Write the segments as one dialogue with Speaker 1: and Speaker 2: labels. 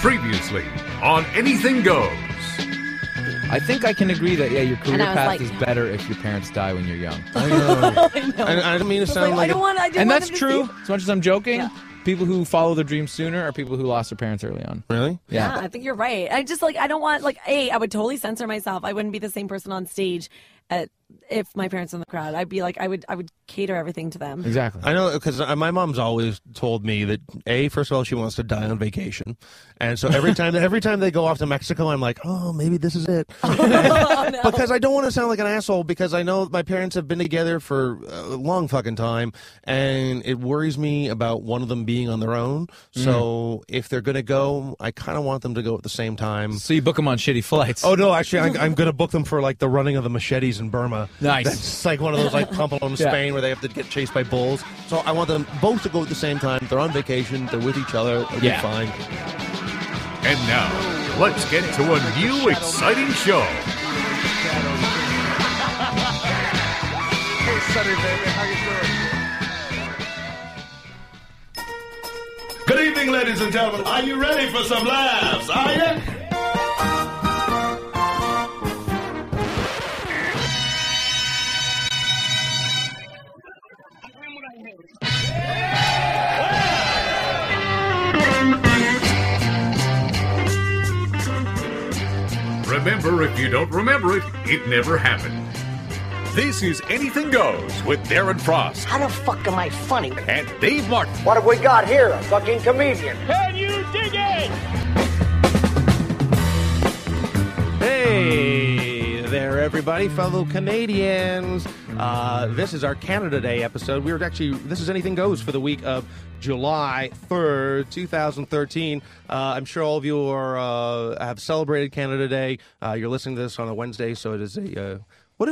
Speaker 1: Quickly on Anything Goes.
Speaker 2: I think I can agree that yeah, your career
Speaker 3: And I was
Speaker 2: path
Speaker 3: like-
Speaker 2: is better if your parents die when you're young,
Speaker 4: I know.
Speaker 3: I know.
Speaker 4: I, I don't mean to
Speaker 3: It's like,
Speaker 4: sound like.
Speaker 3: I don't
Speaker 4: a-
Speaker 3: want. I didn't
Speaker 2: and
Speaker 3: want
Speaker 2: that's
Speaker 3: them to
Speaker 2: true.
Speaker 3: see-
Speaker 2: As much as I'm joking,
Speaker 3: Yeah.
Speaker 2: people who follow their dreams sooner are people who lost their parents early on.
Speaker 4: really?
Speaker 3: Yeah. I think you're right. I just like I don't want like a. I would totally censor myself. I wouldn't be the same person on stage, at, if my parents were in the crowd. I'd be like I would I would cater everything to them.
Speaker 2: exactly.
Speaker 4: I know because my mom's always told me that a first of all she wants to die on vacation, and so every time every time they go off to Mexico, I'm like, oh, maybe this is it. Because I don't want to sound like an asshole because I know my parents have been together for a long fucking time, and it worries me about one of them being on their own.
Speaker 2: Mm.
Speaker 4: So if they're gonna go, I kind of want them to go at the same time.
Speaker 2: So you book them on shitty flights.
Speaker 4: Oh no! Actually, I, I'm going to book them for like the running of the machetes in Burma.
Speaker 2: Nice.
Speaker 4: That's like one of those like Pamplona, in
Speaker 2: Yeah.
Speaker 4: Spain, where they have to get chased by bulls. So I want them both to go at the same time. They're on vacation. They're with each other. It'll
Speaker 2: Yeah.
Speaker 4: be fine.
Speaker 1: And now, let's get to a new exciting show.
Speaker 5: Good evening, ladies and gentlemen. Are you ready for some laughs? Are you?
Speaker 1: Remember, if you don't remember it, it never happened. This is Anything Goes with Darren Frost
Speaker 6: How the fuck am I funny?
Speaker 1: and Dave Martin.
Speaker 6: What have we got here? A fucking comedian.
Speaker 4: Hey there, everybody, fellow Canadians. Uh, this is our Canada Day episode. We were actually, this is Anything Goes for the week of July 3rd, 2013. Uh, I'm sure all of you are, uh, have celebrated Canada Day. Uh, you're listening to this on a Wednesday, so it is a. Uh, what,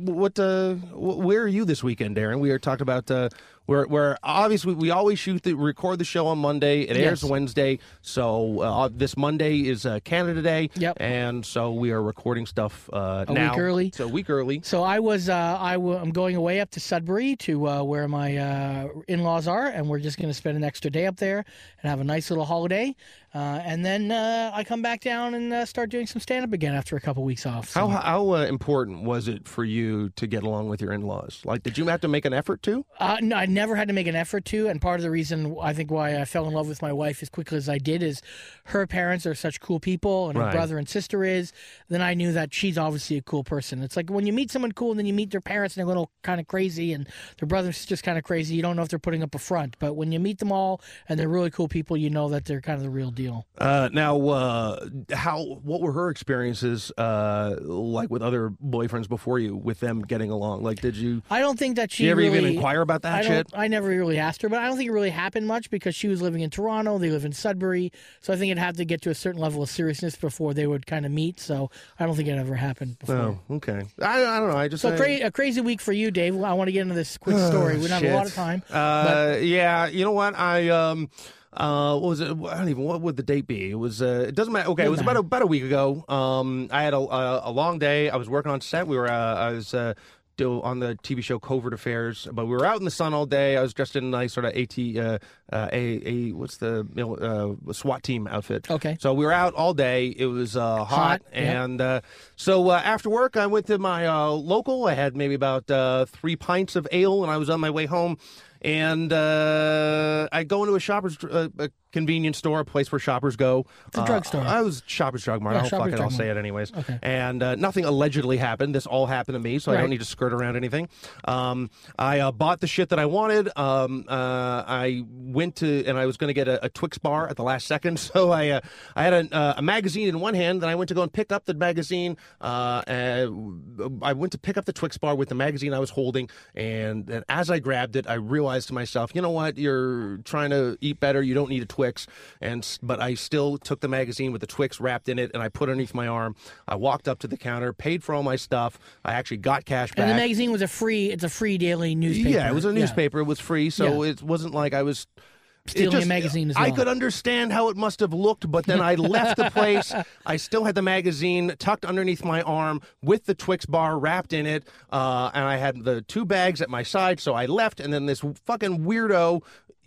Speaker 4: what, uh, wh- where are you this weekend, Darren? We are talked about, uh, we're, we're obviously, we always shoot the, record the show on Monday. It airs
Speaker 2: Yes.
Speaker 4: Wednesday. So, uh, this Monday is, uh, Canada Day.
Speaker 7: Yep.
Speaker 4: And so we are recording stuff uh,
Speaker 7: A
Speaker 4: now.
Speaker 7: week early.
Speaker 4: So a week early.
Speaker 7: So I was uh, I w- I'm going away up to Sudbury to uh, where my uh, in-laws are, and we're just going to spend an extra day up there and have a nice little holiday, uh, and then uh, I come back down and uh, start doing some stand-up again after a couple weeks off. So.
Speaker 4: How how uh, important was it for you to get along with your in-laws? Like, did you have to make an effort to?
Speaker 7: Uh, no, I never had to make an effort to, and part of the reason I think why I fell in love with my wife as quickly as I did is her parents are such cool people, and her
Speaker 4: Right.
Speaker 7: brother and sister is. Then I knew that she's obviously a cool person. It's like when you meet someone cool, and then you meet their parents, and they're a little kind of crazy, and their brother's just kind of crazy. You don't know if they're putting up a front, but when you meet them all, and they're really cool people, you know that they're kind of the real deal.
Speaker 4: Uh, now, uh, how what were her experiences uh, like with other boyfriends before you? With them getting along, like, did you?
Speaker 7: I don't think that she
Speaker 4: Did you ever
Speaker 7: really
Speaker 4: even inquire about that
Speaker 7: I
Speaker 4: shit?
Speaker 7: Don't, I never really asked her, but I don't think it really happened much because she was living in Toronto. They live in Sudbury, so I think it had to get to a certain level of seriousness before they would kind of meet. So I don't think it ever happened before.
Speaker 4: Oh, okay. I, I don't know. I just
Speaker 7: So
Speaker 4: I- Oh,
Speaker 7: cra- a crazy week for you, Dave. I want to get into this quick story. We don't have a lot of
Speaker 4: Shit.
Speaker 7: time.
Speaker 4: Uh, yeah, you know what? I um, uh, what was it? I don't even. What would the date be? It was. Uh, it doesn't matter. Okay, it was about a, about a week ago. Um, I had a, a a long day. I was working on set. We were. Uh, I was. Uh, do- on the TV show Covert Affairs, but we were out in the sun all day. I was dressed in a nice sort of AT, uh, uh, a, a, what's the you know, uh, SWAT team outfit.
Speaker 7: Okay.
Speaker 4: So we were out all day. It was uh, hot,
Speaker 7: Hot, yeah.
Speaker 4: and uh, so uh, after work, I went to my uh, local. I had maybe about uh, three pints of ale, and I was on my way home. And uh, I go into a shopper's uh, a convenience store, a place where shoppers go. It's
Speaker 7: a drugstore.
Speaker 4: I was shopper's drug mart.
Speaker 7: Yeah,
Speaker 4: I'll fuck
Speaker 7: Shoppers
Speaker 4: it.
Speaker 7: Drug
Speaker 4: I'll say
Speaker 7: Mart.
Speaker 4: it anyways.
Speaker 7: Okay.
Speaker 4: And uh, nothing allegedly happened. This all happened to me, so I
Speaker 7: Right.
Speaker 4: don't need to skirt around anything. Um, I uh, bought the shit that I wanted. Um, uh, I went to and I was going to get a, a Twix bar at the last second, so I uh, I had a, uh, a magazine in one hand. Then I went to go and pick up the magazine. Uh, and I went to pick up the Twix bar with the magazine I was holding, and, then as I grabbed it, I realized to myself, you know what? You're trying to eat better. You don't need a Twix. And s- but I still took the magazine with the Twix wrapped in it, and I put it underneath my arm. I walked up to the counter, paid for all my stuff. I actually got cash back.
Speaker 7: and the magazine was a free. It's a free daily newspaper.
Speaker 4: Yeah, it was a newspaper. It was free, so it wasn't like I was it
Speaker 7: Stealing a magazine as
Speaker 4: I
Speaker 7: well.
Speaker 4: could understand how it must have looked, but then I left the place. I still had the magazine tucked underneath my arm with the Twix bar wrapped in it, uh, and I had the two bags at my side. So I left, and then this fucking weirdo.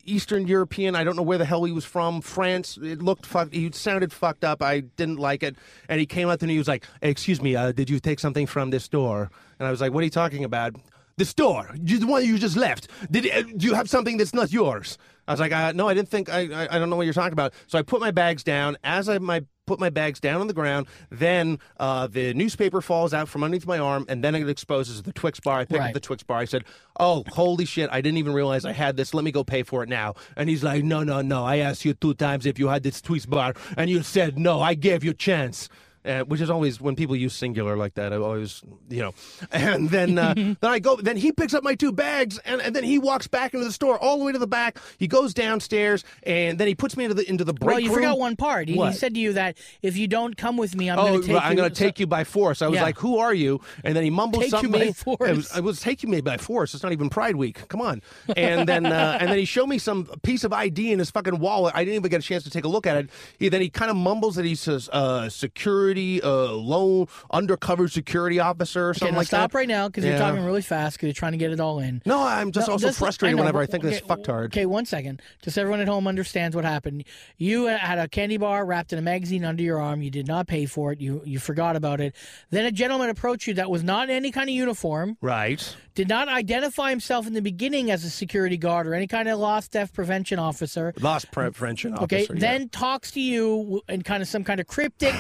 Speaker 4: Eastern European. I don't know where the hell he was from. France. It looked fucked. He sounded fucked up. I didn't like it. And he came up to me. He was like, "Excuse me, uh, did you take something from this store?" And I was like, "What are you talking about?" The store, you, the one you just left. Did uh, do you have something that's not yours? I was like, uh, "No, I didn't think. I, I I don't know what you're talking about." So I put my bags down. As I my put my bags down on the ground. Then uh, the newspaper falls out from underneath my arm, and then it exposes the Twix bar. I pick up
Speaker 7: Right.
Speaker 4: the Twix bar. I said, "Oh, holy shit! I didn't even realize I had this. Let me go pay for it now." And he's like, "No, no, no! I asked you two times if you had this Twix bar, and you said no. I gave you a chance." Uh, which is always when people use singular like that. I always, you know, and then uh, then I go. Then he picks up my two bags, and, and then he walks back into the store all the way to the back. He goes downstairs, and then he puts me into the into the break
Speaker 7: well, you
Speaker 4: room.
Speaker 7: forgot one part. He, he
Speaker 4: What?
Speaker 7: said to you that if you don't come with me, I'm
Speaker 4: Oh,
Speaker 7: going to take
Speaker 4: right, I'm
Speaker 7: you.
Speaker 4: going to take you by force. I was
Speaker 7: Yeah.
Speaker 4: like, "Who are you?" And then he mumbled
Speaker 7: Take you
Speaker 4: something.
Speaker 7: by
Speaker 4: to me.
Speaker 7: force.
Speaker 4: It was, it was taking me by force. It's not even Pride Week. Come on. And then uh, and then he showed me some piece of ID in his fucking wallet. I didn't even get a chance to take a look at it. He then he kind of mumbles that he's a uh, security, uh, low undercover security officer or
Speaker 7: Okay,
Speaker 4: something
Speaker 7: now
Speaker 4: like
Speaker 7: stop
Speaker 4: that.
Speaker 7: right now because
Speaker 4: Yeah.
Speaker 7: you're talking really fast because you're trying to get it all in.
Speaker 4: No, I'm just
Speaker 7: No,
Speaker 4: also
Speaker 7: this-
Speaker 4: frustrated
Speaker 7: know,
Speaker 4: whenever
Speaker 7: but-
Speaker 4: I think of this
Speaker 7: okay,
Speaker 4: fucktard.
Speaker 7: Okay, one second. Just everyone at home understands what happened. You had a candy bar wrapped in a magazine under your arm. You did not pay for it. You you forgot about it. Then a gentleman approached you that was not in any kind of uniform,
Speaker 4: Right.
Speaker 7: did not identify himself in the beginning as a security guard or any kind of lost theft prevention officer.
Speaker 4: Lost pre- French and
Speaker 7: Okay,
Speaker 4: officer. yeah.
Speaker 7: then talks to you w- in kind of some kind of cryptic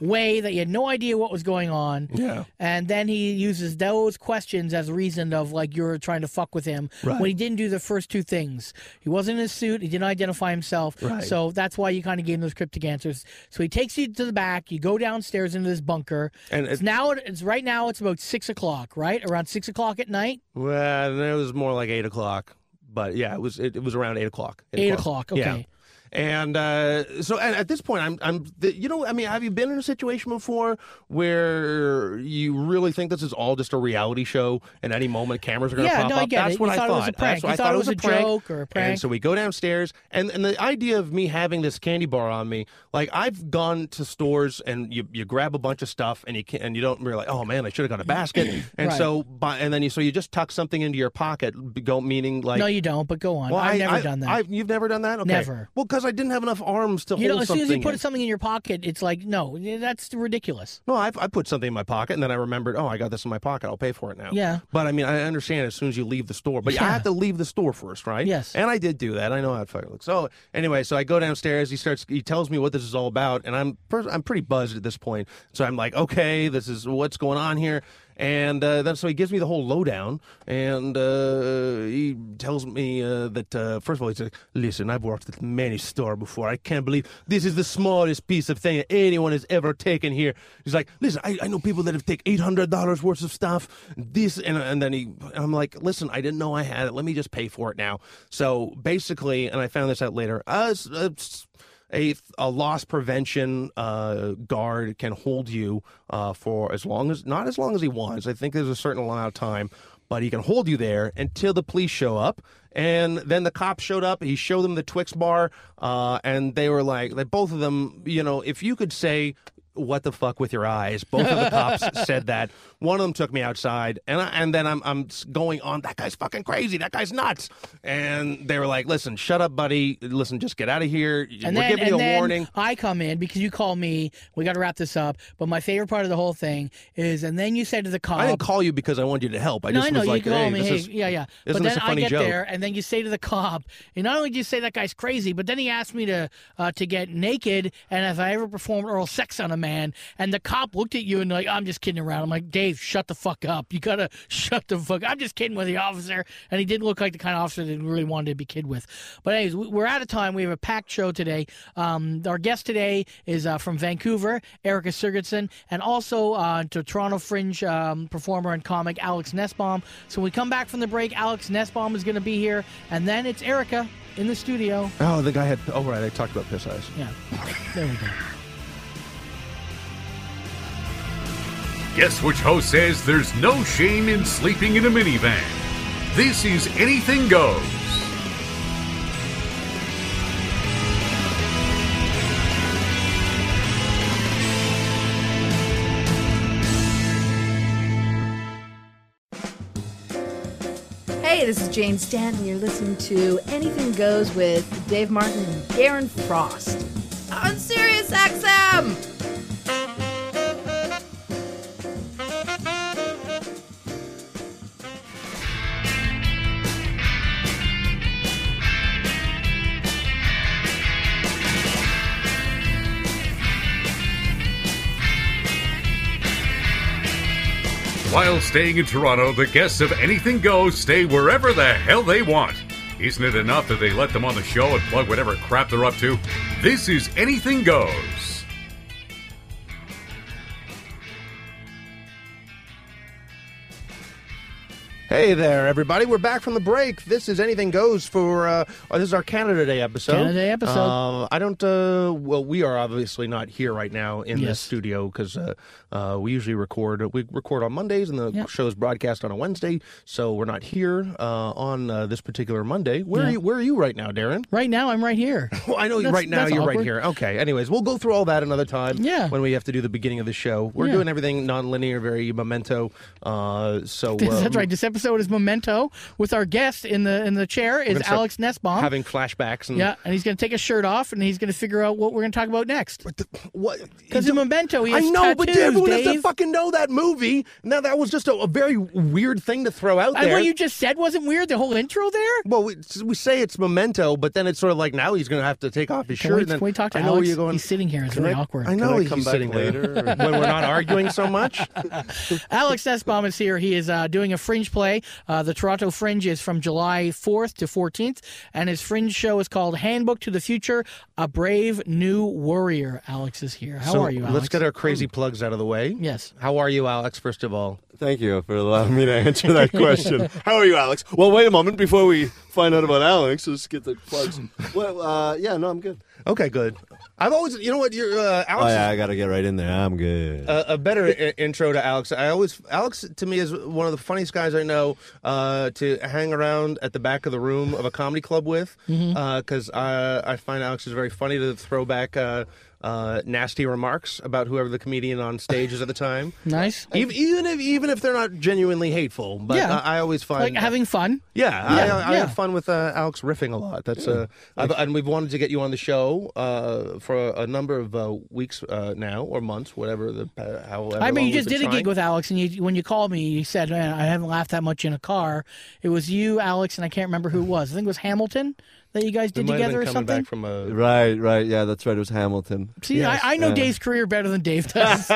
Speaker 7: way that you had no idea what was going on.
Speaker 4: Yeah.
Speaker 7: And then he uses those questions as a reason of like you're trying to fuck with him
Speaker 4: Right.
Speaker 7: when he didn't do the first two things. He wasn't in a suit. He didn't identify himself.
Speaker 4: Right.
Speaker 7: So that's why you kind of gave him those cryptic answers. So he takes you to the back. You go downstairs into this bunker.
Speaker 4: And
Speaker 7: it's
Speaker 4: it-
Speaker 7: now it's right now it's about six o'clock, right? Around six o'clock at night.
Speaker 4: Well, it was more like eight o'clock, but yeah, it was it, it was around eight o'clock.
Speaker 7: Eight o'clock,
Speaker 4: Yeah.
Speaker 7: okay.
Speaker 4: And uh, so, and at this point, I'm, I'm, the, you know, I mean, have you been in a situation before where you really think this is all just a reality show, and any moment cameras are going to
Speaker 7: Yeah,
Speaker 4: pop
Speaker 7: no, I
Speaker 4: up?
Speaker 7: get
Speaker 4: That's
Speaker 7: it.
Speaker 4: what
Speaker 7: You
Speaker 4: I
Speaker 7: thought it was a
Speaker 4: That's
Speaker 7: prank.
Speaker 4: what
Speaker 7: You
Speaker 4: I
Speaker 7: thought it was a joke or a
Speaker 4: And
Speaker 7: prank.
Speaker 4: so we go downstairs, and, and the idea of me having this candy bar on me, like I've gone to stores and you, you grab a bunch of stuff, and you can and you don't realize, oh man, I should have got a basket, and
Speaker 7: Right.
Speaker 4: so, by, and then you so you just tuck something into your pocket, b- go meaning like.
Speaker 7: No, you don't. But go on.
Speaker 4: Well,
Speaker 7: I've
Speaker 4: I-
Speaker 7: never
Speaker 4: I-
Speaker 7: done that.
Speaker 4: I've, you've never done that? Okay.
Speaker 7: Never.
Speaker 4: Well, because I didn't have enough arms to
Speaker 7: you
Speaker 4: hold
Speaker 7: know, as soon
Speaker 4: something.
Speaker 7: as you put
Speaker 4: in.
Speaker 7: something in your pocket, it's like no, that's ridiculous.
Speaker 4: No, I've, I put something in my pocket, and then I remembered, oh, I got this in my pocket. I'll pay for it now.
Speaker 7: Yeah.
Speaker 4: But I mean, I understand as soon as you leave the store, but I
Speaker 7: Yeah.
Speaker 4: have to leave the store first, right?
Speaker 7: Yes.
Speaker 4: And I did do that. I know how it fucking looks. So anyway, so I go downstairs. He starts. He tells me what this is all about, and I'm pers- I'm pretty buzzed at this point. So I'm like, okay, this is what's going on here. And uh, then so he gives me the whole lowdown, and uh, he tells me uh, that uh, first of all, he's like, listen, I've worked at many store before. I can't believe this is the smallest piece of thing that anyone has ever taken here. He's like, listen, I, I know people that have taken eight hundred dollars worth of stuff. This and and then he, and I'm like, listen, I didn't know I had it. Let me just pay for it now. So basically, and I found this out later. Uh, s- uh, s- a, a loss prevention uh, guard can hold you uh, for as long as not as long as he wants. I think there's a certain amount of time, but he can hold you there until the police show up. And then the cops showed up. He showed them the Twix bar, uh, and they were like, like both of them. You know, if you could say what the fuck with your eyes. Both of the cops said that. One of them took me outside, and I, and then I'm I'm s- going on. That guy's fucking crazy. That guy's nuts. And they were like, "Listen, shut up, buddy. Listen, just get out of here.
Speaker 7: And
Speaker 4: We're
Speaker 7: then,
Speaker 4: giving
Speaker 7: and
Speaker 4: you a
Speaker 7: then
Speaker 4: warning."
Speaker 7: I come in because you call me. We got to wrap this up. But my favorite part of the whole thing is, and then you said to the cop,
Speaker 4: I didn't call you because I wanted you to help. I
Speaker 7: No,
Speaker 4: just
Speaker 7: I know
Speaker 4: was like,
Speaker 7: you call
Speaker 4: "Hey,
Speaker 7: me.
Speaker 4: this
Speaker 7: Hey,
Speaker 4: is
Speaker 7: yeah, yeah. But
Speaker 4: isn't this
Speaker 7: then
Speaker 4: a
Speaker 7: I
Speaker 4: funny
Speaker 7: get
Speaker 4: joke?"
Speaker 7: there, and then you say to the cop, and not only do you say that guy's crazy, but then he asked me to uh, to get naked, and if I ever performed oral sex on a man, and the cop looked at you and like, I'm just kidding around. I'm like, Dave, shut the fuck up. You gotta shut the fuck. I'm just kidding with the officer, and he didn't look like the kind of officer that really wanted to be kid with. But anyways, we- we're out of time. We have a packed show today. Um, our guest today is uh, from Vancouver, Erica Sigurdsson, and also uh, to Toronto Fringe um, performer and comic Alex Nesbaum. So when we come back from the break, Alex Nesbaum is going to be here, and then it's Erica in the studio.
Speaker 4: "Oh, the guy had. Oh, right. I talked about piss eyes."
Speaker 7: Yeah, there we go.
Speaker 1: Guess which host says there's no shame in sleeping in a minivan? This is Anything Goes.
Speaker 8: Hey, Hey, this is Jane Stanton. You're listening to Anything Goes with Dave Martin and Darren Frost on Sirius XM.
Speaker 1: While staying in Toronto, the guests of Anything Goes stay wherever the hell they want. Isn't it enough that they let them on the show and plug whatever crap they're up to? This is Anything Goes.
Speaker 4: Hey there, everybody. We're back from the break. This is Anything Goes for, uh, oh, this is our Canada Day episode.
Speaker 7: Canada Day episode.
Speaker 4: Um, I don't, uh, well, we are obviously not here right now in the
Speaker 7: Yes.
Speaker 4: studio because uh, uh, we usually record, we record on Mondays and the
Speaker 7: Yeah.
Speaker 4: show's broadcast on a Wednesday. So we're not here uh, on uh, this particular Monday. Where, are
Speaker 7: Yeah.
Speaker 4: you, where are you right now, Darren?
Speaker 7: Right now, I'm right here.
Speaker 4: Well, I know
Speaker 7: That's-
Speaker 4: right now
Speaker 7: that's
Speaker 4: you're right
Speaker 7: awkward.
Speaker 4: here. Okay. Anyways, we'll go through all that another time.
Speaker 7: Yeah.
Speaker 4: When we have to do the beginning of the show, we're
Speaker 7: Yeah.
Speaker 4: doing everything nonlinear, very memento. Uh, so uh,
Speaker 7: That's right. This episode is Memento with our guest in the in the chair is
Speaker 4: gonna start
Speaker 7: Alex Nesbaum.
Speaker 4: Having flashbacks and
Speaker 7: yeah, and he's going to take his shirt off and he's going to figure out what we're going to talk about next.
Speaker 4: what?
Speaker 7: Because
Speaker 4: You
Speaker 7: in
Speaker 4: don't-
Speaker 7: Memento, he has
Speaker 4: I know, but
Speaker 7: tattoos,
Speaker 4: everyone has to
Speaker 7: Dave.
Speaker 4: fucking know that movie. Now that was just a, a very weird thing to throw out
Speaker 7: And
Speaker 4: there.
Speaker 7: what you just said wasn't weird. The whole intro there.
Speaker 4: well, we, we say it's memento, but then it's sort of like now he's going to have to take off his
Speaker 7: Can,
Speaker 4: shirt.
Speaker 7: we,
Speaker 4: and then
Speaker 7: can we talk to
Speaker 4: I know where
Speaker 7: Alex?
Speaker 4: you're going.
Speaker 7: He's sitting here. It's
Speaker 4: Can
Speaker 7: very
Speaker 4: I-
Speaker 7: awkward.
Speaker 4: I know
Speaker 9: I
Speaker 4: he's
Speaker 9: come back
Speaker 4: sitting
Speaker 9: later,
Speaker 4: there
Speaker 9: or-
Speaker 4: when we're not arguing so much.
Speaker 7: Alex Nesbaum is here. He is uh, doing a fringe play. Uh, the Toronto Fringe is from July 4th to 14th, and his fringe show is called Handbook to the Future A Brave New Warrior. Alex is here. How
Speaker 4: So
Speaker 7: are you, Alex?
Speaker 4: Let's get our crazy plugs out of the way.
Speaker 7: Yes.
Speaker 4: How are you, Alex? First of all,
Speaker 9: Thank you for allowing me to answer that question. How are you, Alex? Well, wait a moment. Before we find out about Alex, let's get the plugs. well, uh, yeah, no, I'm good.
Speaker 4: okay, good. I've always, you know what, you're uh, Alex.
Speaker 9: Oh,
Speaker 4: is-
Speaker 9: yeah, I got to get right in there. I'm good.
Speaker 4: a, a better I- intro to Alex. I always Alex to me is one of the funniest guys I know uh, to hang around at the back of the room of a comedy club with
Speaker 7: Mm-hmm.
Speaker 4: because I, I find Alex is very funny to throw back uh, uh, nasty remarks about whoever the comedian on stage is at the time.
Speaker 7: Nice.
Speaker 4: Even, even if even if they're not genuinely hateful, but
Speaker 7: Yeah.
Speaker 4: I, I always
Speaker 7: Like
Speaker 4: find
Speaker 7: having fun.
Speaker 4: yeah, I,
Speaker 7: Yeah,
Speaker 4: I, I
Speaker 7: yeah.
Speaker 4: had fun with uh, Alex riffing a lot. That's uh, I've, and we've wanted to get you on the show uh, for a number of uh, weeks uh, now or months, whatever the uh, however.
Speaker 7: I mean,
Speaker 4: long
Speaker 7: you
Speaker 4: we've
Speaker 7: just
Speaker 4: been
Speaker 7: did a
Speaker 4: trying.
Speaker 7: gig with Alex, and you, when you called me, you said, "Man, I haven't laughed that much in a car." It was you, Alex, and I can't remember who it was. I think it was Hamilton that you guys
Speaker 4: We
Speaker 7: did
Speaker 4: might have
Speaker 7: together or
Speaker 4: been coming
Speaker 7: something.
Speaker 4: back from a.
Speaker 9: Right, right. Yeah, that's right. It was Hamilton.
Speaker 7: See, I, I know
Speaker 4: uh,
Speaker 9: Yeah.
Speaker 7: Dave's career better than Dave does.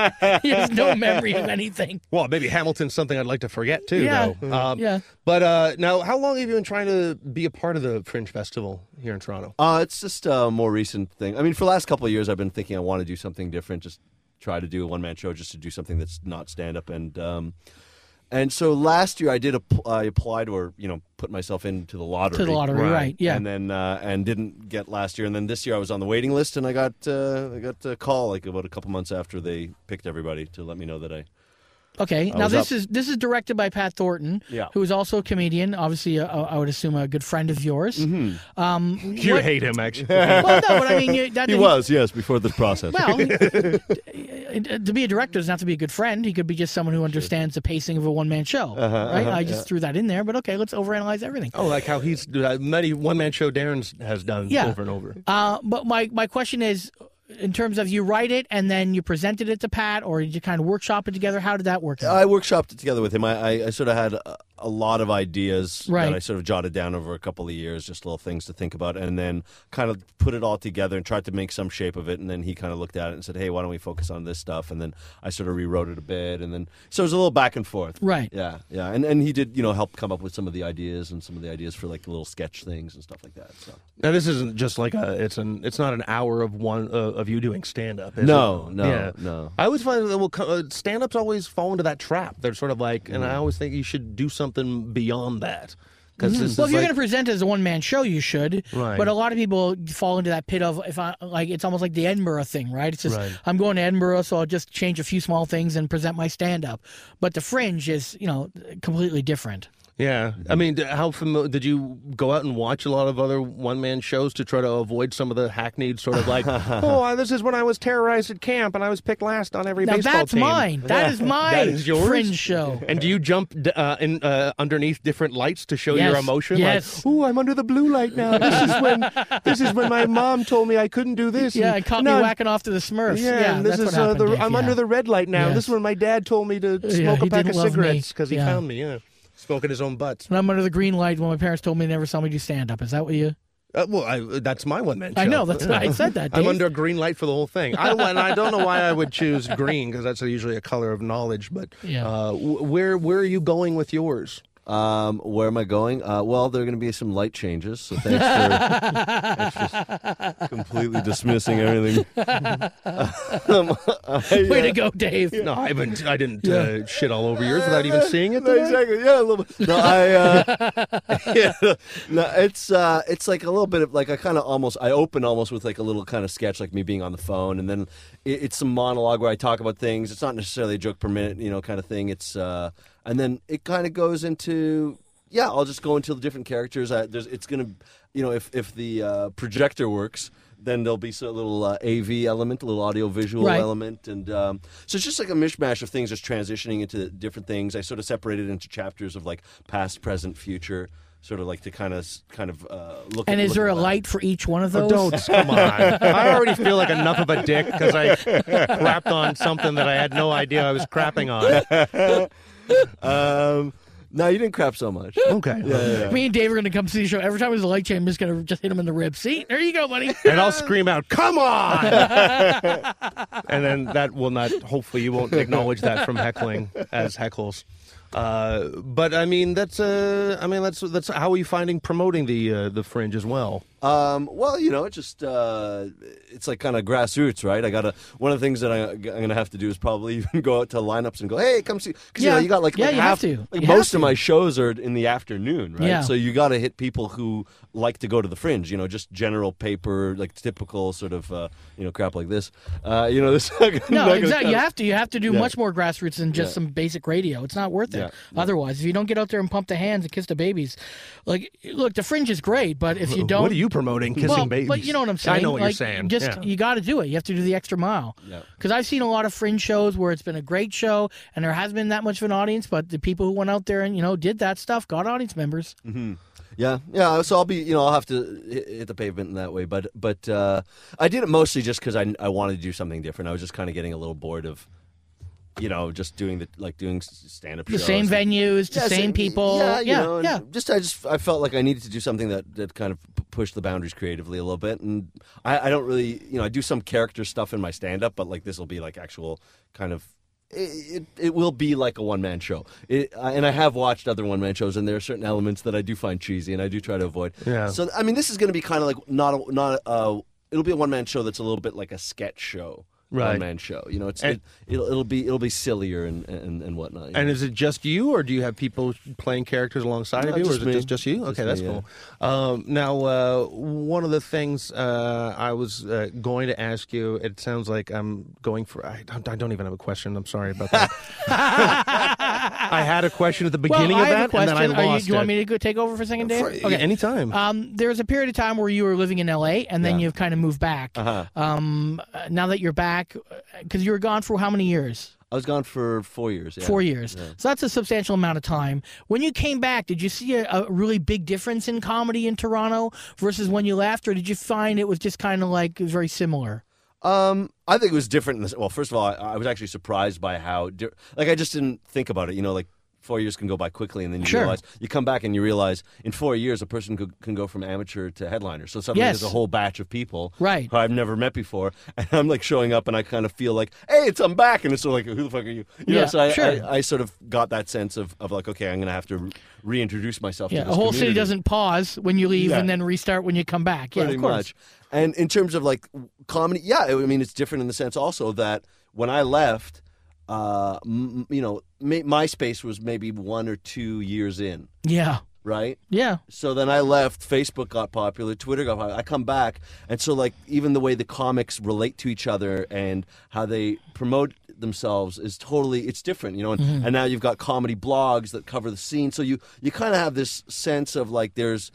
Speaker 7: he has no memory of anything.
Speaker 4: Well, maybe Hamilton's something I'd like to forget too.
Speaker 7: Yeah. Mm-hmm.
Speaker 4: Though. Um,
Speaker 7: Yeah.
Speaker 4: But uh, now, how long have you been trying to be a part of the Fringe Festival here in Toronto?
Speaker 9: Uh, it's just a more recent thing. I mean, for the last couple of years, I've been thinking I want to do something different. Just try to do a one man show, just to do something that's not stand up. And um, and so last year, I did app- I applied or you know put myself into the lottery.
Speaker 7: To the lottery, right? Yeah.
Speaker 9: And then uh, and didn't get last year. And then this year, I was on the waiting list, and I got uh, I got a call like about a couple months after they picked everybody to let me know that I.
Speaker 7: Okay. now
Speaker 9: was
Speaker 7: this
Speaker 9: up.
Speaker 7: is this is directed by Pat Thornton,
Speaker 9: Yeah.
Speaker 7: who is also a comedian. Obviously, uh, I would assume a good friend of yours. Um,
Speaker 4: Mm-hmm. You
Speaker 7: what-
Speaker 4: hate him, actually.
Speaker 7: well, no, but I mean, you, that
Speaker 9: He was yes before this process.
Speaker 7: Well, to be a director doesn't have to be a good friend. He could be just someone who understands the pacing of a one man show.
Speaker 4: Uh-huh,
Speaker 7: right? I just threw that in there, but okay, let's overanalyze everything.
Speaker 4: oh, like how he's uh, many one man show Darren's has done
Speaker 7: Yeah.
Speaker 4: Um, over and over.
Speaker 7: Uh, but my, my question is, in terms of you write it and then you presented it to Pat, or did you kind of workshop it together? How did that work? out?
Speaker 9: I workshopped it together with him. I, I, I sort of had a, a lot of ideas
Speaker 7: Right.
Speaker 9: that I sort of jotted down over a couple of years, just little things to think about, and then kind of put it all together and tried to make some shape of it. And then he kind of looked at it and said, "Hey, why don't we focus on this stuff?" And then I sort of rewrote it a bit, and then so it was a little back and forth.
Speaker 7: Right.
Speaker 9: Yeah, yeah, and and he did you know help come up with some of the ideas and some of the ideas for like the little sketch things and stuff like that. So
Speaker 4: Now, this isn't just like a. It's an. It's not an hour of one uh, of you doing stand up.
Speaker 9: No,
Speaker 4: it?
Speaker 9: no, no.
Speaker 4: I always find that well, co- uh, stand ups always fall into that trap. They're sort of like, and I always think you should do something beyond that because this
Speaker 7: Mm. Mm-hmm. Well,
Speaker 4: is
Speaker 7: if you're
Speaker 4: like,
Speaker 7: going to present as a one man show, you should.
Speaker 4: Right.
Speaker 7: But a lot of people fall into that pit of if I like, it's almost like the Edinburgh thing, right? It's just
Speaker 4: Right.
Speaker 7: I'm going to Edinburgh, so I'll just change a few small things and present my stand up. But the Fringe is, you know, completely different.
Speaker 4: Yeah, I mean, d- how familiar did you go out and watch a lot of other one-man shows to try to avoid some of the hackneyed sort of like, oh, this is when I was terrorized at camp and I was picked last on every
Speaker 7: Now
Speaker 4: baseball
Speaker 7: that's
Speaker 4: team."
Speaker 7: mine. That is my
Speaker 4: That is yours?
Speaker 7: fringe show.
Speaker 4: And do you jump d- uh, in uh, underneath different lights to show your
Speaker 7: Yes,
Speaker 4: emotion?
Speaker 7: yes.
Speaker 4: Like, ooh, I'm under the blue light now. This is when this is when my mom told me I couldn't do "Oh, this.
Speaker 7: Yeah,
Speaker 4: and
Speaker 7: it caught
Speaker 4: now
Speaker 7: me
Speaker 4: I'm-
Speaker 7: whacking off to the Smurfs.
Speaker 4: Yeah, and this
Speaker 7: that's
Speaker 4: is
Speaker 7: what
Speaker 4: uh,
Speaker 7: happened,
Speaker 4: the
Speaker 7: Dave,
Speaker 4: I'm
Speaker 7: yeah.
Speaker 4: under the red light now.
Speaker 7: Yes.
Speaker 4: This is when my dad told me to
Speaker 7: Yeah,
Speaker 4: smoke
Speaker 7: he
Speaker 4: a pack
Speaker 7: didn't
Speaker 4: of
Speaker 7: love me.
Speaker 4: cigarettes because he
Speaker 7: Yeah.
Speaker 4: found me. Yeah, smoking his own butts.
Speaker 7: And I'm under the green light when my parents told me they never saw me do stand up. Is that what you?
Speaker 4: Uh, well, I, that's my one man.
Speaker 7: I know. That's I said that. Dave.
Speaker 4: I'm under a green light for the whole thing. I, and I don't know why I would choose green because that's usually a color of knowledge. But
Speaker 7: Yeah.
Speaker 4: uh, w- where where are you going with yours?
Speaker 9: Um, where am I going? Uh, well, there are going to be some light changes, so thanks for thanks for completely dismissing everything. Um, I,
Speaker 7: Way
Speaker 9: uh,
Speaker 7: to go, Dave.
Speaker 4: No, I haven't. I didn't uh, shit all over yours without even seeing it.
Speaker 9: No,
Speaker 4: did I?
Speaker 9: exactly. Yeah, a little bit. No, I. Uh, yeah, no, it's uh, it's like a little bit of like I kind of almost I open almost with like a little kind of sketch like me being on the phone, and then it, it's some monologue where I talk about things. It's not necessarily a joke per minute, you know, kind of thing. It's uh, and then it kind of goes into. Yeah, I'll just go into the different characters. I, there's, it's gonna, you know, if if the uh, projector works, then there'll be so- a little uh, AV element, a little audio visual
Speaker 7: Right.
Speaker 9: element element, and um, so it's just like a mishmash of things just transitioning into different things. I sort of separated into chapters of like past, present, future, sort of like to kind of kind of uh, look.
Speaker 7: And
Speaker 9: at-
Speaker 7: is
Speaker 9: look
Speaker 7: there a
Speaker 9: at that.
Speaker 7: light for each one of those?
Speaker 4: Don't come on! I already feel like enough of a dick because I crapped on something that I had no idea I was crapping on.
Speaker 9: Um, no, you didn't crap so much.
Speaker 4: Okay.
Speaker 7: Me and Dave are going to come see the show. Every time there's a light change, I'm just going to just hit him in the rib. See, there you go, buddy.
Speaker 4: And I'll scream out, "Come on!" and then that will not. Hopefully, you won't acknowledge that from heckling as heckles. Uh, but I mean, that's. Uh, I mean, that's that's. How are you finding promoting the uh, the fringe as well?
Speaker 9: Um, well, you know, it just uh, it's like kind of grassroots, right? I gotta one of the things that I, am gonna have to do is probably even go out to lineups and go, hey, come see, because you
Speaker 7: Yeah.
Speaker 9: know you got like,
Speaker 7: Yeah,
Speaker 9: like
Speaker 7: you
Speaker 9: half,
Speaker 7: have to.
Speaker 9: Like
Speaker 7: You have
Speaker 9: most
Speaker 7: to.
Speaker 9: of my shows are in the afternoon, right?
Speaker 7: Yeah.
Speaker 9: So you gotta hit people who like to go to the fringe, you know, just general paper, like typical sort of uh, you know crap like this. Uh, you know, this
Speaker 7: No, exactly. You have to. You have to do
Speaker 9: Yeah.
Speaker 7: much more grassroots than just some basic radio. It's not worth it.
Speaker 9: Yeah,
Speaker 7: Otherwise, if you don't get out there and pump the hands and kiss the babies, like, look, the fringe is great, but if you don't,
Speaker 4: what are you promoting? Kissing
Speaker 7: well,
Speaker 4: babies.
Speaker 7: But you know what I'm saying.
Speaker 4: I know what
Speaker 7: like,
Speaker 4: you're saying.
Speaker 7: Just
Speaker 4: Yeah.
Speaker 7: you got to do it. You have to do the extra mile. Because I've seen a lot of fringe shows where it's been a great show and there hasn't been that much of an audience, but the people who went out there and you know did that stuff got audience members.
Speaker 4: Mm-hmm.
Speaker 9: Yeah, yeah. So I'll be, you know, I'll have to hit, hit the pavement in that way. But but uh, I did it mostly just because I I wanted to do something different. I was just kind of getting a little bored of, you know, just doing the like doing stand up.
Speaker 7: The same venues, the same people.
Speaker 9: Yeah, you
Speaker 7: yeah,
Speaker 9: know, and
Speaker 7: yeah.
Speaker 9: Just I just I felt like I needed to do something that that kind of p- pushed the boundaries creatively a little bit. And I I don't really, you know, I do some character stuff in my stand up, but like this will be like actual kind of it, it, it will be like a one man show. It, I, and I have watched other one man shows, and there are certain elements that I do find cheesy, and I do try to avoid.
Speaker 4: Yeah.
Speaker 9: So I mean, this is going to be kind of like not a, not a, uh, it'll be a one man show that's a little bit like a sketch show.
Speaker 4: Right.
Speaker 9: One man show, you know, it's
Speaker 4: And-
Speaker 9: it, it'll, it'll be it'll be sillier and and, and whatnot. you
Speaker 4: And
Speaker 9: know.
Speaker 4: is it just you, or do you have people playing characters alongside of
Speaker 9: No,
Speaker 4: you, or
Speaker 9: just
Speaker 4: is it
Speaker 9: me.
Speaker 4: just, just you?
Speaker 9: Just
Speaker 4: okay,
Speaker 9: me,
Speaker 4: that's
Speaker 9: yeah.
Speaker 4: cool. Um, now, uh, one of the things uh, I was uh, going to ask you, it sounds like I'm going for. I don't, I don't even have a question. I'm sorry about that. I had a question at the
Speaker 7: Well,
Speaker 4: beginning
Speaker 7: I
Speaker 4: of
Speaker 7: have a
Speaker 4: that, and
Speaker 7: question.
Speaker 4: then I
Speaker 7: Are you-
Speaker 4: lost
Speaker 7: do you want
Speaker 4: it.
Speaker 7: me to go take over for a second, Dave?
Speaker 4: For-
Speaker 7: okay.
Speaker 4: Anytime.
Speaker 7: Um, there was a period of time where you were living in LA, and then you've kind of moved back. Uh-huh. Um, uh, now that you're back, because you were gone for how many years?
Speaker 9: I was gone for four years. Yeah.
Speaker 7: Four years. So that's a substantial amount of time. When you came back, did you see a, a really big difference in comedy in Toronto versus when you left, or did you find it was just kind of like very similar?
Speaker 9: Um, I think it was different. In this, well, first of all, I, I was actually surprised by how, di- like, I just didn't think about it. You know, like four years can go by quickly, and then you
Speaker 7: Sure.
Speaker 9: realize you come back and you realize in four years a person could, can go from amateur to headliner. So suddenly
Speaker 7: Yes.
Speaker 9: there's a whole batch of people
Speaker 7: Right.
Speaker 9: who I've never met before, and I'm like showing up, and I kind of feel like, hey, it's I'm back, and it's sort of like, who the fuck are you? You
Speaker 7: Yeah,
Speaker 9: know, so I,
Speaker 7: sure.
Speaker 9: I, I sort of got that sense of, of like, okay, I'm gonna have to re- reintroduce myself.
Speaker 7: Yeah,
Speaker 9: to
Speaker 7: a
Speaker 9: this
Speaker 7: whole city
Speaker 9: community.
Speaker 7: doesn't pause when you leave
Speaker 9: Yeah.
Speaker 7: and then restart when you come back. Yeah,
Speaker 9: pretty
Speaker 7: of course.
Speaker 9: much. And in terms of like comedy, yeah, I mean it's different in the sense also that when I left, uh, m- you know, my, MySpace was maybe one or two years in.
Speaker 7: Yeah,
Speaker 9: right?
Speaker 7: Yeah.
Speaker 9: So then I left. Facebook got popular. Twitter got popular. I come back, and so like even the way the comics relate to each other and how they promote themselves is totally it's different, you know. And,
Speaker 7: Mm-hmm.
Speaker 9: and now you've got comedy blogs that cover the scene, so you you kind of have this sense of like there's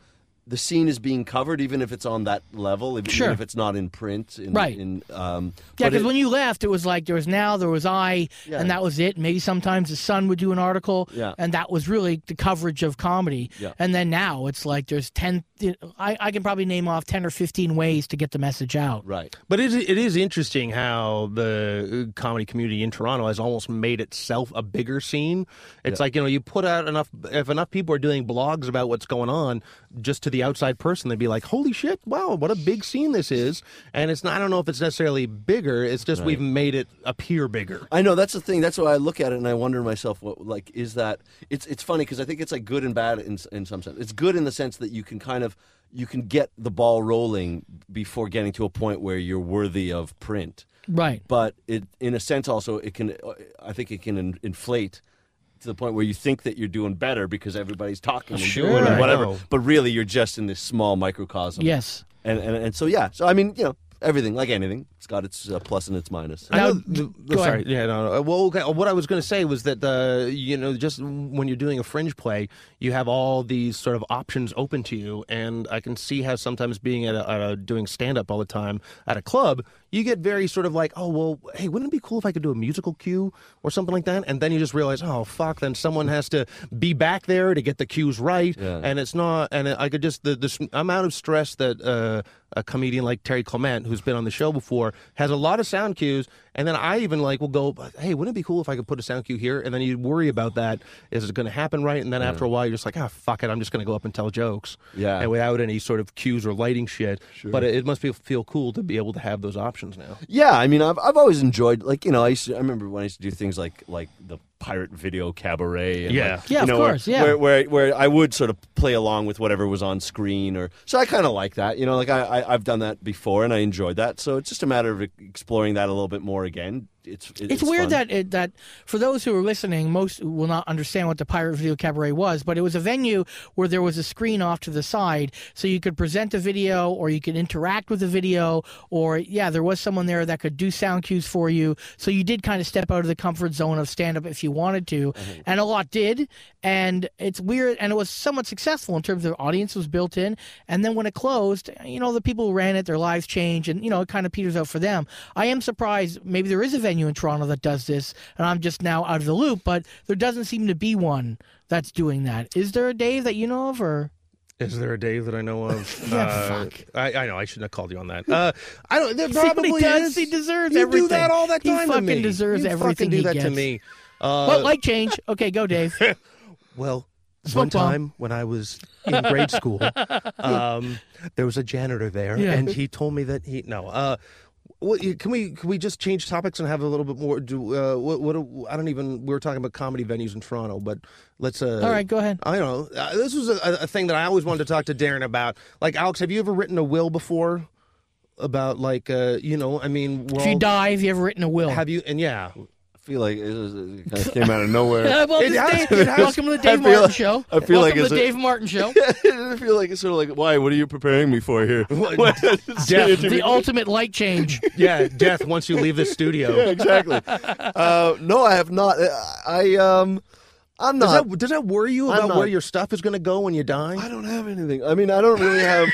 Speaker 9: the scene is being covered, even if it's on that level, if,
Speaker 7: Sure.
Speaker 9: even if it's not in print. In,
Speaker 7: Right.
Speaker 9: In, um,
Speaker 7: Yeah,
Speaker 9: but
Speaker 7: because
Speaker 9: it-
Speaker 7: when you left, it was like there was now, there was I,
Speaker 9: Yeah.
Speaker 7: and that was it. Maybe sometimes the Sun would do an article,
Speaker 9: Yeah.
Speaker 7: and that was really the coverage of comedy.
Speaker 9: Yeah.
Speaker 7: And then now it's like there's 10, I, I can probably name off 10 or 15 ways to get the message out.
Speaker 9: right.
Speaker 4: But it, it is interesting how the uh, comedy community in Toronto has almost made itself a bigger scene. It's like you know you put out enough if enough people are doing blogs about what's going on, just to the outside person they'd be like, "Holy shit! Wow, what a big scene this is!" And it's not I don't know if it's necessarily bigger. It's just we've made it appear bigger.
Speaker 9: I know that's the thing. That's why I look at it and I wonder to myself, what like is that? It's it's funny because I think it's like good and bad in in some sense. It's good in the sense that you can kind of you can get the ball rolling before getting to a point where you're worthy of print.
Speaker 7: Right.
Speaker 9: But it in a sense also it can I think it can in, inflate to the point where you think that you're doing better because everybody's talking and
Speaker 4: Sure,
Speaker 9: doing
Speaker 4: I
Speaker 9: and whatever.
Speaker 4: know.
Speaker 9: But really, you're just in this small microcosm.
Speaker 7: Yes.
Speaker 9: And and, and so yeah. So I mean, you know, everything like anything, it's got its uh, plus and its minus.
Speaker 4: I
Speaker 7: Now,
Speaker 4: know the, the-
Speaker 9: Oh,
Speaker 7: go
Speaker 4: sorry.
Speaker 7: ahead.
Speaker 4: Yeah, no, no. Uh, Well, okay. What I was going to say was that uh, you know, just when you're doing a fringe play, you have all these sort of options open to you, and I can see how sometimes being at a, at a doing stand up all the time at a club, you get very sort of like, oh well, hey, wouldn't it be cool if I could do a musical cue or something like that? And then you just realize, oh fuck, then someone has to be back there to get the cues right, and it's not. And I could just the the s- amount of stress that. Uh, a comedian like Terry Clement, who's been on the show before, has a lot of sound cues. And then I even like will go, hey, wouldn't it be cool if I could put a sound cue here? And then you worry about that. Is it going to happen right? And then after a while, you're just like, ah, fuck it. I'm just going to go up and tell jokes.
Speaker 9: Yeah.
Speaker 4: And without any sort of cues or lighting shit. But it, it must be, feel cool to be able to have those options now.
Speaker 9: Yeah, I mean, I've, I've always enjoyed like you know I used to, I remember when I used to do things like like the pirate video cabaret. And
Speaker 4: Yeah.
Speaker 9: like,
Speaker 7: Yeah,
Speaker 9: you
Speaker 7: of
Speaker 9: know, where-
Speaker 7: course, yeah.
Speaker 9: where, where where I would sort of play along with whatever was on screen, or so I kind of like that. You know, like I, I I've done that before and I enjoyed that. So it's just a matter of e, exploring that a little bit more again. It's it-
Speaker 7: it's, weird
Speaker 9: fun.
Speaker 7: that it, that for those who are listening, most will not understand what the Pirate Video Cabaret was, but it was a venue where there was a screen off to the side, so you could present a video or you could interact with the video, or yeah, there was someone there that could do sound cues for you, so you did kind of step out of the comfort zone of stand up if you wanted to,
Speaker 9: Mm-hmm.
Speaker 7: and a lot did, and it's weird, and it was somewhat successful in terms of audience was built in, and then when it closed, you know, the people who ran it, their lives changed, and you know, it kind of peters out for them. I am surprised maybe there is a venue in Toronto that does this, and I'm just now out of the loop, but there doesn't seem to be one that's doing that. Is there a Dave that you know of, or
Speaker 4: Is there a day that I know of?
Speaker 7: Yeah,
Speaker 4: Uh,
Speaker 7: fuck.
Speaker 4: I, I know I shouldn't have called you on that. Uh, I don't. There
Speaker 7: See what he
Speaker 4: probably
Speaker 7: does?
Speaker 4: is.
Speaker 7: He deserves
Speaker 4: you
Speaker 7: everything.
Speaker 4: do that all that
Speaker 7: He
Speaker 4: time. to
Speaker 7: fucking
Speaker 4: me.
Speaker 7: deserves
Speaker 4: you
Speaker 7: everything
Speaker 4: Fucking do
Speaker 7: he
Speaker 4: that to
Speaker 7: gets.
Speaker 4: me. Uh,
Speaker 7: what light change? Okay, go Dave.
Speaker 4: Well,
Speaker 7: Smoke
Speaker 4: one
Speaker 7: bomb.
Speaker 4: time when I was in grade school, um, there was a janitor there,
Speaker 7: Yeah.
Speaker 4: and he told me that he no. Uh, what, can we can we just change topics and have a little bit more? Do uh, what, what do- I don't even. We were talking about comedy venues in Toronto, but let's. Uh,
Speaker 7: All right, go ahead.
Speaker 4: I don't know. Uh, this was a, a thing that I always wanted to talk to Darren about. Like Alex, have you ever written a will before? About like uh, you know, I mean, we're
Speaker 7: if you
Speaker 4: all-
Speaker 7: die, have you ever written a will?
Speaker 4: have you? And yeah,
Speaker 9: I feel like it, was, it kind of came out of nowhere.
Speaker 7: Uh, well,
Speaker 4: It
Speaker 7: this
Speaker 4: has-
Speaker 7: Dave-
Speaker 4: it has-
Speaker 7: welcome to the Dave
Speaker 9: feel
Speaker 7: Martin
Speaker 9: like-
Speaker 7: Show.
Speaker 9: I
Speaker 7: welcome
Speaker 9: feel like
Speaker 7: to
Speaker 9: it's
Speaker 7: the
Speaker 9: a-
Speaker 7: Dave Martin Show.
Speaker 9: I feel like it's sort of like why? What are you preparing me for here?
Speaker 4: death,
Speaker 7: the ultimate light change.
Speaker 4: yeah, death once you leave the studio.
Speaker 9: yeah, exactly. Uh, no, I have not. I, I um, I'm
Speaker 4: Does
Speaker 9: not.
Speaker 4: that, does that worry you
Speaker 9: I'm
Speaker 4: about
Speaker 9: not-
Speaker 4: where your stuff is going to go when you
Speaker 9: I
Speaker 4: die?
Speaker 9: don't have anything. I mean, I don't really have.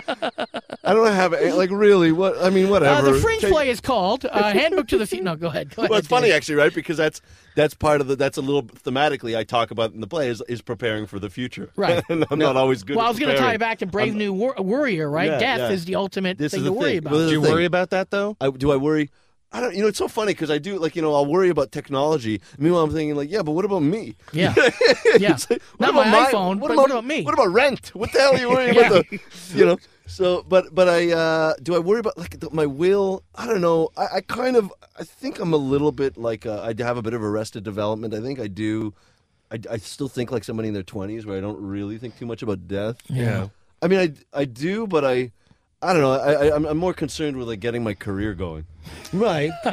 Speaker 9: I don't have a- like really. What I mean,
Speaker 7: Uh,
Speaker 9: whatever.
Speaker 7: the fringe
Speaker 9: Take-
Speaker 7: play is called uh, Handbook to the Feet. No, go ahead. Go ahead
Speaker 9: Well, it's funny
Speaker 7: Dave.
Speaker 9: actually, right? Because that's that's part of the. That's a little thematically. I talk about in the play is, is preparing for the future.
Speaker 7: Right.
Speaker 9: and I'm not always good.
Speaker 7: Well,
Speaker 9: at
Speaker 7: I was going to tie
Speaker 9: preparing.
Speaker 7: it back to Brave New Wor- Warrior, right?
Speaker 9: Yeah,
Speaker 7: Death
Speaker 9: yeah.
Speaker 7: is the ultimate
Speaker 9: This
Speaker 7: thing
Speaker 9: is
Speaker 7: to
Speaker 9: the
Speaker 7: worry
Speaker 9: thing.
Speaker 7: about.
Speaker 9: Well, this
Speaker 4: Do
Speaker 9: is
Speaker 4: you
Speaker 9: the thing.
Speaker 4: worry about that though?
Speaker 9: I, do I worry? I don't. You know, it's so funny because I do. Like, you know, I'll worry about technology. Meanwhile, I'm thinking like, yeah, but what about me?
Speaker 7: yeah, yeah.
Speaker 9: It's like,
Speaker 7: Not my
Speaker 9: what about
Speaker 7: iPhone, but what about me?
Speaker 9: What about rent? What the hell are you worrying
Speaker 7: Yeah.
Speaker 9: about? The, you know. So, but but I uh, do I worry about like the, my will? I don't know. I, I kind of I think I'm a little bit like uh, I have a bit of arrested development. I think I do. I, I still think like somebody in their 20s where I don't really think too much about death.
Speaker 7: Yeah.
Speaker 9: I mean, I I do, but I. I I don't know. I, I, I'm, I'm more concerned with like getting my career going.
Speaker 4: Right.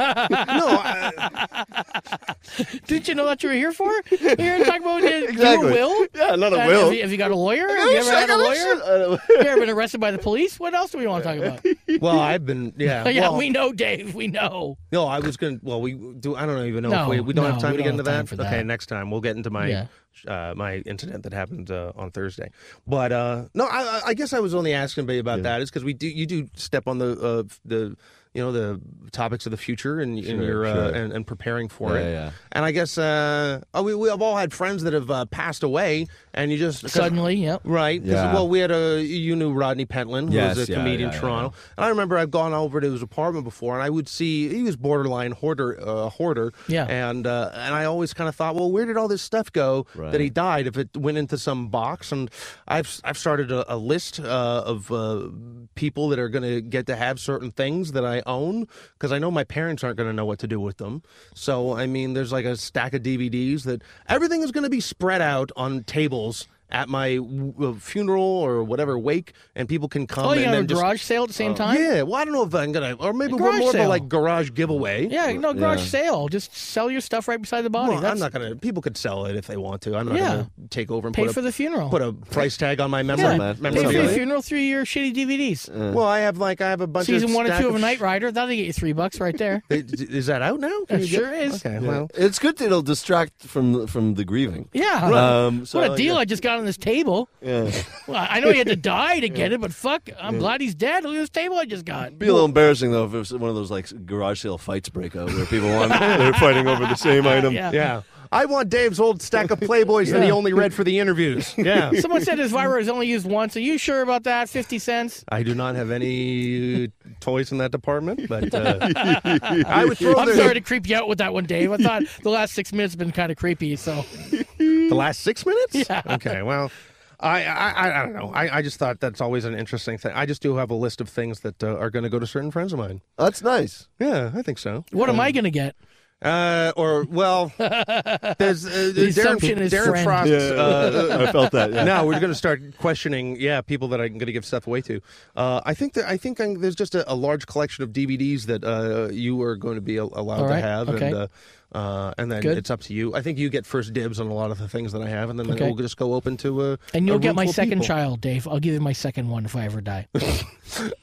Speaker 7: Did you know what you were here for? You were talking about your,
Speaker 9: Exactly.
Speaker 7: your will?
Speaker 9: Yeah, not a
Speaker 7: Uh,
Speaker 9: will.
Speaker 7: Have you, have you got a lawyer? Have you ever had a lawyer? you ever been arrested by the police? What else do we want to talk about?
Speaker 4: Well, I've been. Yeah.
Speaker 7: yeah,
Speaker 4: well,
Speaker 7: we know, Dave. We know.
Speaker 4: No, I was gonna. Well, we do. I don't even know if
Speaker 7: No,
Speaker 4: we, we don't
Speaker 7: no,
Speaker 4: have time
Speaker 7: we
Speaker 4: to get
Speaker 7: don't
Speaker 4: into
Speaker 7: have time
Speaker 4: that.
Speaker 7: for
Speaker 4: Okay,
Speaker 7: that.
Speaker 4: next time we'll get into my
Speaker 7: Yeah.
Speaker 4: uh, my incident that happened uh, on Thursday. But uh, no, I, I- I guess I was only asking Bay about that is because we do you do step on the uh, the you know the topics of the future and, and
Speaker 9: Sure,
Speaker 4: your uh,
Speaker 9: sure.
Speaker 4: and, and preparing for
Speaker 9: Yeah,
Speaker 4: it.
Speaker 9: yeah.
Speaker 4: And I guess uh, oh, we we have all had friends that have uh, passed away, and you just 'cause-
Speaker 7: Suddenly, yep.
Speaker 4: Right. 'cause,
Speaker 9: Yeah.
Speaker 4: Well, we had a you knew Rodney Pentland, who
Speaker 9: Yes,
Speaker 4: was a
Speaker 9: yeah, yeah,
Speaker 4: comedian in
Speaker 9: yeah,
Speaker 4: Toronto, and I remember I've gone over to his apartment before, and I would see he was borderline hoarder, uh, hoarder.
Speaker 7: Yeah.
Speaker 4: And uh, and I always kind of thought, well, where did all this stuff go that he
Speaker 9: Right.
Speaker 4: died? If it went into some box, and I've I've started a, a list uh, of uh, people that are going to get to have certain things that I own because I know my parents aren't going to know what to do with them. So I mean, there's like a stack of DVDs that everything is going to be spread out on tables. At my w- uh, funeral or whatever wake, and people can come.
Speaker 7: Oh, you
Speaker 4: and
Speaker 7: got a
Speaker 4: then just-
Speaker 7: garage sale at the
Speaker 9: Oh.
Speaker 7: same time?
Speaker 4: Oh, yeah, well, I don't know if I'm gonna, or maybe
Speaker 7: A
Speaker 4: we're
Speaker 7: garage
Speaker 4: more of a
Speaker 7: sale.
Speaker 4: like garage giveaway.
Speaker 7: Yeah, no garage
Speaker 9: Yeah.
Speaker 7: sale. Just sell your stuff right beside the body.
Speaker 4: Well, I'm
Speaker 7: That's-
Speaker 4: not gonna. People could sell it if they want to. I'm not
Speaker 7: Yeah.
Speaker 4: gonna take over and
Speaker 7: Pay
Speaker 4: put a,
Speaker 7: for the funeral.
Speaker 4: put a price tag on Uh. my member.
Speaker 7: Yeah,
Speaker 9: man.
Speaker 7: pay for your
Speaker 9: Really?
Speaker 7: funeral through your shitty DVDs.
Speaker 4: Well, I have like I have a bunch of
Speaker 7: Season one and
Speaker 4: stack
Speaker 7: two of a
Speaker 4: sh-
Speaker 7: Night Rider. That'll get you three bucks right there.
Speaker 4: Is is that out now?
Speaker 7: It
Speaker 4: Can you get-
Speaker 7: sure is.
Speaker 4: Okay, well,
Speaker 9: It's good that it'll distract from from the grieving.
Speaker 7: Yeah.
Speaker 9: Um, so,
Speaker 7: what a deal
Speaker 9: yeah.
Speaker 7: I just got on this table. Well, I know he had to die to get it, but fuck, I'm glad he's dead. Look at this table I just got.
Speaker 9: Be a little embarrassing though if it was one of those like garage sale fights break out where people want they're fighting over the same item.
Speaker 7: Yeah.
Speaker 4: yeah. I want Dave's old stack of Playboys that he
Speaker 7: Yeah.
Speaker 4: only read for the interviews. Yeah.
Speaker 7: Someone said his vibrator is only used once. Are you sure about that? 50 cents?
Speaker 4: I do not have any toys in that department, but uh, I would throw
Speaker 7: I'm
Speaker 4: the,
Speaker 7: sorry to creep you out with that one, Dave. I thought the last six minutes have been kind of creepy, so. Mm.
Speaker 4: The last six minutes? Yeah. Okay. Well, I I, I- I don't know. I, I just thought that's always an interesting thing. I just do have a list of things that uh, are going to go to certain friends of mine.
Speaker 9: That's nice.
Speaker 4: Yeah, I think so. Um,
Speaker 7: What am I going to get?
Speaker 4: Uh, or well, there's uh, Darren,
Speaker 7: assumption is
Speaker 4: Darren
Speaker 7: friend.
Speaker 4: Frost's. Uh,
Speaker 9: I felt that. Yeah.
Speaker 4: now we're going to start questioning, yeah, people that I'm going to give stuff away to. Uh, I think that I think i there's just a, a large collection of DVDs that uh, you are going to be al- allowed
Speaker 7: All
Speaker 4: to
Speaker 7: right,
Speaker 4: have,
Speaker 7: okay.
Speaker 4: and uh, uh, and then
Speaker 7: Good.
Speaker 4: it's up to you. I think you get first dibs on a lot of the things that I have, and then
Speaker 7: Okay.
Speaker 4: we'll just go open to. Uh,
Speaker 7: And you'll
Speaker 4: a
Speaker 7: get
Speaker 4: room
Speaker 7: my
Speaker 4: full of
Speaker 7: second
Speaker 4: people.
Speaker 7: child, Dave. I'll give you my second one if I ever die.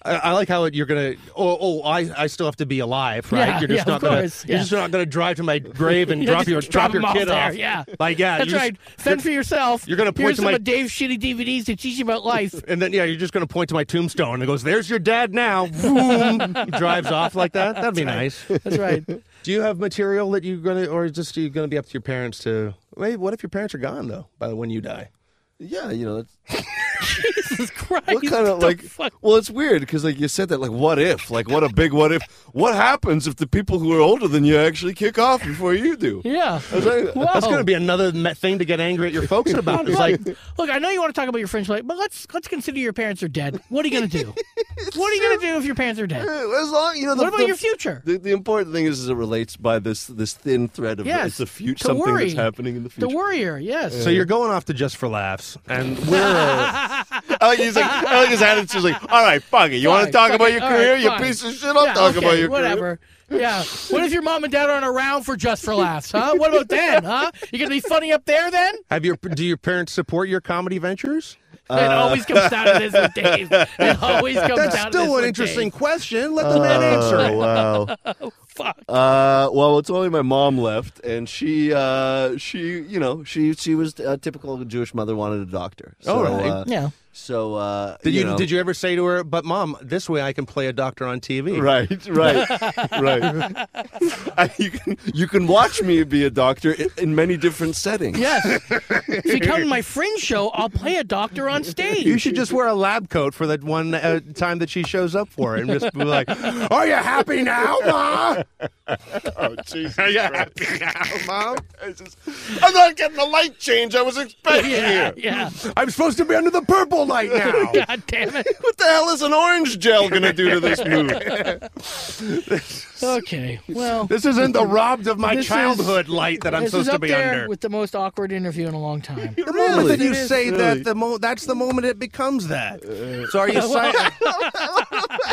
Speaker 4: I, I like how it, you're gonna. Oh, oh, I, I still have to be alive, right?
Speaker 7: Yeah,
Speaker 4: you're just
Speaker 7: yeah, of
Speaker 4: not gonna.
Speaker 7: course,
Speaker 4: You're
Speaker 7: yeah.
Speaker 4: just not gonna drive to my grave and
Speaker 7: Yeah,
Speaker 4: drop
Speaker 7: just
Speaker 4: your drop,
Speaker 7: them
Speaker 4: your kid
Speaker 7: off there,
Speaker 4: off.
Speaker 7: Yeah.
Speaker 4: Like yeah,
Speaker 7: That's
Speaker 4: you're
Speaker 7: right.
Speaker 4: Just,
Speaker 7: Fend for yourself.
Speaker 4: you're gonna point
Speaker 7: Here's
Speaker 4: to
Speaker 7: some
Speaker 4: my-
Speaker 7: of Dave's shitty DVDs to teach you about life.
Speaker 4: and then yeah, you're just gonna point to my tombstone and it goes, "There's your dad now." Boom, he drives off like that. That'd be nice.
Speaker 7: That's right.
Speaker 4: Do you have material that you're gonna, or just you gonna be up to your parents to? Wait, what if your parents are gone though by the when you die?
Speaker 9: Yeah, you know, that's
Speaker 7: Jesus Christ.
Speaker 9: what kind of
Speaker 7: the
Speaker 9: like
Speaker 7: fuck?
Speaker 9: well it's weird because like you said that like what if like what a big what if what happens if the people who are older than you actually kick off before you do
Speaker 7: Yeah.
Speaker 4: That's
Speaker 7: Whoa.
Speaker 4: gonna be another me- thing to get angry at your folks about. It's like,
Speaker 7: Right. look, I know you want to talk about your French life, but let's let's consider your parents are dead. What are you gonna do? what are you gonna do if your parents are dead?
Speaker 9: as long you know the,
Speaker 7: What about
Speaker 9: the-
Speaker 7: your future?
Speaker 9: the, the important thing is, is it relates by this this thin thread of
Speaker 7: Yes,
Speaker 9: it's the future
Speaker 7: to
Speaker 9: something
Speaker 7: worry.
Speaker 9: that's happening in the
Speaker 7: The
Speaker 9: future
Speaker 7: warrior, yes.
Speaker 4: so you're going off to just for laughs, and we're. Uh,
Speaker 9: I like he's like I like his attitude's like all right fuck it you want to
Speaker 7: Fine,
Speaker 9: talk
Speaker 7: fuck
Speaker 9: about
Speaker 7: it.
Speaker 9: your
Speaker 7: All right,
Speaker 9: career you
Speaker 7: fine.
Speaker 9: piece of shit I'll
Speaker 7: Yeah,
Speaker 9: talk about
Speaker 7: okay,
Speaker 9: your career
Speaker 7: whatever. Yeah. What if your mom and dad aren't around for just for laughs, huh? What about then, huh? You gonna be funny up there then?
Speaker 4: Have your do your parents support your comedy ventures? Uh,
Speaker 7: it always comes down to this with Dave. It always comes down to this.
Speaker 4: That's still
Speaker 7: with
Speaker 4: an interesting
Speaker 7: Dave.
Speaker 4: question. Let the man answer
Speaker 9: Oh,
Speaker 4: it.
Speaker 9: wow.
Speaker 7: Fuck.
Speaker 9: Uh, well, it's only my mom left, and she, uh, she, you know, she, she was a typical Jewish mother wanted a doctor. So,
Speaker 4: All right.
Speaker 9: uh,
Speaker 7: Yeah.
Speaker 9: So, uh,
Speaker 4: Did you,
Speaker 9: know.
Speaker 4: did you ever say to her, "But mom, this way I can play a doctor on TV"?
Speaker 9: Right, right, right. I, you can you can watch me be a doctor in, in many different settings.
Speaker 7: Yes. if you come to my fringe show, I'll play a doctor on stage.
Speaker 4: You should just wear a lab coat for that one uh, time that she shows up for it, and just be like, "Are you happy now, ma?"
Speaker 10: Oh, Jesus
Speaker 5: Are you
Speaker 10: Christ.
Speaker 5: happy now, Mom?
Speaker 10: It's just- I'm not getting the light change I was expecting
Speaker 7: Yeah,
Speaker 10: here.
Speaker 7: yeah.
Speaker 4: I'm supposed to be under the purple light now.
Speaker 7: God damn it.
Speaker 10: What the hell is an orange gel going to do to this mood?
Speaker 7: Okay. Well,
Speaker 4: This isn't the robbed of my
Speaker 7: This is-
Speaker 4: childhood light that I'm
Speaker 7: this is
Speaker 4: supposed to
Speaker 7: up
Speaker 4: be
Speaker 7: there
Speaker 4: under.
Speaker 7: with the most awkward interview in a long time.
Speaker 4: the moment that you
Speaker 7: It is.
Speaker 4: say that, the mo- that's the moment it becomes that.
Speaker 10: Uh,
Speaker 4: So are you saying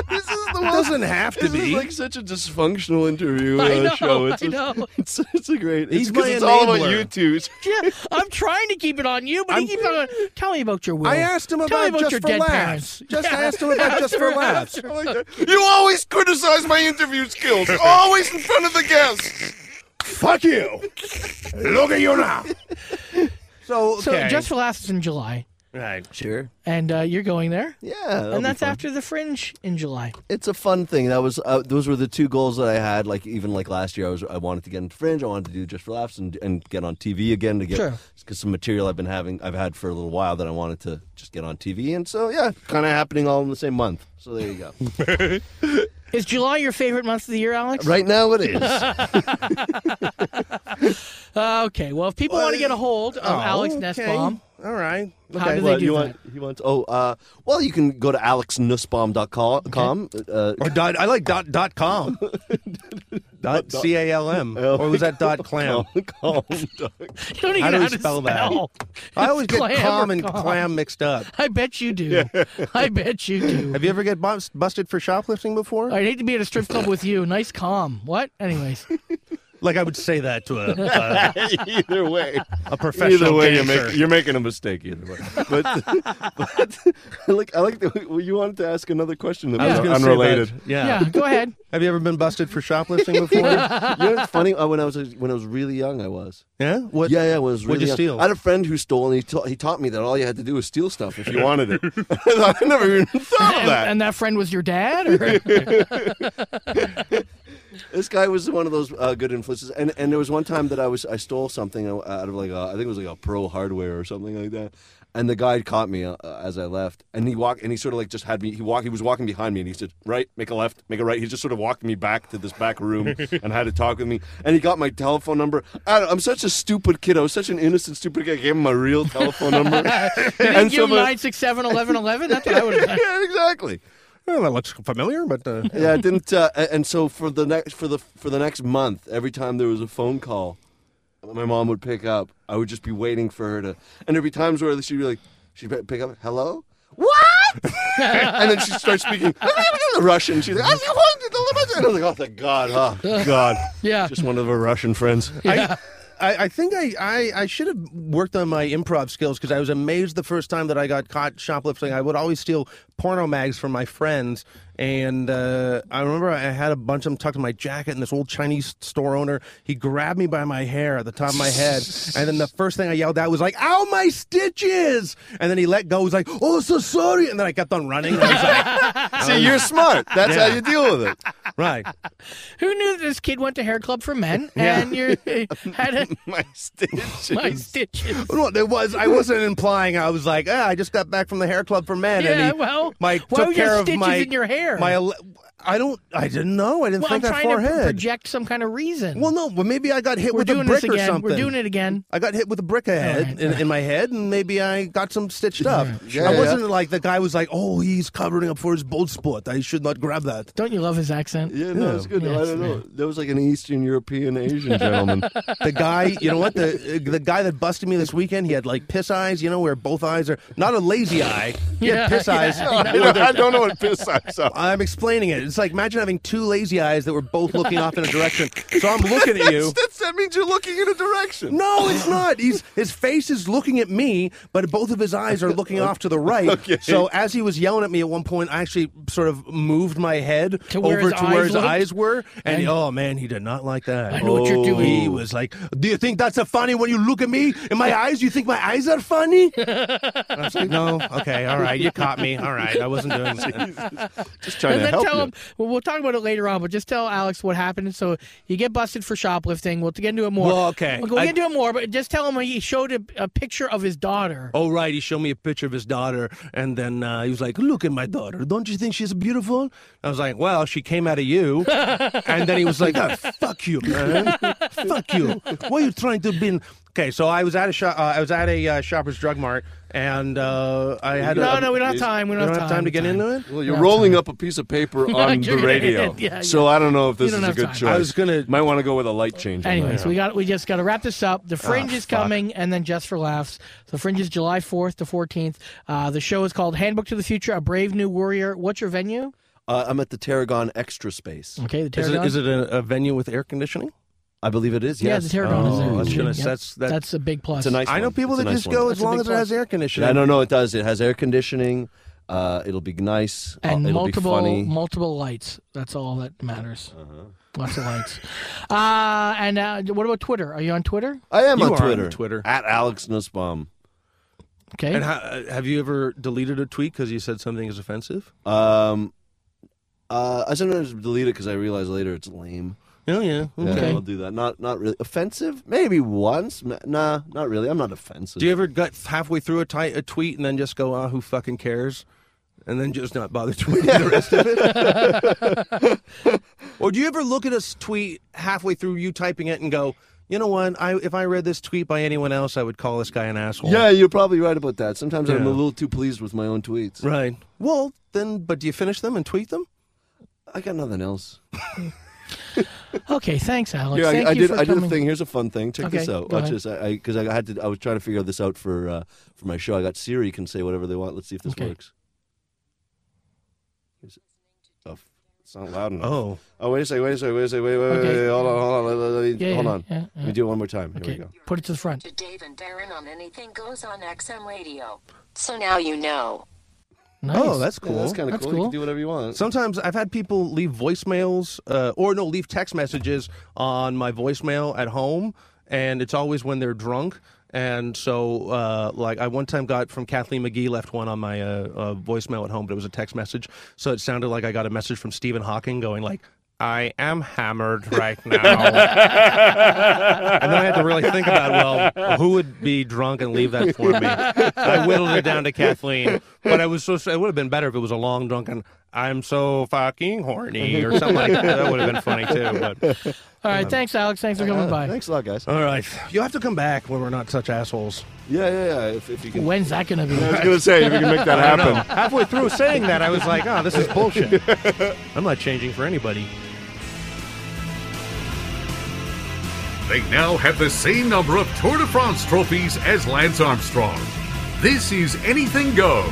Speaker 9: this is the
Speaker 4: it doesn't have to
Speaker 9: This is
Speaker 4: be?
Speaker 9: like such a dysfunctional interview
Speaker 7: I
Speaker 9: uh,
Speaker 7: know,
Speaker 9: show. It's
Speaker 7: I
Speaker 9: just-
Speaker 7: know.
Speaker 9: It's, it's a great.
Speaker 4: He's
Speaker 9: It's because
Speaker 4: my
Speaker 9: it's all about
Speaker 4: enabler.
Speaker 9: you two. It's-
Speaker 7: Yeah, I'm trying to keep it on you, but
Speaker 4: I'm-
Speaker 7: he keeps on. Tell me about your will.
Speaker 4: I asked him
Speaker 7: Tell me
Speaker 4: about,
Speaker 7: about your
Speaker 4: just for
Speaker 7: dead
Speaker 4: laughs.
Speaker 7: parents.
Speaker 4: Just asked him about just for laughs.
Speaker 10: I like that. You always criticize my interview skills, always in front of the guests.
Speaker 4: Fuck you. Look at you now. So, okay.
Speaker 7: So just for laughs is in July,
Speaker 4: right.
Speaker 9: Sure.
Speaker 7: and uh, you're going there,
Speaker 9: Yeah. that'll
Speaker 7: and
Speaker 9: be
Speaker 7: that's
Speaker 9: fun.
Speaker 7: after the Fringe in July.
Speaker 9: It's a fun thing. That was uh, those were the two goals that I had. Like even like last year, I was I wanted to get into Fringe. I wanted to do just for laughs and, and get on TV again to get
Speaker 7: Sure.
Speaker 9: cause some material I've been having I've had for a little while that I wanted to just get on TV. And so yeah, kind of happening all in the same month. So there you go.
Speaker 7: Is July your favorite month of the year, Alex?
Speaker 9: right now it is.
Speaker 7: Uh, okay. Well, if people want to get a hold of Alex
Speaker 4: Oh, okay.
Speaker 7: Nestbaum,
Speaker 4: All right.
Speaker 7: how do they
Speaker 9: What,
Speaker 7: do
Speaker 9: you
Speaker 7: that?
Speaker 9: want, you want? Oh, uh, well, you can go to alexnussbaum.com. com. Uh,
Speaker 4: Or dot, I like dot dot com. dot c a l m. Or was that dot clam?
Speaker 9: com.
Speaker 7: you don't even
Speaker 4: How
Speaker 7: know
Speaker 4: do we
Speaker 7: how to spell
Speaker 4: spell that? I always get
Speaker 7: Clam or
Speaker 4: com and
Speaker 7: com?
Speaker 4: clam mixed up.
Speaker 7: I bet you do. I bet you do.
Speaker 4: Have you ever get bust, busted for shoplifting before?
Speaker 7: I'd hate to be at a strip club with you. Nice calm. What? Anyways.
Speaker 4: like I would say that to a a,
Speaker 10: Either way.
Speaker 4: a professional
Speaker 10: either way, you're,
Speaker 4: dancer.
Speaker 10: make, you're making a mistake either way.
Speaker 9: but, but I like I like the, well, you wanted to ask another question that
Speaker 4: I was
Speaker 9: was
Speaker 4: gonna say
Speaker 10: unrelated.
Speaker 4: that, yeah.
Speaker 7: Yeah, go ahead.
Speaker 4: Have you ever been busted for shoplifting before?
Speaker 9: you know, it's funny. uh, When I was when I was really young, I was.
Speaker 4: yeah. What?
Speaker 9: yeah, yeah. When I was
Speaker 4: what'd
Speaker 9: really
Speaker 4: you
Speaker 9: young.
Speaker 4: steal?
Speaker 9: I had a friend who stole, and he ta- he taught me that all you had to do was steal stuff if you
Speaker 10: You
Speaker 9: want.
Speaker 10: wanted it. I never even thought of
Speaker 7: And,
Speaker 10: that.
Speaker 7: and that friend was your dad? Or?
Speaker 9: This guy was one of those uh, good influences, and and there was one time that I was I stole something out of like a, I think it was like a Pro Hardware or something like that. And the guy caught me uh, uh, as I left, and he walked, and he sort of like just had me. He walked, he was walking behind me, and he said, "Right, make a left, make a right." He just sort of walked me back to this back room and had to talk with me. And he got my telephone number. I don't, I'm such a stupid kid. I was such an innocent, stupid kid. I gave him my real telephone number.
Speaker 7: Did
Speaker 9: and
Speaker 7: he give him
Speaker 9: my-
Speaker 7: 967 1111? That's what I would have done.
Speaker 9: yeah, exactly.
Speaker 4: Well, that looks familiar, but uh,
Speaker 9: Yeah, it didn't. Uh, a- and so for the next for the for the next month, every time there was a phone call, my mom would pick up. I would just be waiting for her to. And there'd be times where she'd be like, she'd p- pick up, "Hello." What? and then she starts speaking Russian. She's like, "I wanted to deliver this." and I was like, "Oh, thank God! Oh, God!"
Speaker 7: Yeah.
Speaker 9: Just one of her Russian friends.
Speaker 4: I, I think I, I, I should have worked on my improv skills because I was amazed the first time that I got caught shoplifting. I would always steal porno mags from my friends. And uh, I remember I had a bunch of them tucked in my jacket, and this old Chinese store owner, he grabbed me by my hair at the top of my head. And then the first thing I yelled out was like, ow, my stitches! And then he let go. He was like, oh, so sorry. And then I kept on running. and I was like,
Speaker 9: See, you're smart. That's
Speaker 4: Yeah.
Speaker 9: how you deal with it.
Speaker 4: right.
Speaker 7: Who knew that this kid went to hair club for men and you're, had a,
Speaker 9: My stitch.
Speaker 7: my stitches?
Speaker 4: Well, there was, I wasn't implying, I was like, ah, I just got back from the hair club for men. and
Speaker 7: Yeah,
Speaker 4: he-
Speaker 7: well,
Speaker 4: my
Speaker 7: why
Speaker 4: took
Speaker 7: were
Speaker 4: care
Speaker 7: your
Speaker 4: of
Speaker 7: stitches
Speaker 4: my-
Speaker 7: in your hair?
Speaker 4: My, ele- I don't, I didn't know. I didn't
Speaker 7: well, I'm
Speaker 4: think that
Speaker 7: trying
Speaker 4: far
Speaker 7: to pr-
Speaker 4: ahead.
Speaker 7: project some kind of reason.
Speaker 4: well, no, but maybe I got hit
Speaker 7: we're
Speaker 4: with
Speaker 7: doing
Speaker 4: a brick
Speaker 7: this
Speaker 4: or
Speaker 7: again.
Speaker 4: something.
Speaker 7: We're doing it again.
Speaker 4: I got hit with a brick ahead
Speaker 7: Alright.
Speaker 4: in, in my head, and maybe I got some stitched up.
Speaker 9: Yeah,
Speaker 4: I
Speaker 9: yeah.
Speaker 4: wasn't like the guy was like, "Oh, he's covering up for his bold spot. I should not grab that."
Speaker 7: Don't you love his accent?
Speaker 9: Yeah, no, it's good.
Speaker 7: Yeah,
Speaker 9: I don't know. That was like an Eastern European Asian gentleman.
Speaker 4: The guy, you know what? The the guy that busted me this weekend, he had like piss eyes. You know where both eyes are not a lazy eye. He
Speaker 7: Yeah,
Speaker 4: had piss eyes.
Speaker 10: I, don't, I don't know what piss I saw.
Speaker 4: I'm explaining it. It's like imagine having two lazy eyes that were both looking off in a direction. So I'm looking at you.
Speaker 10: That's, that means you're looking in a direction.
Speaker 4: No, it's not. He's his face is looking at me, but both of his eyes are looking off to the right.
Speaker 10: Okay.
Speaker 4: So as he was yelling at me at one point, I actually sort of moved my head
Speaker 7: To where
Speaker 4: over
Speaker 7: his
Speaker 4: to where
Speaker 7: eyes
Speaker 4: his
Speaker 7: looked?
Speaker 4: eyes were, and,
Speaker 7: And-
Speaker 4: oh man, he did not like that. Oh.
Speaker 7: I know what you're doing.
Speaker 4: He was like, "Do you think that's a funny when you look at me in my eyes? You think my eyes are funny?" I was like, "No, okay, all right, you caught me. All right, I wasn't doing that."
Speaker 9: Just trying
Speaker 7: and
Speaker 9: to
Speaker 7: then
Speaker 9: help
Speaker 7: tell
Speaker 9: you.
Speaker 7: him. Well, we'll talk about it later on, but just tell Alex what happened. So you get busted for shoplifting. We'll get into it more.
Speaker 4: Well, okay.
Speaker 7: We'll, we'll
Speaker 4: I-
Speaker 7: get into it more, but just tell him he showed a, a picture of his daughter.
Speaker 4: Oh, right. He showed me a picture of his daughter, and then uh, he was like, Look at my daughter. Don't you think she's beautiful? I was like, Well, she came out of you. and then he was like, "Ah, fuck you, man. fuck you. Why are you trying to be. Okay, so I was at a shop. Uh, I was at a uh, Shoppers Drug Mart, and uh, I had.
Speaker 7: No,
Speaker 4: a,
Speaker 7: no, we don't have time. We don't have time.
Speaker 4: to get into it.
Speaker 9: Well, you're rolling up a piece of paper on the
Speaker 7: You're-
Speaker 9: radio,
Speaker 7: yeah,
Speaker 9: so
Speaker 7: yeah.
Speaker 9: I don't know if
Speaker 7: You
Speaker 9: this
Speaker 7: don't
Speaker 9: is a
Speaker 7: have
Speaker 9: good
Speaker 7: time.
Speaker 9: choice.
Speaker 4: I was gonna-
Speaker 9: might want to go with a light change. on
Speaker 7: Anyways,
Speaker 9: that.
Speaker 7: we got we just got to wrap this up. The Fringe is
Speaker 9: Ah, fuck.
Speaker 7: coming, and then just for laughs, the Fringe is July fourth to fourteenth. Uh, the show is called Handbook to the Future: A Brave New Warrior. What's your venue?
Speaker 9: Uh, I'm at the Tarragon Extra Space.
Speaker 7: Okay, the
Speaker 4: Is it,
Speaker 7: Tarragon.
Speaker 4: is it a, a venue with air conditioning?
Speaker 9: I believe it is.
Speaker 7: yeah,
Speaker 9: Yes.
Speaker 7: the Tarragon is there.
Speaker 4: Oh, that's
Speaker 7: Yeah,
Speaker 4: gonna-
Speaker 7: yeah.
Speaker 4: that's- that-
Speaker 7: that's uh, a big plus.
Speaker 9: It's a nice.
Speaker 4: I know
Speaker 9: one.
Speaker 4: people
Speaker 9: It's a
Speaker 4: that
Speaker 9: nice
Speaker 4: just
Speaker 9: one.
Speaker 4: go
Speaker 7: That's
Speaker 4: as
Speaker 7: a
Speaker 4: long
Speaker 7: big
Speaker 4: as it has
Speaker 7: plus.
Speaker 4: air conditioning.
Speaker 9: I don't know. It does. It has air conditioning. Uh, it'll be nice. Uh,
Speaker 7: and
Speaker 9: it'll be
Speaker 7: multiple
Speaker 9: funny. Uh-huh.
Speaker 7: multiple lights. That's all that matters. Lots of lights. Uh, and uh, what about Twitter? Are you on Twitter?
Speaker 9: I am
Speaker 4: You
Speaker 9: on
Speaker 4: are on
Speaker 9: Twitter.
Speaker 4: Twitter.
Speaker 9: at Alex Nussbaum.
Speaker 7: Okay.
Speaker 4: And ha- uh, have you ever deleted a tweet because you said something is offensive?
Speaker 9: Um, uh, I sometimes delete it because I realize later it's lame.
Speaker 4: Oh yeah.
Speaker 9: Yeah,
Speaker 7: Okay.
Speaker 9: I'll do that. Not not really offensive. Maybe once. Ma- Nah, not really. I'm not offensive.
Speaker 4: Do you ever get halfway through a, ti- a tweet and then just go, "Ah, who fucking cares," and then just not bother tweeting the rest of it? or do you ever look at a s- tweet halfway through you typing it and go, "You know what? I if I read this tweet by anyone else, I would call this guy an asshole."
Speaker 9: yeah, you're probably right about that. Sometimes I'm
Speaker 4: Yeah.
Speaker 9: a little too pleased with my own tweets.
Speaker 4: Right. Well, then, but do you finish them and tweet them?
Speaker 9: I got nothing else.
Speaker 7: Okay. Thanks, Alex.
Speaker 9: Here,
Speaker 7: Thank
Speaker 9: I, I
Speaker 7: you
Speaker 9: did.
Speaker 7: for
Speaker 9: I did a
Speaker 7: coming.
Speaker 9: thing. Here's a fun thing. Check this
Speaker 7: Okay,
Speaker 9: out.
Speaker 7: go
Speaker 9: Watch
Speaker 7: ahead.
Speaker 9: this. I because I, had to. I was trying to figure this out for uh, for my show. I got Siri can say whatever they want. Let's see if this
Speaker 7: Okay.
Speaker 9: works. Is it- oh, f- it's not loud enough. Oh.
Speaker 4: Oh,
Speaker 9: wait a second. Wait a second. Wait a second. Wait, wait, wait,
Speaker 7: Okay.
Speaker 9: wait. Hold on. Hold on. Let, let, let me,
Speaker 7: Yeah,
Speaker 9: hold
Speaker 7: yeah,
Speaker 9: on.
Speaker 7: yeah,
Speaker 9: Let
Speaker 7: yeah.
Speaker 9: me do it one more time. Here
Speaker 7: Okay.
Speaker 9: we go.
Speaker 7: Put it to the front.
Speaker 11: to Dave and Darren on Anything Goes on XM Radio. So now you know.
Speaker 7: Nice.
Speaker 4: oh, that's cool.
Speaker 9: Yeah, that's kind of
Speaker 7: That's
Speaker 9: cool. You
Speaker 7: cool.
Speaker 9: can do whatever you want.
Speaker 4: Sometimes I've had people leave voicemails uh, or no, leave text messages on my voicemail at home, and it's always when they're drunk. And so, uh, like, I one time got from Kathleen McGee left one on my uh, uh, voicemail at home, but it was a text message. So it sounded like I got a message from Stephen Hawking going, like, I am hammered right now. and then I had to really think about, well, who would be drunk and leave that for me? I whittled it down to Kathleen. But I was so, it would have been better if it was a long drunken, I'm so fucking horny or something like that. That would have been funny too. But
Speaker 7: All right. Thanks, Alex. Thanks for coming by.
Speaker 9: Thanks a lot, guys.
Speaker 4: all right, you have to come back when we're not such assholes.
Speaker 9: Yeah, yeah, yeah. If, if you can.
Speaker 7: When's that going to be?
Speaker 9: I was gonna say if you can make that
Speaker 4: I know.
Speaker 9: happen.
Speaker 4: Halfway through saying that, I was like, oh, this is bullshit. I'm not changing for anybody.
Speaker 1: They now have the same number of Tour de France trophies as Lance Armstrong. This is Anything Goes.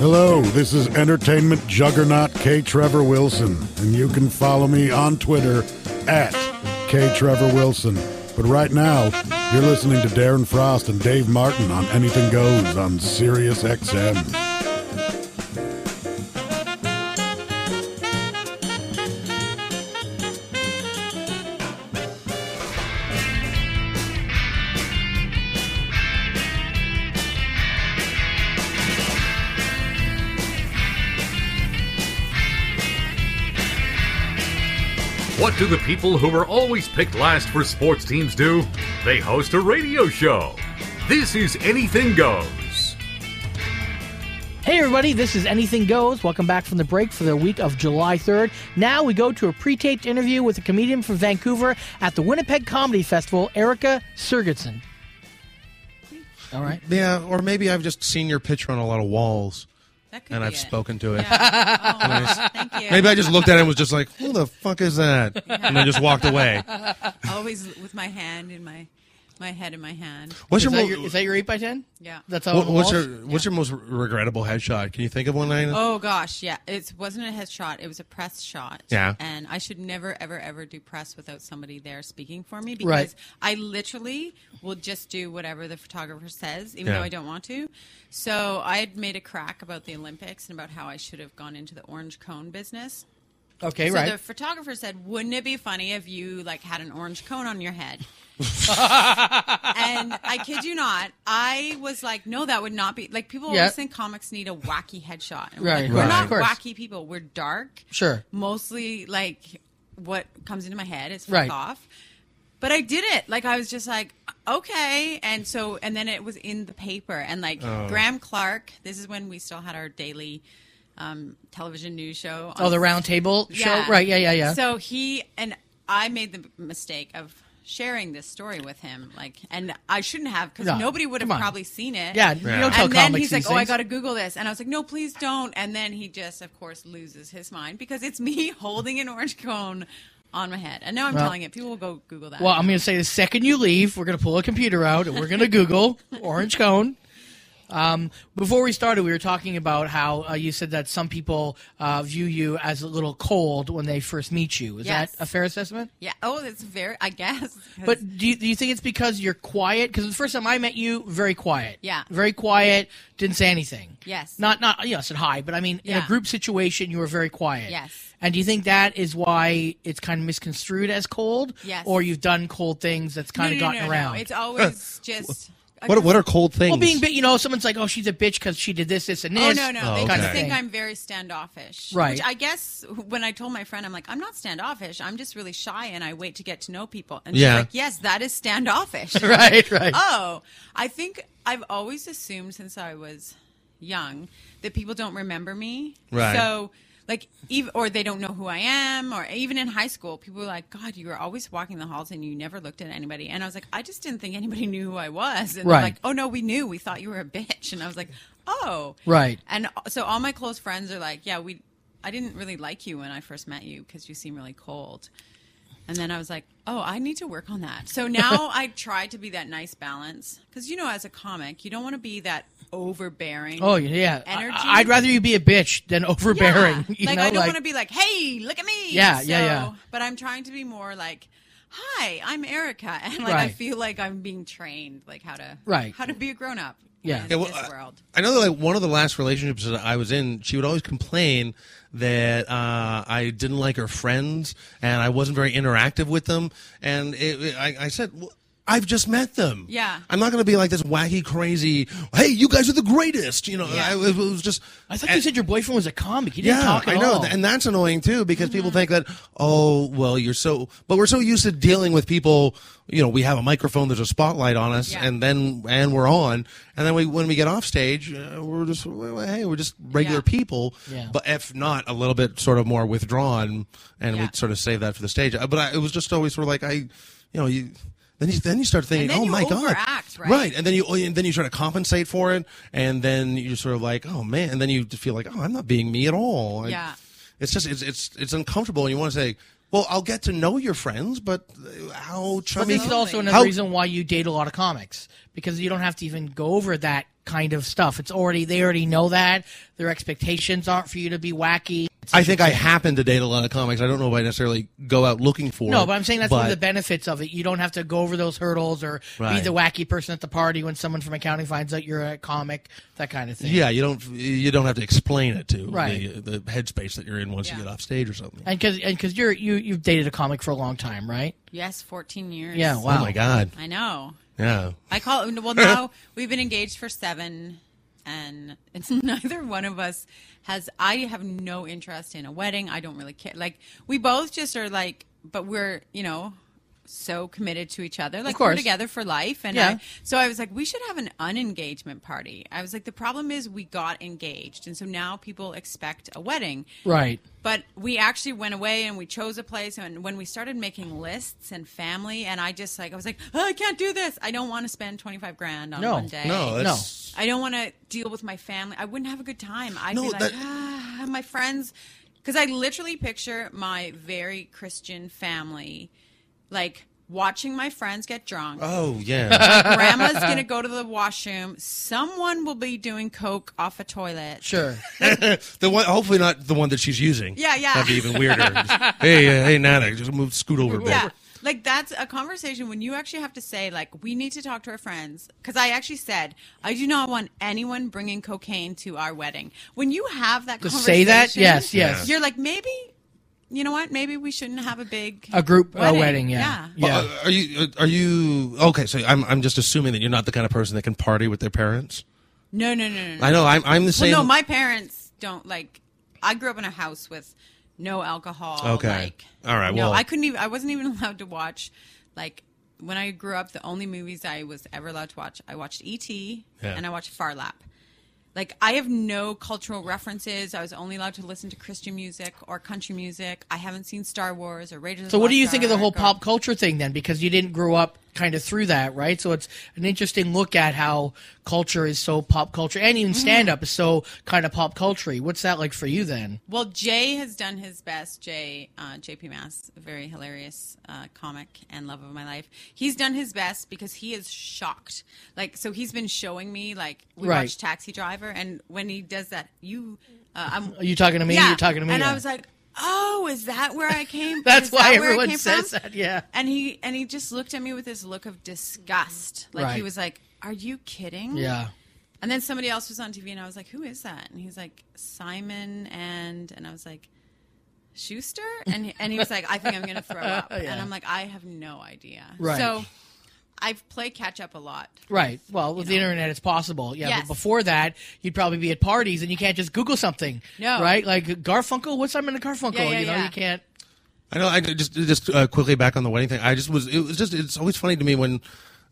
Speaker 12: Hello, this is entertainment juggernaut K. Trevor Wilson, and you can follow me on Twitter at K. Trevor Wilson. But right now, you're listening to Darren Frost and Dave Martin on Anything Goes on Sirius XM.
Speaker 1: What do the people who are always picked last for sports teams do? They host a radio show. This is Anything Goes.
Speaker 7: Hey, everybody, this is Anything Goes. Welcome back from the break for the week of July 3rd. Now we go to a pre taped interview with a comedian from Vancouver at the Winnipeg Comedy Festival, Erica Sergitson. All right.
Speaker 4: Yeah, or maybe I've just seen your picture on a lot of walls. and I've spoken to it.
Speaker 13: Oh, Thank you.
Speaker 4: Maybe I just looked at it and was just like, "Who the fuck is that?" And then just walked away.
Speaker 13: Always with my hand in my my head in my hand.
Speaker 4: What's
Speaker 7: is,
Speaker 4: your,
Speaker 7: that
Speaker 4: mo-
Speaker 7: your, is that your 8x10?
Speaker 13: Yeah.
Speaker 7: That's all.
Speaker 4: what-
Speaker 7: the
Speaker 4: what's
Speaker 7: walls?
Speaker 4: your what's your most regrettable headshot? Can you think of one? Lena?
Speaker 13: Oh gosh, yeah. It wasn't a headshot. It was a press shot.
Speaker 4: Yeah.
Speaker 13: And I should never, ever, ever do press without somebody there speaking for me because
Speaker 7: Right.
Speaker 13: I literally will just do whatever the photographer says, even
Speaker 4: Yeah.
Speaker 13: though I don't want to. So I had made a crack about the Olympics and about how I should have gone into the orange cone business.
Speaker 7: Okay,
Speaker 13: so
Speaker 7: right.
Speaker 13: the photographer said, "Wouldn't it be funny if you like had an orange cone on your head?" and I kid you not, I was like, "No, that would not be like." People
Speaker 7: Yeah.
Speaker 13: always think comics need a wacky headshot. And we're
Speaker 7: Right,
Speaker 13: like,
Speaker 7: of
Speaker 13: We're
Speaker 7: course,
Speaker 13: not
Speaker 7: of course.
Speaker 13: wacky people. We're dark.
Speaker 7: Sure.
Speaker 13: Mostly like what comes into my head is fuck
Speaker 7: Right.
Speaker 13: off. But I did it. Like I was just like, okay. And so, and then it was in the paper. And like
Speaker 7: Oh.
Speaker 13: Graham Clark, this is when we still had our daily um, television news show.
Speaker 7: Oh, the round table show? Right, yeah, yeah, yeah.
Speaker 13: So he and I made the mistake of sharing this story with him. Like, and I shouldn't have because
Speaker 7: No,
Speaker 13: nobody would have
Speaker 7: come on.
Speaker 13: probably seen it.
Speaker 7: Yeah, you don't tell
Speaker 13: And then
Speaker 7: comics
Speaker 13: he's like,
Speaker 7: these
Speaker 13: oh, I
Speaker 7: things."
Speaker 13: got to Google this. And I was like, no, please don't. And then he just, of course, loses his mind because it's me holding an orange cone on my head. And now I'm
Speaker 7: Well-
Speaker 13: telling it. People will go Google that.
Speaker 7: Well, I'm going to say the second you leave, we're going to pull a computer out and we're going to Google orange cone. Um, before we started, we were talking about how uh, you said that some people uh, view you as a little cold when they first meet you. Is
Speaker 13: Yes.
Speaker 7: that a fair assessment?
Speaker 13: Yeah. Oh, that's very, I guess. 'cause-
Speaker 7: But do you, do you think it's because you're quiet? Because the first time I met you, very quiet.
Speaker 13: Yeah.
Speaker 7: Very quiet, didn't say anything.
Speaker 13: yes.
Speaker 7: Not, not, you know, I said hi, but I mean, in a
Speaker 13: Yeah.
Speaker 7: group situation, you were very quiet.
Speaker 13: Yes.
Speaker 7: And do you think that is why it's kind of misconstrued as cold?
Speaker 13: Yes.
Speaker 7: Or you've done cold things that's kind of
Speaker 13: no, no,
Speaker 7: gotten
Speaker 13: no, no.
Speaker 7: around?
Speaker 13: It's always just.
Speaker 4: What what are cold things?
Speaker 7: Well, being, bi- you know, someone's like, oh, she's a bitch because she did this, this, and this.
Speaker 13: Oh no, no,
Speaker 4: Oh,
Speaker 13: they
Speaker 4: okay.
Speaker 13: just think
Speaker 7: thing.
Speaker 13: I'm very standoffish.
Speaker 7: Right.
Speaker 13: Which I guess when I told my friend, I'm like, I'm not standoffish. I'm just really shy, and I wait to get to know people. And
Speaker 7: Yeah.
Speaker 13: she's like, Yes, that is standoffish.
Speaker 7: Right, right.
Speaker 13: Oh, I think I've always assumed since I was young that people don't remember me.
Speaker 4: Right.
Speaker 13: So. Like, ev or they don't know who I am, or even in high school, people were like, "God, you were always walking the halls and you never looked at anybody." And I was like, "I just didn't think anybody knew who I was." And
Speaker 7: Right.
Speaker 13: they're like, "Oh no, we knew. We thought you were a bitch." And I was like, "Oh,
Speaker 7: Right.
Speaker 13: and so all my close friends are like, yeah, we I didn't really like you when I first met you because you seem really cold. And then I was like, oh, I need to work on that. So now I try to be that nice balance because you know, as a comic, you don't want to be that overbearing.
Speaker 7: Oh yeah,
Speaker 13: energy.
Speaker 7: I, would rather you be a bitch than overbearing.
Speaker 13: Yeah.
Speaker 7: You
Speaker 13: like
Speaker 7: know,
Speaker 13: I don't want to be like, hey, look at me.
Speaker 7: Yeah,
Speaker 13: so,
Speaker 7: yeah, yeah.
Speaker 13: But I'm trying to be more like. Hi, I'm Erica, and like I
Speaker 4: Right.
Speaker 13: feel like I'm being trained, like how to
Speaker 4: Right.
Speaker 13: how to be a grown up.
Speaker 4: Yeah.
Speaker 13: in
Speaker 4: Yeah, well, uh,
Speaker 13: this world.
Speaker 4: I know that like one of the last relationships that I was in, she would always complain that uh, I didn't like her friends and I wasn't very interactive with them. And it, it- I, I said, well, I've just met them.
Speaker 13: Yeah.
Speaker 4: I'm not going to be like this wacky, crazy. Hey, you guys are the greatest. You know, I, it was just.
Speaker 7: I thought you said your boyfriend was a comic. He didn't
Speaker 4: yeah,
Speaker 7: talk at
Speaker 4: I know,
Speaker 7: all. Mm-hmm.
Speaker 4: and that's annoying too because people think that oh well you're so, but we're so used to dealing with people. You know, we have a microphone, there's a spotlight on us, and then and we're on, and then we when we get off stage, uh, we're just well, hey, we're just regular people,
Speaker 9: Yeah.
Speaker 4: but if not a little bit sort of more withdrawn, and we sort of save that for the stage. Uh, But I, it was just always sort of like I, you know, you. Then you, then you start thinking,
Speaker 13: then
Speaker 4: oh
Speaker 13: you
Speaker 4: my
Speaker 13: overact,
Speaker 4: god,
Speaker 13: right?
Speaker 4: and then you oh, and then you try to compensate for it, and then you're sort of like, oh man, and then you feel like, oh, I'm not being me at all. I-
Speaker 13: Yeah.
Speaker 4: it's just it's it's it's uncomfortable, and you want to say, well, I'll get to know your friends, but uh, how
Speaker 7: But
Speaker 4: chummy?
Speaker 7: this is also another
Speaker 4: how-
Speaker 7: reason why you date a lot of comics because you don't have to even go over that kind of stuff. It's already they already know that their expectations aren't for you to be wacky.
Speaker 4: I think I happen to date a lot of comics. I don't know if I necessarily go out looking for.
Speaker 7: No,
Speaker 4: it,
Speaker 7: but I'm saying that's one of
Speaker 4: but-
Speaker 7: the benefits of it. You don't have to go over those hurdles or be
Speaker 4: Right.
Speaker 7: the wacky person at the party when someone from accounting finds out you're a comic, that kind of thing.
Speaker 4: Yeah, you don't you don't have to explain it to
Speaker 7: Right.
Speaker 4: the, the headspace that you're in once you get off stage or something.
Speaker 7: And because and because you're you you've dated a comic for a long time, right?
Speaker 13: Yes, 14 years.
Speaker 7: Yeah, Oh wow.
Speaker 4: my God.
Speaker 13: I know.
Speaker 4: Yeah.
Speaker 13: I call well now we've been engaged for 7 and it's neither one of us has I have no interest in a wedding. I don't really care. Like we both just are like but we're, you know, so committed to each other. Like we're
Speaker 7: course.
Speaker 13: together for life and
Speaker 7: Yeah.
Speaker 13: I, so I was like we should have an unengagement party. I was like the problem is we got engaged and so now people expect a wedding.
Speaker 7: Right.
Speaker 13: But we actually went away and we chose a place. And when we started making lists and family, and I just like, I was like, oh, I can't do this. I don't want to spend 25 grand on
Speaker 4: No.
Speaker 13: one day.
Speaker 4: No, that's-
Speaker 13: I don't want to deal with my family. I wouldn't have a good time. I'd
Speaker 4: No,
Speaker 13: be like,
Speaker 4: that-
Speaker 13: ah, my friends. Because I literally picture my very Christian family, like, Watching my friends get drunk.
Speaker 4: Oh, yeah.
Speaker 13: My grandma's gonna go to the washroom. Someone will be doing coke off a toilet.
Speaker 7: Sure.
Speaker 4: the one, hopefully not the one that she's using.
Speaker 13: Yeah, yeah.
Speaker 4: That'd be even weirder. Just, hey, uh, hey, Nana, just move, scoot over a bit.
Speaker 13: Yeah. Like that's a conversation when you actually have to say like we need to talk to our friends cuz I actually said I do not want anyone bringing cocaine to our wedding. When you have that
Speaker 7: To
Speaker 13: conversation
Speaker 7: say that? Yes, yes.
Speaker 13: You're like maybe you know what? Maybe we shouldn't have a big
Speaker 7: A group uh,
Speaker 13: wedding.
Speaker 7: wedding, yeah.
Speaker 4: Well, uh, Are you? Are you okay? So I'm. I'm just assuming that you're not the kind of person that can party with their parents.
Speaker 13: No, no, no, no. no.
Speaker 4: I know, I'm- I'm the same-
Speaker 13: Well, no, my parents don't like. I grew up in a house with no alcohol.
Speaker 4: Okay.
Speaker 13: like,
Speaker 4: All right,
Speaker 13: No,
Speaker 4: well-
Speaker 13: I couldn't even. I wasn't even allowed to watch. Like when I grew up, the only movies I was ever allowed to watch, I watched E.T.
Speaker 12: Yeah.
Speaker 13: and I watched Farlap. Like I have no cultural references. I was only allowed to listen to Christian music or country music. I haven't seen Star Wars or Raiders.
Speaker 7: So, what do you
Speaker 13: Lost
Speaker 7: think of the
Speaker 13: Ark
Speaker 7: whole
Speaker 13: or-
Speaker 7: pop culture thing then? Because you didn't grow up kind of through that, right? So, it's an interesting look at how culture is so pop culture, and even
Speaker 13: Mhm.
Speaker 7: stand up is so kind of pop culture. What's that like for you then?
Speaker 13: Well, Jay has done his best. Jay, uh, JP Mass, a very hilarious uh, comic and love of my life. He's done his best because he is shocked. Like, so he's been showing me, like, we
Speaker 7: Right.
Speaker 13: watched Taxi Driver, and when he does that, you, uh, I'm.
Speaker 7: Are you talking to me?
Speaker 13: Yeah.
Speaker 7: You're talking to me,
Speaker 13: And I
Speaker 7: yeah.
Speaker 13: was like, oh, is that where I came?
Speaker 7: That's
Speaker 13: is
Speaker 7: why
Speaker 13: that where I
Speaker 7: everyone
Speaker 13: came
Speaker 7: says
Speaker 13: from?
Speaker 7: that, yeah.
Speaker 13: And he and he just looked at me with this look of disgust. Like he
Speaker 7: Right.
Speaker 13: was like, "Are you kidding?"
Speaker 7: Yeah.
Speaker 13: Mm. And then somebody else was on TV, and I was like, "Who is that?" And he's like, "Simon and," and I was like, "Schuster," and he, and he was like, "I think I'm going to throw up," and
Speaker 7: Yeah.
Speaker 13: I'm like, "I have no idea."
Speaker 7: Right.
Speaker 13: So I've played catch up a lot.
Speaker 7: Right. Well, with the internet, it's possible. Yeah.
Speaker 13: Yes.
Speaker 7: But before that, you'd probably be at parties and you can't just Google something.
Speaker 13: No.
Speaker 7: Right? Like Garfunkel. What's Simon and Garfunkel?
Speaker 13: Yeah, yeah,
Speaker 7: you know,
Speaker 13: yeah.
Speaker 7: you can't.
Speaker 4: I know. I just just uh, quickly back on the wedding thing. I just was. It was just. It's always funny to me when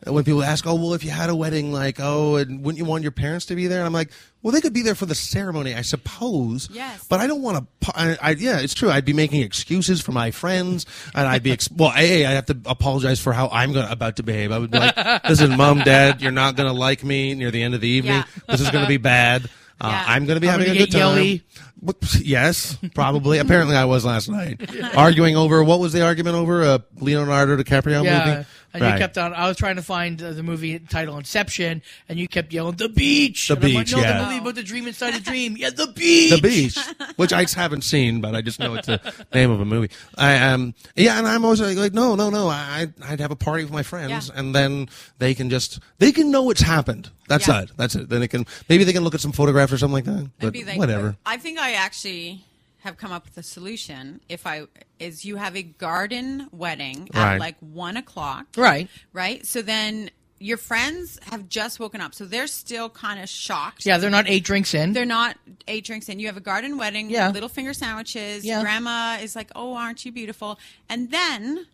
Speaker 4: when people ask, "Oh, well, if you had a wedding, like, oh, and wouldn't you want your parents to be there?" And I'm like, "Well, they could be there for the ceremony, I suppose.
Speaker 13: Yes.
Speaker 4: But I don't want to. I, I, yeah, it's true. I'd be making excuses for my friends, and I'd be. Ex- well, a, I'd have to apologize for how I'm gonna, about to behave. I would be like, "Listen, mom, dad, you're not gonna like me near the end of the evening. This is gonna be bad." Uh, I'm going to be
Speaker 7: I'm
Speaker 4: having
Speaker 7: gonna
Speaker 4: a good
Speaker 7: get
Speaker 4: time.
Speaker 7: yelly.
Speaker 4: What- Yes, probably. Apparently, I was last night arguing over what was the argument over a Leonardo DiCaprio
Speaker 7: yeah.
Speaker 4: movie.
Speaker 7: And you kept on. I was trying to find uh, the movie title Inception, and you kept yelling, The Beach.
Speaker 4: The
Speaker 7: And I'm like,
Speaker 4: beach,
Speaker 7: no,
Speaker 4: yeah.
Speaker 7: the movie about the dream inside a dream. Yeah, The Beach.
Speaker 4: the beach, which I haven't seen, but I just know it's the name of a movie. I um yeah, and I'm always like, like, no, no, no. I I'd have a party with my friends,
Speaker 2: Yeah.
Speaker 4: and then they can just they can know it's happened. That's
Speaker 13: Yeah.
Speaker 4: it. That's it. Then they can maybe they can look at some photographs or something like that.
Speaker 13: I'd
Speaker 4: But
Speaker 13: be like,
Speaker 4: whatever.
Speaker 13: I think I actually have come up with a solution. If I is you have a garden wedding at
Speaker 4: Right.
Speaker 13: like one o'clock,
Speaker 7: Right.
Speaker 13: Right. So then your friends have just woken up, so they're still kind of shocked.
Speaker 7: Yeah, they're not eight drinks in.
Speaker 13: They're not eight drinks in. You have a garden wedding.
Speaker 7: Yeah.
Speaker 13: Little finger sandwiches.
Speaker 7: Yeah.
Speaker 13: Grandma is like, "Oh, aren't you beautiful?" And then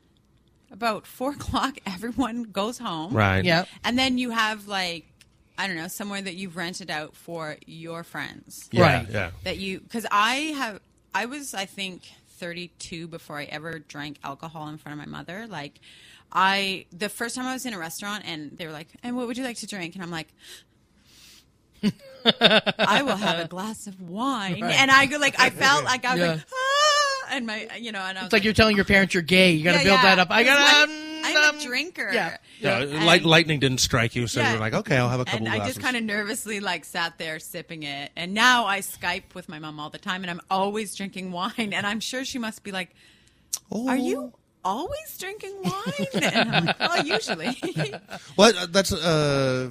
Speaker 13: about four o'clock, everyone goes home.
Speaker 4: Right. Yeah.
Speaker 13: And then you have like. I don't know, somewhere that you've rented out for your friends.
Speaker 4: Yeah, Right. yeah.
Speaker 13: That you, because I have, I was, I think, 32 before I ever drank alcohol in front of my mother. Like, I, the first time I was in a restaurant and they were like, and what would you like to drink? And I'm like, I will have a glass of wine.
Speaker 7: Right.
Speaker 13: And I go like I felt like I was
Speaker 7: Yeah.
Speaker 13: like ah and my you know and I was
Speaker 7: It's like you're telling your parents you're gay. You got to build that up. I um, got to.
Speaker 13: I'm, I'm a drinker. Yeah.
Speaker 4: Yeah,
Speaker 13: And-
Speaker 4: light, lightning didn't strike you, so
Speaker 13: Yeah.
Speaker 4: you're like, okay, I'll have a couple
Speaker 13: and I
Speaker 4: glasses.
Speaker 13: just kind of nervously like sat there sipping it. And now I Skype with my mom all the time and I'm always drinking wine and I'm sure she must be like Are
Speaker 7: Oh.
Speaker 13: you always drinking wine? and I'm like, well, usually.
Speaker 4: Well, uh, that's uh,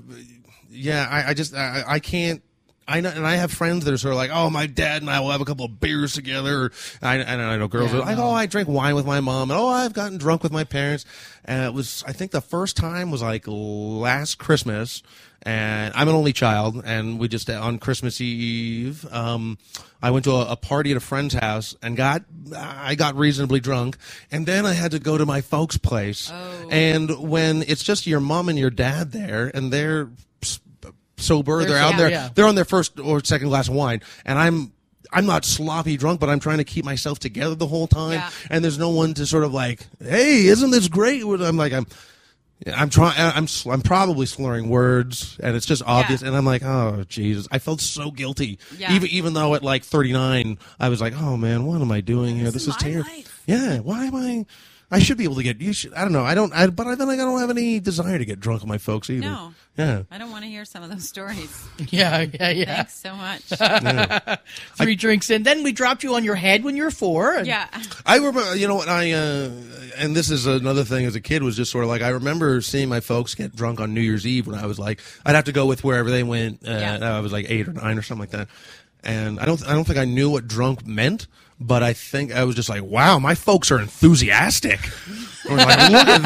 Speaker 4: yeah. I, I just I, I can't. I know, and I have friends that are sort of like, oh, my dad and I will have a couple of beers together. Or, I, I, know- I know girls
Speaker 2: Yeah,
Speaker 4: are like,
Speaker 2: no.
Speaker 4: oh, I drink wine with my mom, and oh, I've gotten drunk with my parents. And it was, I think, the first time was like last Christmas, and I'm an only child, and we just on Christmas Eve, um, I went to a, a party at a friend's house and got, I got reasonably drunk, and then I had to go to my folks' place,
Speaker 2: Oh.
Speaker 4: and when it's just your mom and your dad there, and they're s- sober,
Speaker 2: They're
Speaker 4: they're, out
Speaker 2: sober,
Speaker 4: there,
Speaker 2: yeah.
Speaker 4: they're on their first or second glass of wine, and I'm. I'm not sloppy drunk, but I'm trying to keep myself together the whole time.
Speaker 2: Yeah.
Speaker 4: And there's no one to sort of like, hey, isn't this great? I'm like, I'm, I'm trying. I'm sl- I'm probably slurring words, and it's just obvious. And I'm like, oh Jesus! I felt so guilty.
Speaker 2: Yeah.
Speaker 4: Even even though at like 39, I was like, oh man, what am I doing here? This, is terrible. Yeah. Why am I? I should be able to get. You should. I don't know. I don't. I, but I, then I don't have any desire to get drunk with my folks either.
Speaker 13: No.
Speaker 4: Yeah.
Speaker 13: I don't want to hear some of those stories.
Speaker 7: Yeah, yeah, yeah.
Speaker 13: Thanks so much.
Speaker 7: Three drinks in. Then we dropped you on your head when you were four. and-
Speaker 13: Yeah.
Speaker 4: I remember, you know, what I uh, and this is another thing as a kid was just sort of like I remember seeing my folks get drunk on New Year's Eve when I was like I'd have to go with wherever they went. Uh, I was like eight or nine or something like that, and I don't I don't think I knew what drunk meant, But I think I was just like, wow, my folks are enthusiastic. I was like, look at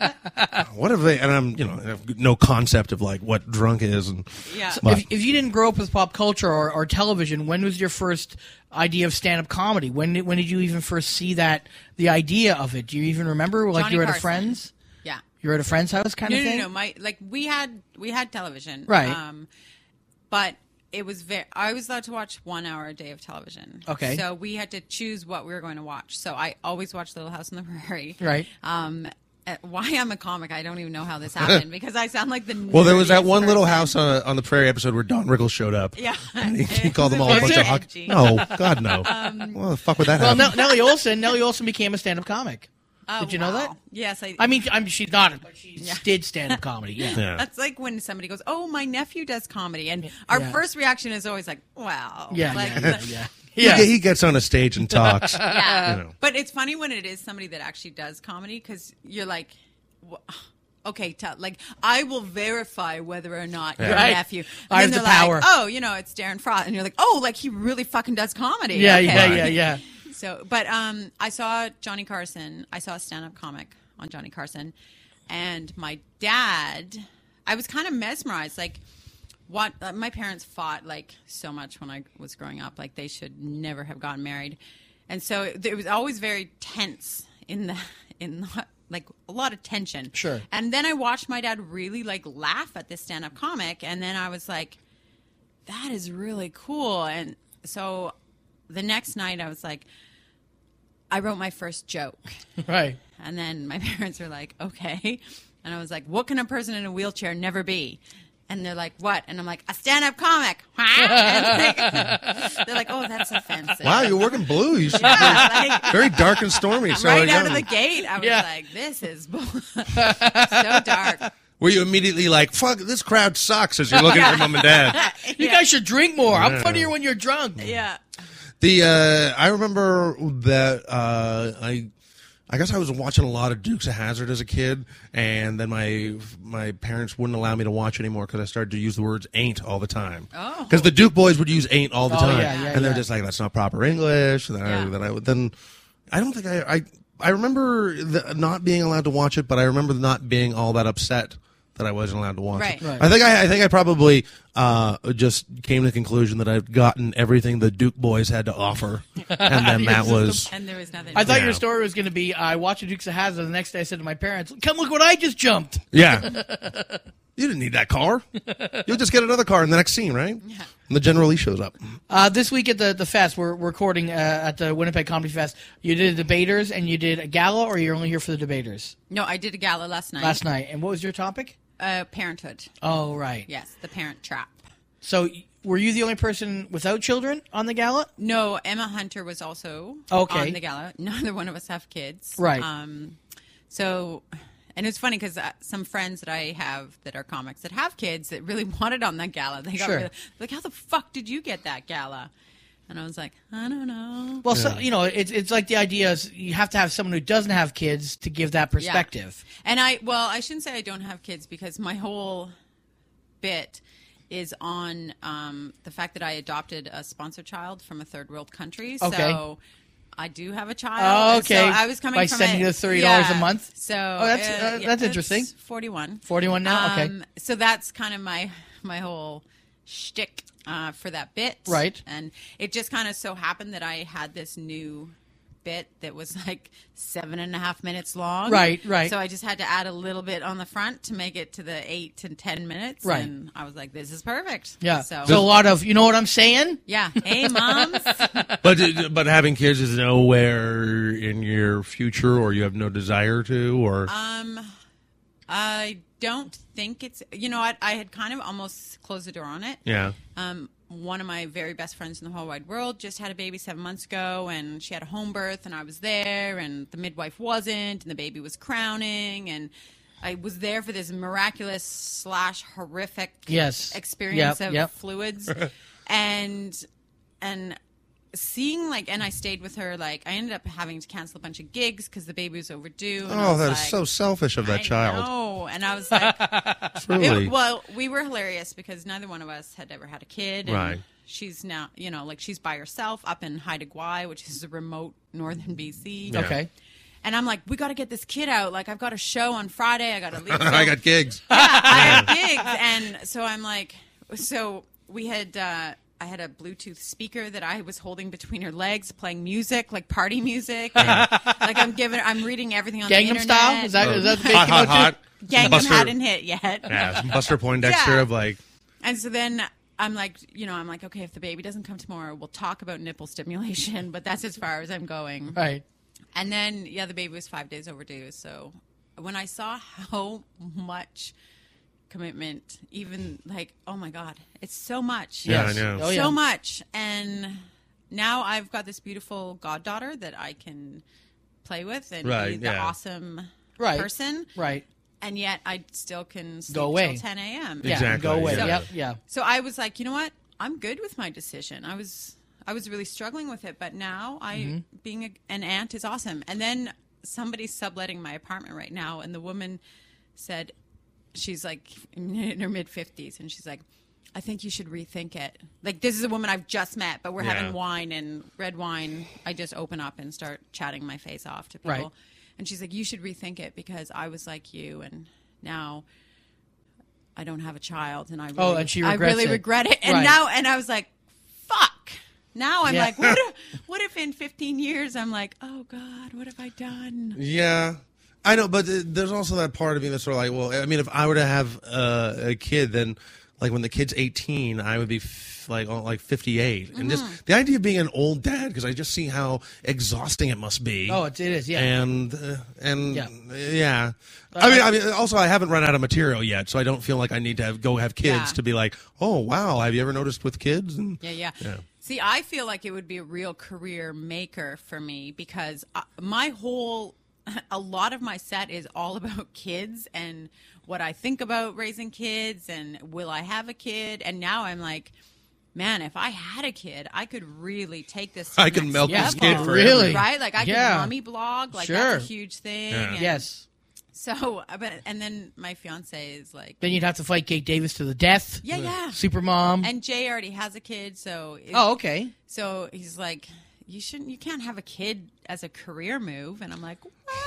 Speaker 4: them. What if they? And I'm, you know, I have no concept of like what drunk is. And
Speaker 7: Yeah. So
Speaker 4: but-
Speaker 7: if, if you didn't grow up with pop culture or, or television, when was your first idea of stand-up comedy? When did, when did you even first see that the idea of it? Do you even remember? Like
Speaker 13: Johnny
Speaker 7: you were at
Speaker 13: Carson.
Speaker 7: a friend's.
Speaker 13: Yeah.
Speaker 7: You were at a friend's house, kind
Speaker 13: no,
Speaker 7: of
Speaker 13: no,
Speaker 7: thing.
Speaker 13: No, no, My like we had we had television,
Speaker 7: Right.
Speaker 13: Um, but it was very. I was allowed to watch one hour a day of television.
Speaker 7: Okay.
Speaker 13: So we had to choose what we were going to watch. So I always watched Little House on the Prairie.
Speaker 4: Right.
Speaker 13: Um, uh, why I'm a comic, I don't even know how this happened because I sound like the.
Speaker 4: well, there was that
Speaker 13: nerdiest
Speaker 4: one little
Speaker 13: person.
Speaker 4: house on, on the prairie episode where Don Rickles showed up.
Speaker 13: Yeah.
Speaker 4: And he, he called them all a
Speaker 13: Is
Speaker 4: bunch
Speaker 13: it? Um,
Speaker 4: of huck. No, God no. well, the fuck would that
Speaker 7: well,
Speaker 4: happen?
Speaker 7: Nell- Nellie Olson. Nellie Olson became a stand-up comic.
Speaker 13: Oh,
Speaker 7: did you know that?
Speaker 13: Yes, I.
Speaker 7: I mean, I'm, she's not, but she did stand-up comedy. Yeah.
Speaker 13: That's like when somebody goes, "Oh, my nephew does comedy," and our
Speaker 7: Yeah.
Speaker 13: first reaction is always like, "Wow."
Speaker 7: Yeah,
Speaker 13: Oh, Like,
Speaker 4: yeah, He, he gets on a stage and talks.
Speaker 13: yeah.
Speaker 4: You know.
Speaker 13: But it's funny when it is somebody that actually does comedy because you're like, "Wha- okay, tell, like I will verify whether or not
Speaker 7: Yeah.
Speaker 13: your
Speaker 7: Right.
Speaker 13: nephew.
Speaker 7: I have
Speaker 13: they're
Speaker 7: the
Speaker 13: like,
Speaker 7: power.
Speaker 13: oh, you know, it's Darren Frost, and you're like, oh, like he really fucking does comedy.
Speaker 7: Yeah,
Speaker 13: Okay.
Speaker 7: yeah, yeah, yeah.
Speaker 13: So, but um, I saw Johnny Carson. I saw a stand-up comic on Johnny Carson, and my dad. I was kind of mesmerized. Like, what uh, my parents fought like so much when I was growing up. Like, they should never have gotten married, and so it, it was always very tense in the in the, like a lot of tension.
Speaker 7: Sure.
Speaker 13: And then I watched my dad really like laugh at this stand-up comic, and then I was like, that is really cool. And so the next night I was like, I wrote my first joke.
Speaker 7: Right.
Speaker 13: And then my parents were like, okay. And I was like, what can a person in a wheelchair never be? And they're like, what? And I'm like, a stand up comic. And like- they're like, oh, that's offensive.
Speaker 4: Wow, you're working blue. You should
Speaker 13: Yeah, like-
Speaker 4: very dark and stormy. so
Speaker 13: right
Speaker 4: I
Speaker 13: out
Speaker 4: got-
Speaker 13: of the gate, I was
Speaker 7: Yeah.
Speaker 13: like, this is bull- so dark.
Speaker 4: Were you immediately like, "Fuck, this crowd sucks"? As you're looking at your mom and dad.
Speaker 7: You guys should drink more.
Speaker 4: Yeah.
Speaker 7: I'm funnier when you're drunk.
Speaker 13: Yeah.
Speaker 4: The uh, I remember that uh, I. I guess I was watching a lot of Dukes of Hazard as a kid, and then my my parents wouldn't allow me to watch anymore because I started to use the words "ain't" all the time.
Speaker 13: Oh.
Speaker 4: because the Duke boys would use "ain't" all the
Speaker 7: Oh,
Speaker 4: time,
Speaker 7: yeah, yeah,
Speaker 4: and they're
Speaker 7: yeah.
Speaker 4: just like, "That's not proper English." And then, I, then I would- then I don't think I I, I remember the, not being allowed to watch it, but I remember not being all that upset that I wasn't allowed to watch
Speaker 13: Right.
Speaker 4: it.
Speaker 13: Right.
Speaker 4: I think I, I think I probably uh, just came to the conclusion that I'd gotten everything the Duke boys had to offer, and then that was
Speaker 13: And there was nothing.
Speaker 7: I thought
Speaker 4: Yeah.
Speaker 7: your story was going to be I watched the Dukes of Hazzard. The next day, I said to my parents, "Come look what I just jumped."
Speaker 4: yeah. You didn't need that car. You'll just get another car in the next scene, right? Yeah. And the General Lee shows up.
Speaker 7: Uh, this week at the the fest, we're we're recording uh, at the Winnipeg Comedy Fest. You did a debaters and you did a gala, or you're only here for the debaters
Speaker 13: No, I did a gala last night.
Speaker 7: last night. And what was your topic?
Speaker 13: Uh, parenthood.
Speaker 7: Oh, right.
Speaker 13: Yes, the parent trap.
Speaker 7: So, y- were you the only person without children on the gala?
Speaker 13: No, Emma Hunter was also
Speaker 7: Okay.
Speaker 13: on the gala. Neither one of us have kids.
Speaker 7: Right.
Speaker 13: Um, so, and it's funny because uh, some friends that I have that are comics that have kids that really wanted on that gala. They got
Speaker 7: Sure.
Speaker 13: really, like, how the fuck did you get that gala? And I was like, I don't know.
Speaker 7: Um, Well, so, you know, it's it's like the idea is you have to have someone who doesn't have kids to give that
Speaker 13: Yeah.
Speaker 7: perspective.
Speaker 13: And I, well, I shouldn't say I don't have kids because my whole bit is on um, the fact that I adopted a sponsor child from a third world country. So
Speaker 7: Okay.
Speaker 13: I do have a child.
Speaker 7: Oh,
Speaker 13: And so
Speaker 7: okay.
Speaker 13: I was coming
Speaker 7: By
Speaker 13: from
Speaker 7: sending
Speaker 13: a,
Speaker 7: the $30 a
Speaker 13: yeah.
Speaker 7: month?
Speaker 13: So
Speaker 7: Oh, that's- uh, that's interesting.
Speaker 13: it's Forty-one. Um,
Speaker 7: 41 now? Okay.
Speaker 13: So that's kind of my my whole shtick uh, for that bit,
Speaker 7: Right.
Speaker 13: And it just kind of so happened that I had this new bit that was like seven and a half minutes long.
Speaker 7: Right, right.
Speaker 13: So I just had to add a little bit on the front to make it to the eight to ten minutes.
Speaker 7: Right.
Speaker 13: And I was like, this is perfect.
Speaker 7: Yeah.
Speaker 13: So,
Speaker 7: So, a lot of you know what I'm saying.
Speaker 13: yeah. Hey, moms.
Speaker 4: But but having kids is nowhere in your future, or you have no desire to, or
Speaker 13: um, I don't think it's, you know, I, I had kind of almost closed the door on it.
Speaker 4: yeah.
Speaker 13: Um, one of my very best friends in the whole wide world just had a baby seven months ago, and she had a home birth, and I was there, and the midwife wasn't, and the baby was crowning, and I was there for this miraculous slash horrific
Speaker 7: Yes.
Speaker 13: experience
Speaker 7: Yep,
Speaker 13: of
Speaker 7: yep.
Speaker 13: fluids, and and seeing like, and I stayed with her. Like, I ended up having to cancel a bunch of gigs because the baby was overdue. and I
Speaker 4: Oh,
Speaker 13: was
Speaker 4: that is
Speaker 13: like,
Speaker 4: so selfish of that
Speaker 13: I
Speaker 4: child.
Speaker 13: know. and I was like,
Speaker 4: Truly.
Speaker 13: it- well, we were hilarious because neither one of us had ever had a kid. and
Speaker 4: Right.
Speaker 13: She's now, you know, like she's by herself up in Haida Gwaii, which is a remote northern BC.
Speaker 4: Yeah. Okay.
Speaker 13: And I'm like, we got to get this kid out. Like, I've got a show on Friday. I got to leave.
Speaker 4: I got gigs.
Speaker 13: gigs, and so I'm like, so we had. Uh, I had a Bluetooth speaker that I was holding between her legs, playing music, like party music. and, like I'm giving, I'm reading everything on the
Speaker 7: Gangnam
Speaker 13: internet.
Speaker 7: Style? Is that- is that the big Hot, hot, hot.
Speaker 13: Gangnam
Speaker 4: Buster-
Speaker 13: hadn't hit yet.
Speaker 4: Yeah, it's Buster Poindexter
Speaker 13: Yeah.
Speaker 4: of like,
Speaker 13: And so then I'm like, you know, I'm like, okay, if the baby doesn't come tomorrow, we'll talk about nipple stimulation, but that's as far as I'm going.
Speaker 7: Right.
Speaker 13: And then, yeah, the baby was five days overdue. So when I saw how much commitment, even like, oh my God, it's so much.
Speaker 4: Yeah, I Yes. know. Oh,
Speaker 13: so
Speaker 4: yeah.
Speaker 13: much. And now I've got this beautiful goddaughter that I can play with and be
Speaker 7: Right,
Speaker 13: the
Speaker 7: yeah.
Speaker 13: awesome
Speaker 7: Right.
Speaker 13: person.
Speaker 7: Right.
Speaker 13: And yet I still can sleep
Speaker 7: away.
Speaker 13: till 10 a.m.
Speaker 7: Yeah, Exactly, go away.
Speaker 13: So-
Speaker 7: Yep, yeah.
Speaker 13: so I was like, you know what? I'm good with my decision. I was I was really struggling with it, but now I
Speaker 7: Mhm.
Speaker 13: being a, an aunt is awesome. And then somebody's subletting my apartment right now, and the woman said she's like in her mid fifties, and she's like. I think you should rethink it. Like this is a woman I've just met, but we're
Speaker 7: Yeah.
Speaker 13: having wine and red wine. I just open up and start chatting my face off to people.
Speaker 7: Right.
Speaker 13: And she's like, "You should rethink it because I was like you, and now I don't have a child, and I really,
Speaker 7: Oh, and she
Speaker 13: I
Speaker 7: regrets
Speaker 13: really
Speaker 7: it.
Speaker 13: regret it. And
Speaker 7: Right.
Speaker 13: now, and I was like, fuck. Now I'm
Speaker 7: Yeah.
Speaker 13: like, what if, what if in 15 years I'm like, oh God, what have I done?
Speaker 4: yeah. I know, but uh, there's also that part of me that's sort of like, well, I mean, if I were to have uh, a kid, then like when the kid's 18, I would be f- like oh, like 58, and
Speaker 13: Mm-hmm.
Speaker 4: just the idea of being an old dad because I just see how exhausting it must be.
Speaker 7: Oh, it, it is. Yeah.
Speaker 4: And uh, and
Speaker 7: Yeah.
Speaker 4: yeah. I mean, I mean. Also, I haven't run out of material yet, so I don't feel like I need to have, go have kids
Speaker 13: Yeah.
Speaker 4: to be like, oh wow, have you ever noticed with kids? And,
Speaker 13: Yeah, yeah, See, I feel like it would be a real career maker for me because uh my whole, a lot of my set is all about kids and what I think about raising kids and will I have a kid? And now I'm like, man, if I had a kid, I could really take this. To
Speaker 4: I
Speaker 13: the
Speaker 4: could
Speaker 13: next
Speaker 4: milk this
Speaker 13: level.
Speaker 4: kid for
Speaker 7: Really?
Speaker 13: right? Like I
Speaker 7: Yeah.
Speaker 13: could mommy blog. Like that's a
Speaker 7: Sure.
Speaker 13: huge thing.
Speaker 7: Yeah.
Speaker 13: and-
Speaker 7: Yes.
Speaker 13: So, but and then my fiance is like,
Speaker 7: Then you'd have to fight Kate Davis to the death.
Speaker 13: Yeah, yeah.
Speaker 7: Super mom.
Speaker 13: and Jay already has a kid, so it-
Speaker 7: Oh, okay.
Speaker 13: So he's like, you shouldn't, you can't have a kid as a career move, and I'm like,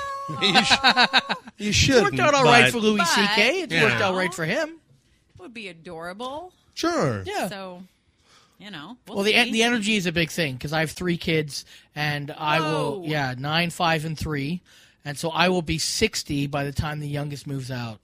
Speaker 4: you, sh- you should.
Speaker 7: worked out all right for Louis
Speaker 13: but-
Speaker 7: C.K. It worked
Speaker 4: Yeah.
Speaker 7: out right for him.
Speaker 13: it would be adorable.
Speaker 4: Sure.
Speaker 7: Yeah.
Speaker 13: So, you know, we'll,
Speaker 7: Well, the en-
Speaker 13: see.
Speaker 7: the energy is a big thing because I have three kids, and I will
Speaker 13: Whoa.
Speaker 7: yeah nine, five, and three, and so I will be sixty by the time the youngest moves out.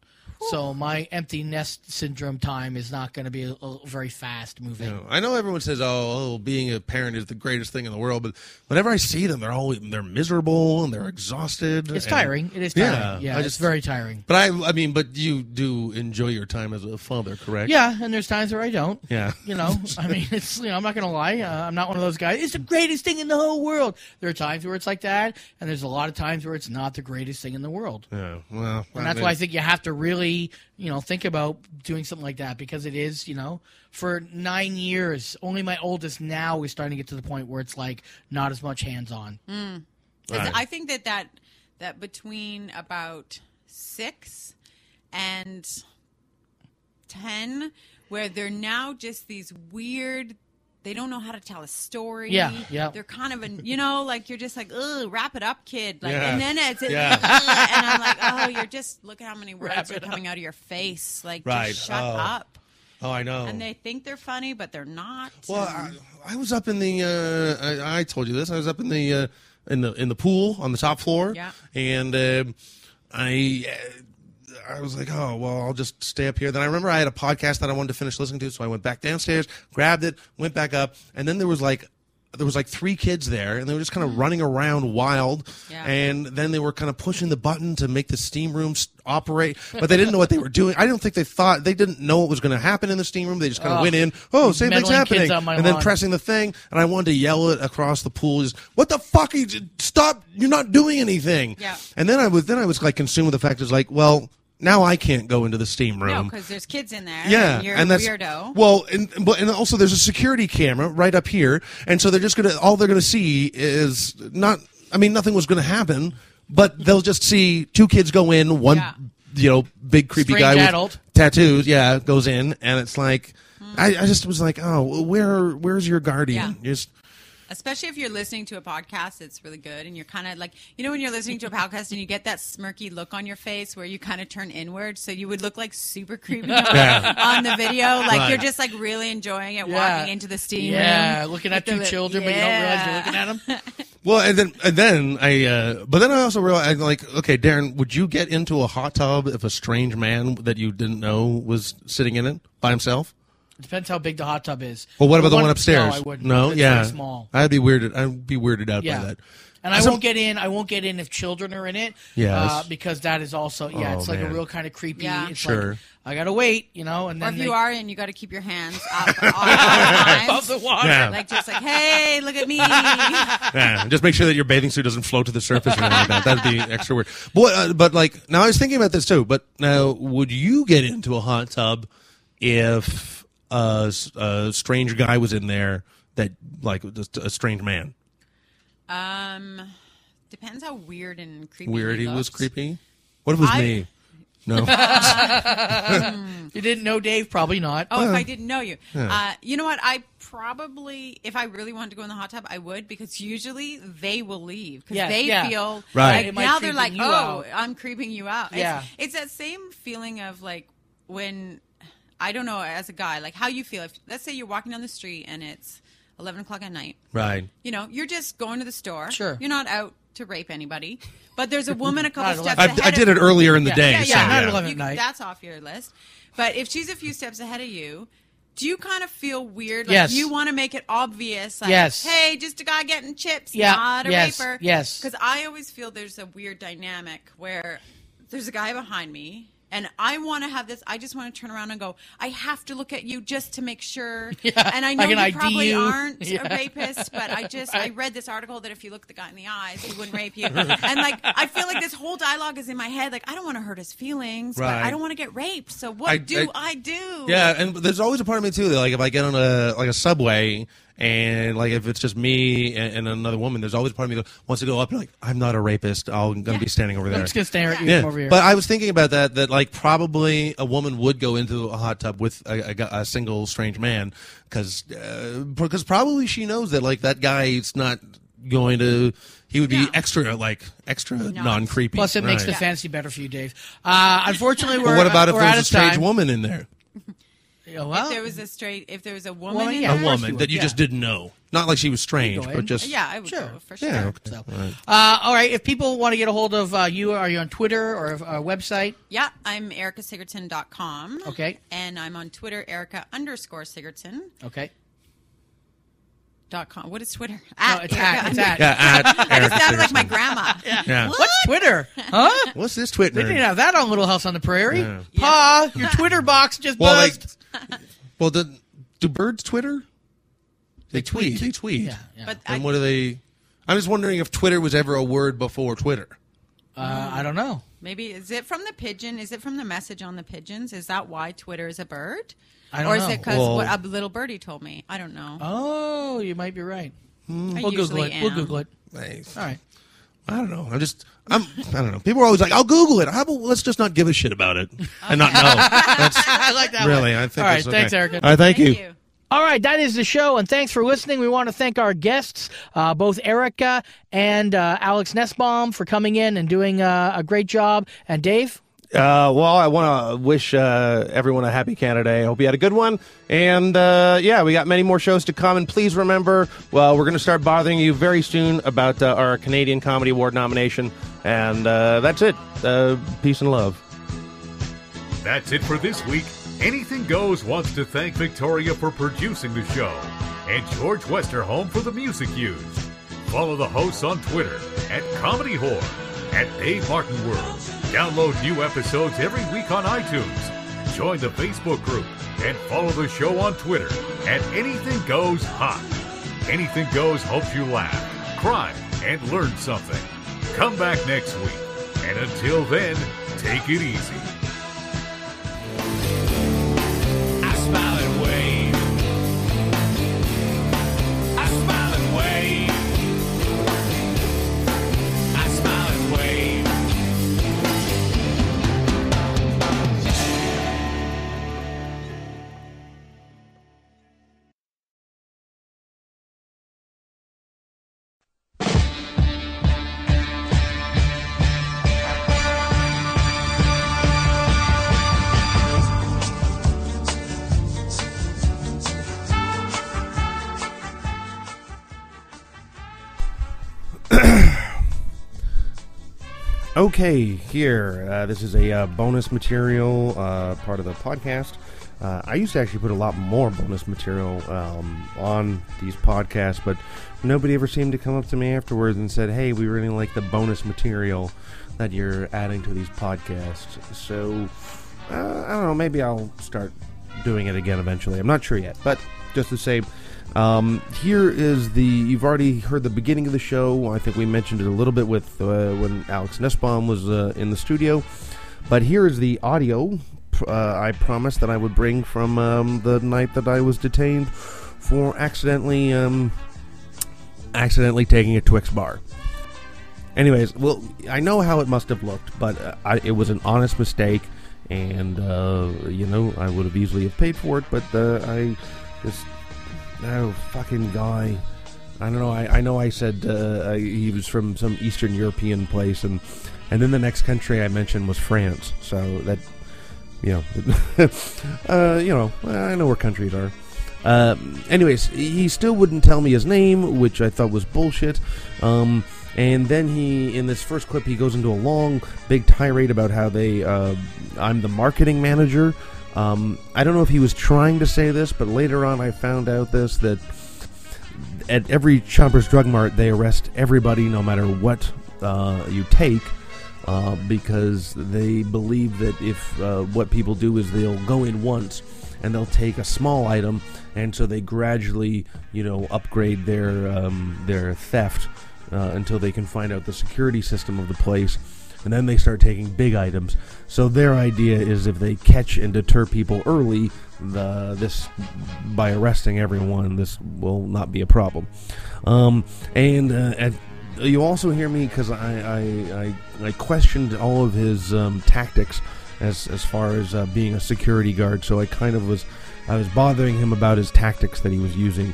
Speaker 7: So my empty nest syndrome time is not going to be a, a very fast moving.
Speaker 4: know, I know everyone says, "Oh, oh, being a parent is the greatest thing in the world," but whenever I see them, they're always they're miserable and they're exhausted.
Speaker 7: It's
Speaker 4: and-
Speaker 7: tiring. It is tiring. Yeah,
Speaker 4: I
Speaker 7: it's
Speaker 4: just-
Speaker 7: very tiring.
Speaker 4: But I, I mean, but you do enjoy your time as a father, correct?
Speaker 7: Yeah, and there's times where I don't.
Speaker 4: Yeah.
Speaker 7: You know, I mean, it's you know, I'm not gonna lie, uh, I'm not one of those guys. It's the greatest thing in the whole world. There are times where it's like that, and there's a lot of times where it's not the greatest thing in the world.
Speaker 4: Yeah. Well,
Speaker 7: And that's why I think you have to really, you know, think about doing something like that because it is, you know, for nine years, only my oldest now is starting to get to the point where it's like not as much hands on.
Speaker 13: Mm. 'Cause
Speaker 7: Right.
Speaker 13: I think that that that between about six and ten, where they're now just these weird. They don't know how to tell a story.
Speaker 7: Yeah, yeah.
Speaker 13: They're kind of an, you know, like you're just like, ugh, wrap it up, kid. Like,
Speaker 7: Yeah.
Speaker 13: and then it's, it's
Speaker 7: Yeah.
Speaker 13: like, "Ugh," and I'm like, oh, you're just look at how many
Speaker 7: Wrap
Speaker 13: words are
Speaker 7: it up.
Speaker 13: coming out of your face. Like,
Speaker 4: Right.
Speaker 13: just shut
Speaker 4: Oh.
Speaker 13: up.
Speaker 4: Oh, I know.
Speaker 13: And they think they're funny, but they're not. Um,
Speaker 4: Well, uh, I, I was up in the. Uh, I, I told you this. I was up in the uh, in the in the pool on the top floor.
Speaker 13: Yeah.
Speaker 4: And um I. Uh, I was like, oh well, I'll just stay up here. Then I remember I had a podcast that I wanted to finish listening to, so I went back downstairs, grabbed it, went back up, and then there was like, there was like three kids there, and they were just kind of running around wild,
Speaker 10: Mm-hmm. Yeah.
Speaker 4: and then they were kind of pushing the button to make the steam room s operate, but they didn't know what they were doing. I don't think they thought they didn't know what was going to happen in the steam room. They just kind of
Speaker 10: Ugh.
Speaker 4: went in, oh, same thing's
Speaker 10: Meddling kids
Speaker 4: happening,
Speaker 10: on my
Speaker 4: and then
Speaker 10: lawn.
Speaker 4: pressing the thing, and I wanted to yell it across the pool, just what the fuck? Are you, stop! You're not doing anything.
Speaker 10: Yeah.
Speaker 4: And then I was then I was like consumed with the fact it was like, well, now I can't go into the steam
Speaker 13: No,
Speaker 4: room.
Speaker 13: because there's kids in there.
Speaker 4: Yeah,
Speaker 13: and you're a
Speaker 4: and that's
Speaker 13: weirdo.
Speaker 4: well, and but and also there's a security camera right up here, and so they're just gonna all they're gonna see is not. I mean, nothing was gonna happen, but they'll just see two kids go in, one you know big creepy
Speaker 7: Strange
Speaker 4: guy
Speaker 7: adult.
Speaker 4: with tattoos, yeah, goes in, and it's like I, I just was like, oh, where where's your guardian? Just
Speaker 13: Especially if you're listening to a podcast, it's really good. And you're kind of like, you know, when you're listening to a podcast and you get that smirky look on your face where you kind of turn inward. So you would look like super creepy on,
Speaker 7: Yeah.
Speaker 13: on the video. Like
Speaker 7: Right.
Speaker 13: you're just like really enjoying it
Speaker 7: Yeah.
Speaker 13: walking into the steam room.
Speaker 7: Yeah, looking
Speaker 13: with
Speaker 7: at
Speaker 13: the
Speaker 7: two
Speaker 13: li-
Speaker 7: children, but you don't realize you're
Speaker 13: Yeah.
Speaker 7: looking at them.
Speaker 4: Well, and then and then I, uh, but then I also realized, like, okay, Darren, would you get into a hot tub if a strange man that you didn't know was sitting in it by himself?
Speaker 7: Depends how big the hot tub is.
Speaker 4: Well, what about the one
Speaker 7: No,
Speaker 4: upstairs?
Speaker 7: I wouldn't.
Speaker 4: No,
Speaker 7: It's
Speaker 4: yeah,
Speaker 7: very small.
Speaker 4: I'd be weirded. I'd be weirded out
Speaker 7: Yeah.
Speaker 4: by that.
Speaker 7: And I
Speaker 4: So-
Speaker 7: won't get in. I won't get in if children are in it.
Speaker 4: Yes.
Speaker 7: uh, because that is also yeah.
Speaker 4: Oh,
Speaker 7: it's like
Speaker 4: man.
Speaker 7: a real kind of creepy.
Speaker 13: Yeah.
Speaker 7: It's
Speaker 4: Sure.
Speaker 7: Like, I gotta wait, you know. And
Speaker 13: Or
Speaker 7: then
Speaker 13: if
Speaker 7: they-
Speaker 13: you are in, you got to keep your hands up above
Speaker 7: the
Speaker 4: water. Yeah.
Speaker 13: Like just like, hey, look at me.
Speaker 4: Yeah, just make sure that your bathing suit doesn't float to the surface or anything like that. That'd be extra weird. But, uh, but like, now I was thinking about this too. But now, would you get into a hot tub if a, s- a strange guy was in there that, like, just a strange man?
Speaker 13: Um, depends how weird and creepy.
Speaker 4: Weird, he was
Speaker 13: looked.
Speaker 4: creepy. What if it was
Speaker 13: I-
Speaker 4: me? No.
Speaker 7: you didn't know Dave, probably not.
Speaker 13: Oh, if I didn't know you,
Speaker 4: Yeah.
Speaker 13: uh, you know what? I probably, if I really wanted to go in the hot tub, I would because usually they will leave because
Speaker 7: Yeah,
Speaker 13: they
Speaker 7: yeah.
Speaker 13: feel
Speaker 4: Right.
Speaker 13: like
Speaker 7: Am I
Speaker 13: now they're
Speaker 7: creeping
Speaker 13: like,
Speaker 7: you
Speaker 13: oh,
Speaker 7: out?"
Speaker 13: I'm creeping you out.
Speaker 7: Yeah.
Speaker 13: It's, it's that same feeling of like when I don't know as a guy, like how you feel. If let's say you're walking down the street and it's eleven o'clock at night,
Speaker 4: Right.
Speaker 13: You know, you're just going to the store.
Speaker 7: Sure.
Speaker 13: you're not out to rape anybody, but there's a woman a couple
Speaker 7: Not at
Speaker 13: steps.
Speaker 4: 11.
Speaker 13: ahead
Speaker 4: I- I
Speaker 13: of-
Speaker 4: did it earlier in the day,
Speaker 13: Yeah,
Speaker 4: so,
Speaker 13: yeah.
Speaker 4: Not at
Speaker 13: You
Speaker 4: 11
Speaker 7: at
Speaker 13: can-
Speaker 7: night.
Speaker 13: That's off your list. But if she's a few steps ahead of you, do you kind of feel weird? Like
Speaker 7: Yes.
Speaker 13: You want to make it obvious. Like,
Speaker 7: Yes.
Speaker 13: Hey, just a guy getting chips,
Speaker 7: Yeah,
Speaker 13: not a
Speaker 7: yes,
Speaker 13: raper.
Speaker 7: yes.
Speaker 13: Because I always feel there's a weird dynamic where there's a guy behind me. And I want to have this. I just want to turn around and go. I have to look at you just to make sure. and I know
Speaker 7: I
Speaker 13: you
Speaker 7: can ID
Speaker 13: probably
Speaker 7: you.
Speaker 13: aren't a
Speaker 7: Yeah.
Speaker 13: rapist, but I just I
Speaker 7: Right.
Speaker 13: read this article that if you look the guy in the eyes, he wouldn't rape you. and like I feel like this whole dialogue is in my head. Like I don't want to hurt his feelings, but
Speaker 4: Right.
Speaker 13: I don't want to get raped. So what
Speaker 4: I-
Speaker 13: do
Speaker 4: I-
Speaker 13: I, do?
Speaker 4: Yeah, and there's always a part of me too. That, like if I get on a like a subway and like if it's just me and, and another woman, there's always a part of me that wants to go up and like I'm not a rapist. I'll- I'm gonna be standing over
Speaker 7: I'm
Speaker 4: there.
Speaker 7: just gonna stare at you
Speaker 4: Yeah.
Speaker 7: from over here.
Speaker 4: But I was thinking about that. That like probably a woman would go into a hot tub with a, a, gu- a single strange man because because probably she knows that like that guy's not going to. He would be extra like extra non creepy.
Speaker 7: Plus, it makes the fantasy better for you, Dave. Uh, unfortunately, we're
Speaker 4: But what about if
Speaker 7: we're
Speaker 4: there's
Speaker 7: out
Speaker 4: a
Speaker 7: of
Speaker 4: strange
Speaker 7: time.
Speaker 4: woman in there?
Speaker 7: Yeah, well,
Speaker 13: if there was a straight, if there was a woman, in
Speaker 4: a
Speaker 13: there-
Speaker 4: woman that you just didn't know. Not like she was strange,
Speaker 7: Go
Speaker 4: but
Speaker 7: in.
Speaker 4: just
Speaker 13: yeah, I would go for sure.
Speaker 4: yeah. Okay. All right.
Speaker 7: Uh, all right. If people want to get a hold of uh, you, are you on Twitter or our website?
Speaker 13: Yeah, I'm ericasiggerton.com.
Speaker 7: Okay.
Speaker 13: And I'm on Twitter, Erica underscore Sigurton.
Speaker 7: Okay.
Speaker 13: Dot com. What is Twitter? At
Speaker 7: it's
Speaker 13: Erica
Speaker 7: at, it's
Speaker 13: under-
Speaker 7: at. Yeah, at
Speaker 13: I just
Speaker 7: Erica
Speaker 13: sounded like my
Speaker 7: Sigurdsson.
Speaker 13: grandma.
Speaker 4: Yeah.
Speaker 7: What's Twitter? Huh?
Speaker 4: What's this
Speaker 7: They didn't
Speaker 4: Twitter?
Speaker 7: have that on Little House on the Prairie.
Speaker 4: Yeah.
Speaker 7: Pa, your Twitter box just
Speaker 4: Well,
Speaker 7: buzzed.
Speaker 4: like, well, the, do birds Twitter? They, tweet. They tweet. Yeah,
Speaker 13: But
Speaker 4: and what do they? I'm just wondering if Twitter was ever a word before Twitter.
Speaker 7: Uh, I don't know.
Speaker 13: Maybe is it from the pigeon? Is it from the message on the pigeons? Is that why Twitter is a bird?
Speaker 7: I don't
Speaker 13: or is
Speaker 7: know.
Speaker 13: it because
Speaker 7: Well-
Speaker 13: what a little birdie told me? I don't know.
Speaker 7: Oh, you might be right.
Speaker 13: Hmm. I
Speaker 7: We'll Google
Speaker 13: usually
Speaker 7: it. We'll
Speaker 13: am.
Speaker 7: Google it.
Speaker 4: Nice.
Speaker 7: All right.
Speaker 4: I don't know. Oh, I'm just. I'm. I don't know. People are always like, "I'll Google it." How about let's just not give a shit about it and not know? That's
Speaker 7: I like that.
Speaker 4: really.
Speaker 7: One.
Speaker 4: I think.
Speaker 7: All right.
Speaker 4: that's okay.
Speaker 7: Thanks, Erica.
Speaker 4: All right. Thank, you.
Speaker 7: All right, that is the show, and thanks for listening. We want to thank our guests, uh, both Erica and uh, Alex Nessbaum, for coming in and doing uh, a great job. And Dave,
Speaker 14: Uh, well, I want to wish uh, everyone a happy Canada Day. I hope you had a good one. And uh, yeah, we got many more shows to come. And please remember, well, we're going to start bothering you very soon about uh, our Canadian Comedy Award nomination. And uh, that's it. Uh, peace and love.
Speaker 1: That's it for this week. Anything Goes wants to thank Victoria for producing the show and George Westerholm for the music used. Follow the hosts on Twitter at Comedy Whore, at Dave Martin World. Download new episodes every week on iTunes. Join the Facebook group and follow the show on Twitter at Anything Goes Hot. Anything Goes hopes you laugh, cry, and learn something. Come back next week. And until then, take it easy.
Speaker 4: Okay, here. Uh, this is a uh, bonus material uh, part of the podcast. Uh, I used to actually put a lot more bonus material um, on these podcasts, but nobody ever seemed to come up to me afterwards and said, hey, we really like the bonus material that you're adding to these podcasts. So, uh, I don't know, maybe I'll start doing it again eventually. I'm not sure yet, but just the same. Um, here is the. You've already heard the beginning of the show. I think we mentioned it a little bit with uh, when Alex Nussbaum was uh, in the studio. But here is the audio pr- uh, I promised that I would bring from um, the night that I was detained for accidentally um, accidentally taking a Twix bar. Anyways, well, I know how it must have looked, but uh, I, it was an honest mistake, and uh, you know I would have easily have paid for it, but uh, I just no fucking guy.
Speaker 15: I don't know. I, I know I said uh, I, he was from some Eastern European place, and and then the next country I mentioned was France. So that
Speaker 4: you know, uh, you know, I know where countries are. Um, anyways, he still wouldn't tell me his name, which I thought was bullshit. Um, and then he, in this first clip, he goes into a long, big tirade about how they, uh, I'm the marketing manager. Um, I don't know if he was trying to say this, but later on I found out this that at every Chompers Drug Mart they arrest everybody, no matter what uh, you take, uh, because they believe that if uh, what people do is they'll go in once and they'll take a small item, and so they gradually, you know, upgrade their um, their theft uh, until they can find out the security system of the place, and then they start taking big items. So their idea is if they catch and deter people early, the this by arresting everyone, this will not be a problem. Um, and uh, at you also hear me because I, I, I, I questioned all of his um, tactics as, as far as uh, being a security guard. So I kind of was I was bothering him about his tactics that he was using.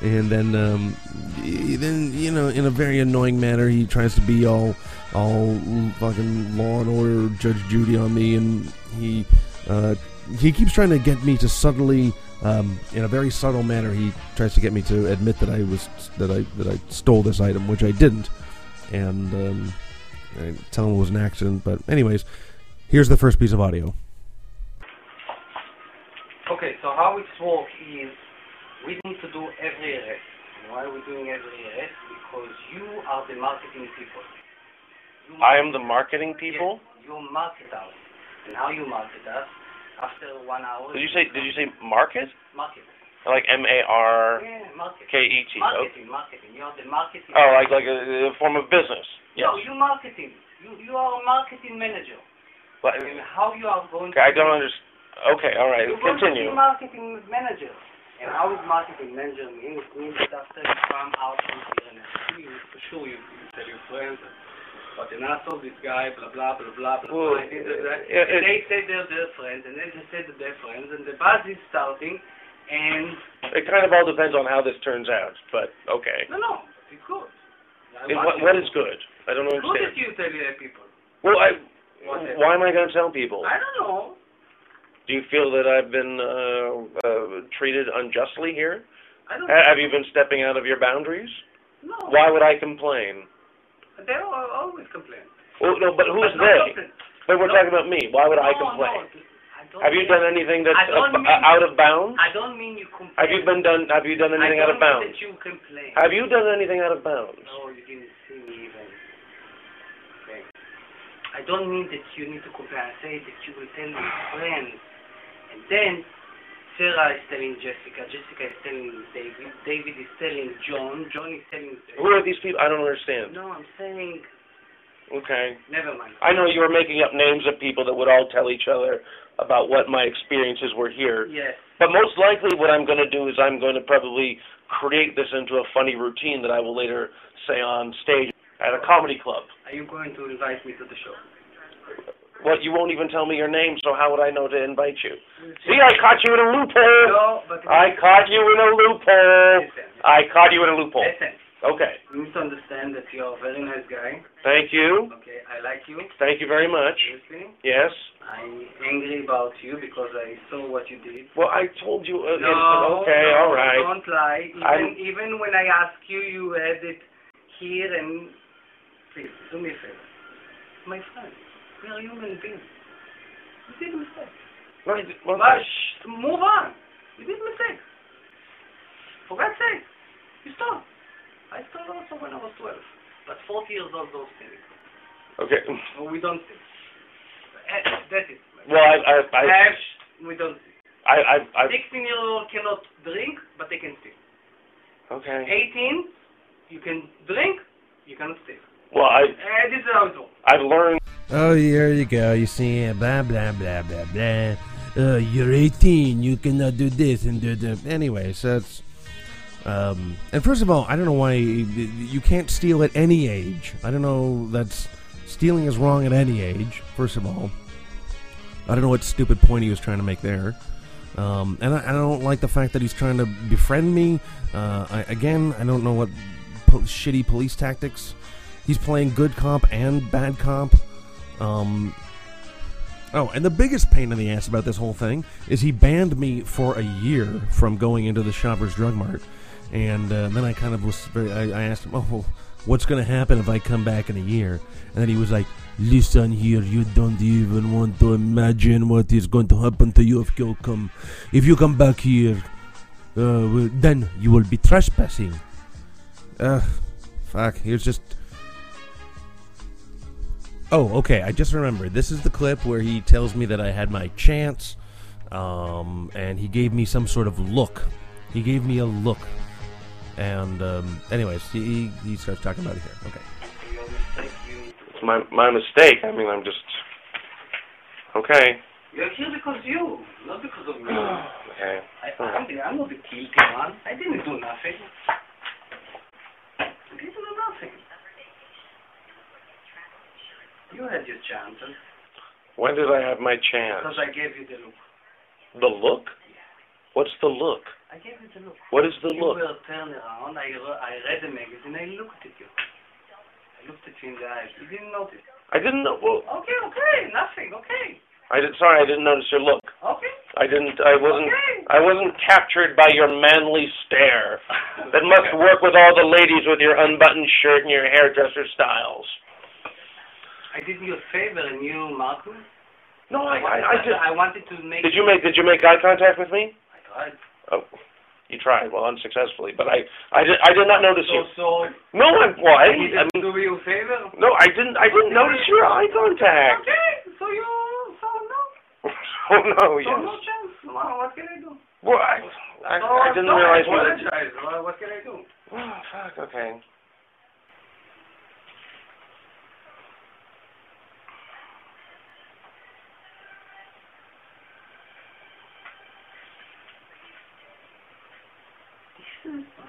Speaker 4: And then, um, y- then you know, in a very annoying manner, he tries to be all, all fucking Law and Order, Judge Judy on me, and he, uh, he keeps trying to get me to subtly, um, in a very subtle manner, he tries to get me to admit that I was that I that I stole this item, which I didn't, and um, I tell him it was an accident. But anyways, here's the first piece of audio.
Speaker 16: Okay, so how it works is we need to do every arrest. Why are we doing every arrest? Because you are the marketing people. You
Speaker 17: I am the marketing people.
Speaker 16: Yes, you market us. And how you market us, after one hour...
Speaker 17: Did you say? Did you say market?
Speaker 16: Market.
Speaker 17: Like M A R
Speaker 16: Yeah, market.
Speaker 17: K E T?
Speaker 16: Marketing, marketing. You are the marketing...
Speaker 17: Oh, like like a, a form of business. Yes.
Speaker 16: No, you marketing. You, you are a marketing manager.
Speaker 17: But-
Speaker 16: And how you are going
Speaker 17: okay, I
Speaker 16: to...
Speaker 17: don't understand. Okay, all right,
Speaker 16: You're going to
Speaker 17: continue.
Speaker 16: be marketing manager. And I was marketing manager in English means that after you come out from here and you for sure you, you tell your friends, but then I saw this guy, blah, blah, blah, blah, blah.
Speaker 17: Well,
Speaker 16: I did that.
Speaker 17: it- it-
Speaker 16: they say they're their friends, and then they say that they're friends, and the buzz is starting, and
Speaker 17: It kind of all depends on how this turns out, but okay.
Speaker 16: no, no, it's good. I
Speaker 17: It-
Speaker 16: want
Speaker 17: what,
Speaker 16: you-
Speaker 17: what is good? I don't
Speaker 16: Good that
Speaker 17: understand.
Speaker 16: you tell your people.
Speaker 17: Well, I.
Speaker 16: What is-
Speaker 17: Why am I going to tell people?
Speaker 16: I don't know.
Speaker 17: Do you feel that I've been uh, uh, treated unjustly here?
Speaker 16: I don't
Speaker 17: Ha- Have you been stepping out of your boundaries?
Speaker 16: No.
Speaker 17: Why would I complain?
Speaker 16: They al- always complain.
Speaker 17: Well, no, but who's
Speaker 16: no
Speaker 17: they?
Speaker 16: complain.
Speaker 17: But we're
Speaker 16: No.
Speaker 17: talking about me. Why would I
Speaker 16: No,
Speaker 17: complain?
Speaker 16: no, I don't
Speaker 17: Have you
Speaker 16: mean-
Speaker 17: done anything that's
Speaker 16: I don't
Speaker 17: ab-
Speaker 16: mean-
Speaker 17: out of bounds?
Speaker 16: I don't mean you complain.
Speaker 17: Have you been done? Have you done anything
Speaker 16: I
Speaker 17: out
Speaker 16: don't
Speaker 17: of bounds?
Speaker 16: mean that you complain.
Speaker 17: Have you done anything out of bounds?
Speaker 16: No, you didn't see me even. Okay. I don't mean that you need to compare. I say that you will tell your friends. And then Sarah is telling Jessica, Jessica is telling David, David is telling John, John is telling
Speaker 17: Who are these people? I don't understand.
Speaker 16: No, I'm saying,
Speaker 17: Okay.
Speaker 16: never mind.
Speaker 17: I know you were making up names of people that would all tell each other about what my experiences were here.
Speaker 16: Yes.
Speaker 17: But most likely, what I'm going to do is I'm going to probably create this into a funny routine that I will later say on stage at a comedy club.
Speaker 16: Are you going to invite me to the show?
Speaker 17: What you won't even tell me your name, so how would I know to invite you? See, I caught you in a loophole.
Speaker 16: No, but
Speaker 17: I caught you in a loophole. I caught you in a loophole.
Speaker 16: Listen,
Speaker 17: Okay.
Speaker 16: you need to understand that you're a very nice guy.
Speaker 17: Thank you.
Speaker 16: Okay, I like you.
Speaker 17: Thank you very much.
Speaker 16: Seriously.
Speaker 17: Yes.
Speaker 16: I'm angry about you because I saw what you did.
Speaker 17: Well, I told you. Uh,
Speaker 16: No,
Speaker 17: okay,
Speaker 16: no,
Speaker 17: all right.
Speaker 16: Don't lie. Even
Speaker 17: I'm-
Speaker 16: even when I ask you, you had it here and please do me a favor. my friend. We are human beings. We did mistakes.
Speaker 17: Right, well,
Speaker 16: but sh- move on. You did mistakes. For God's sake, you stop. I started also when I was 12. But 40 years old, those things.
Speaker 17: Okay.
Speaker 16: No, we don't think. Eh, That's it. my
Speaker 17: Well, I, I, I,
Speaker 16: friend. Eh, sh- we don't think.
Speaker 17: I, I, I
Speaker 16: 16 year old cannot drink, but they can steal.
Speaker 17: okay.
Speaker 16: 18, you can drink, you cannot steal.
Speaker 17: Well, I,
Speaker 16: Eh, this is how it works.
Speaker 17: I've learned
Speaker 18: Oh, here you go. You see, uh, blah blah blah blah blah. Uh, you're 18. You cannot do this and do that. Anyway, so it's.
Speaker 4: Um, and first of all, I don't know why you can't steal at any age. I don't know that's stealing is wrong at any age. First of all, I don't know what stupid point he was trying to make there. Um, and I, I don't like the fact that he's trying to befriend me. Uh, I, again, I don't know what po- shitty police tactics. He's playing good cop and bad cop. Um, Oh, and the biggest pain in the ass about this whole thing is he banned me for a year from going into the Shoppers Drug Mart, and uh, then I kind of was very. I, I asked him, "Oh, well, what's going to happen if I come back in a year?"
Speaker 18: And then he was like, "Listen here, you don't even want to imagine what is going to happen to you if you come, if you come back here. Uh, well, then you will be trespassing."
Speaker 4: Uh, fuck. He was just. Oh, okay. I just remembered. This is the clip where he tells me that I had my chance, um, and he gave me some sort of look. He gave me a look, and um, anyways, he he starts talking about it here. Okay.
Speaker 17: it's my my mistake. I mean, I'm just okay.
Speaker 16: You're here because you, not because of me.
Speaker 17: Okay.
Speaker 16: I, I'm, the, I'm not the guilty one. I didn't do nothing. I didn't do nothing. You had your chances
Speaker 17: When did I have my chance?
Speaker 16: because I gave you the look.
Speaker 17: The look? What's the look?
Speaker 16: I gave you the look.
Speaker 17: What is the
Speaker 16: you
Speaker 17: look?
Speaker 16: were turned around. "Ah, I, re- I read the magazine. I looked at you. I looked at you in the eyes. You didn't notice.
Speaker 17: I didn't know. Well,
Speaker 16: Okay, okay, nothing. Okay,
Speaker 17: I did. Sorry, I didn't notice your look.
Speaker 16: okay.
Speaker 17: I didn't. I wasn't.
Speaker 16: Okay.
Speaker 17: I wasn't captured by your manly stare. That must work with all the ladies with your unbuttoned shirt and your hairdresser styles.
Speaker 16: I did you a favor and you, Marcus.
Speaker 17: No, I,
Speaker 16: wanted,
Speaker 17: I, I just.
Speaker 16: I wanted to make.
Speaker 17: Did you make? Did you make eye contact with me?
Speaker 16: I tried.
Speaker 17: Oh, you tried. Well, unsuccessfully. But I, I did. I did not notice
Speaker 16: so
Speaker 17: you.
Speaker 16: sorry.
Speaker 17: No, I'm. Well, I didn't. I
Speaker 16: didn't do you a favor.
Speaker 17: mean- no, I didn't. I didn't notice your eye contact.
Speaker 16: Okay, so you, so no,
Speaker 17: Oh no.
Speaker 16: so no
Speaker 17: Yes.
Speaker 16: chance. Wow, what can I do?
Speaker 17: Well, I. I,
Speaker 16: so,
Speaker 17: I didn't
Speaker 16: so
Speaker 17: realize.
Speaker 16: I
Speaker 17: what-
Speaker 16: apologize. Well, what can I do?
Speaker 17: Oh, fuck. Okay.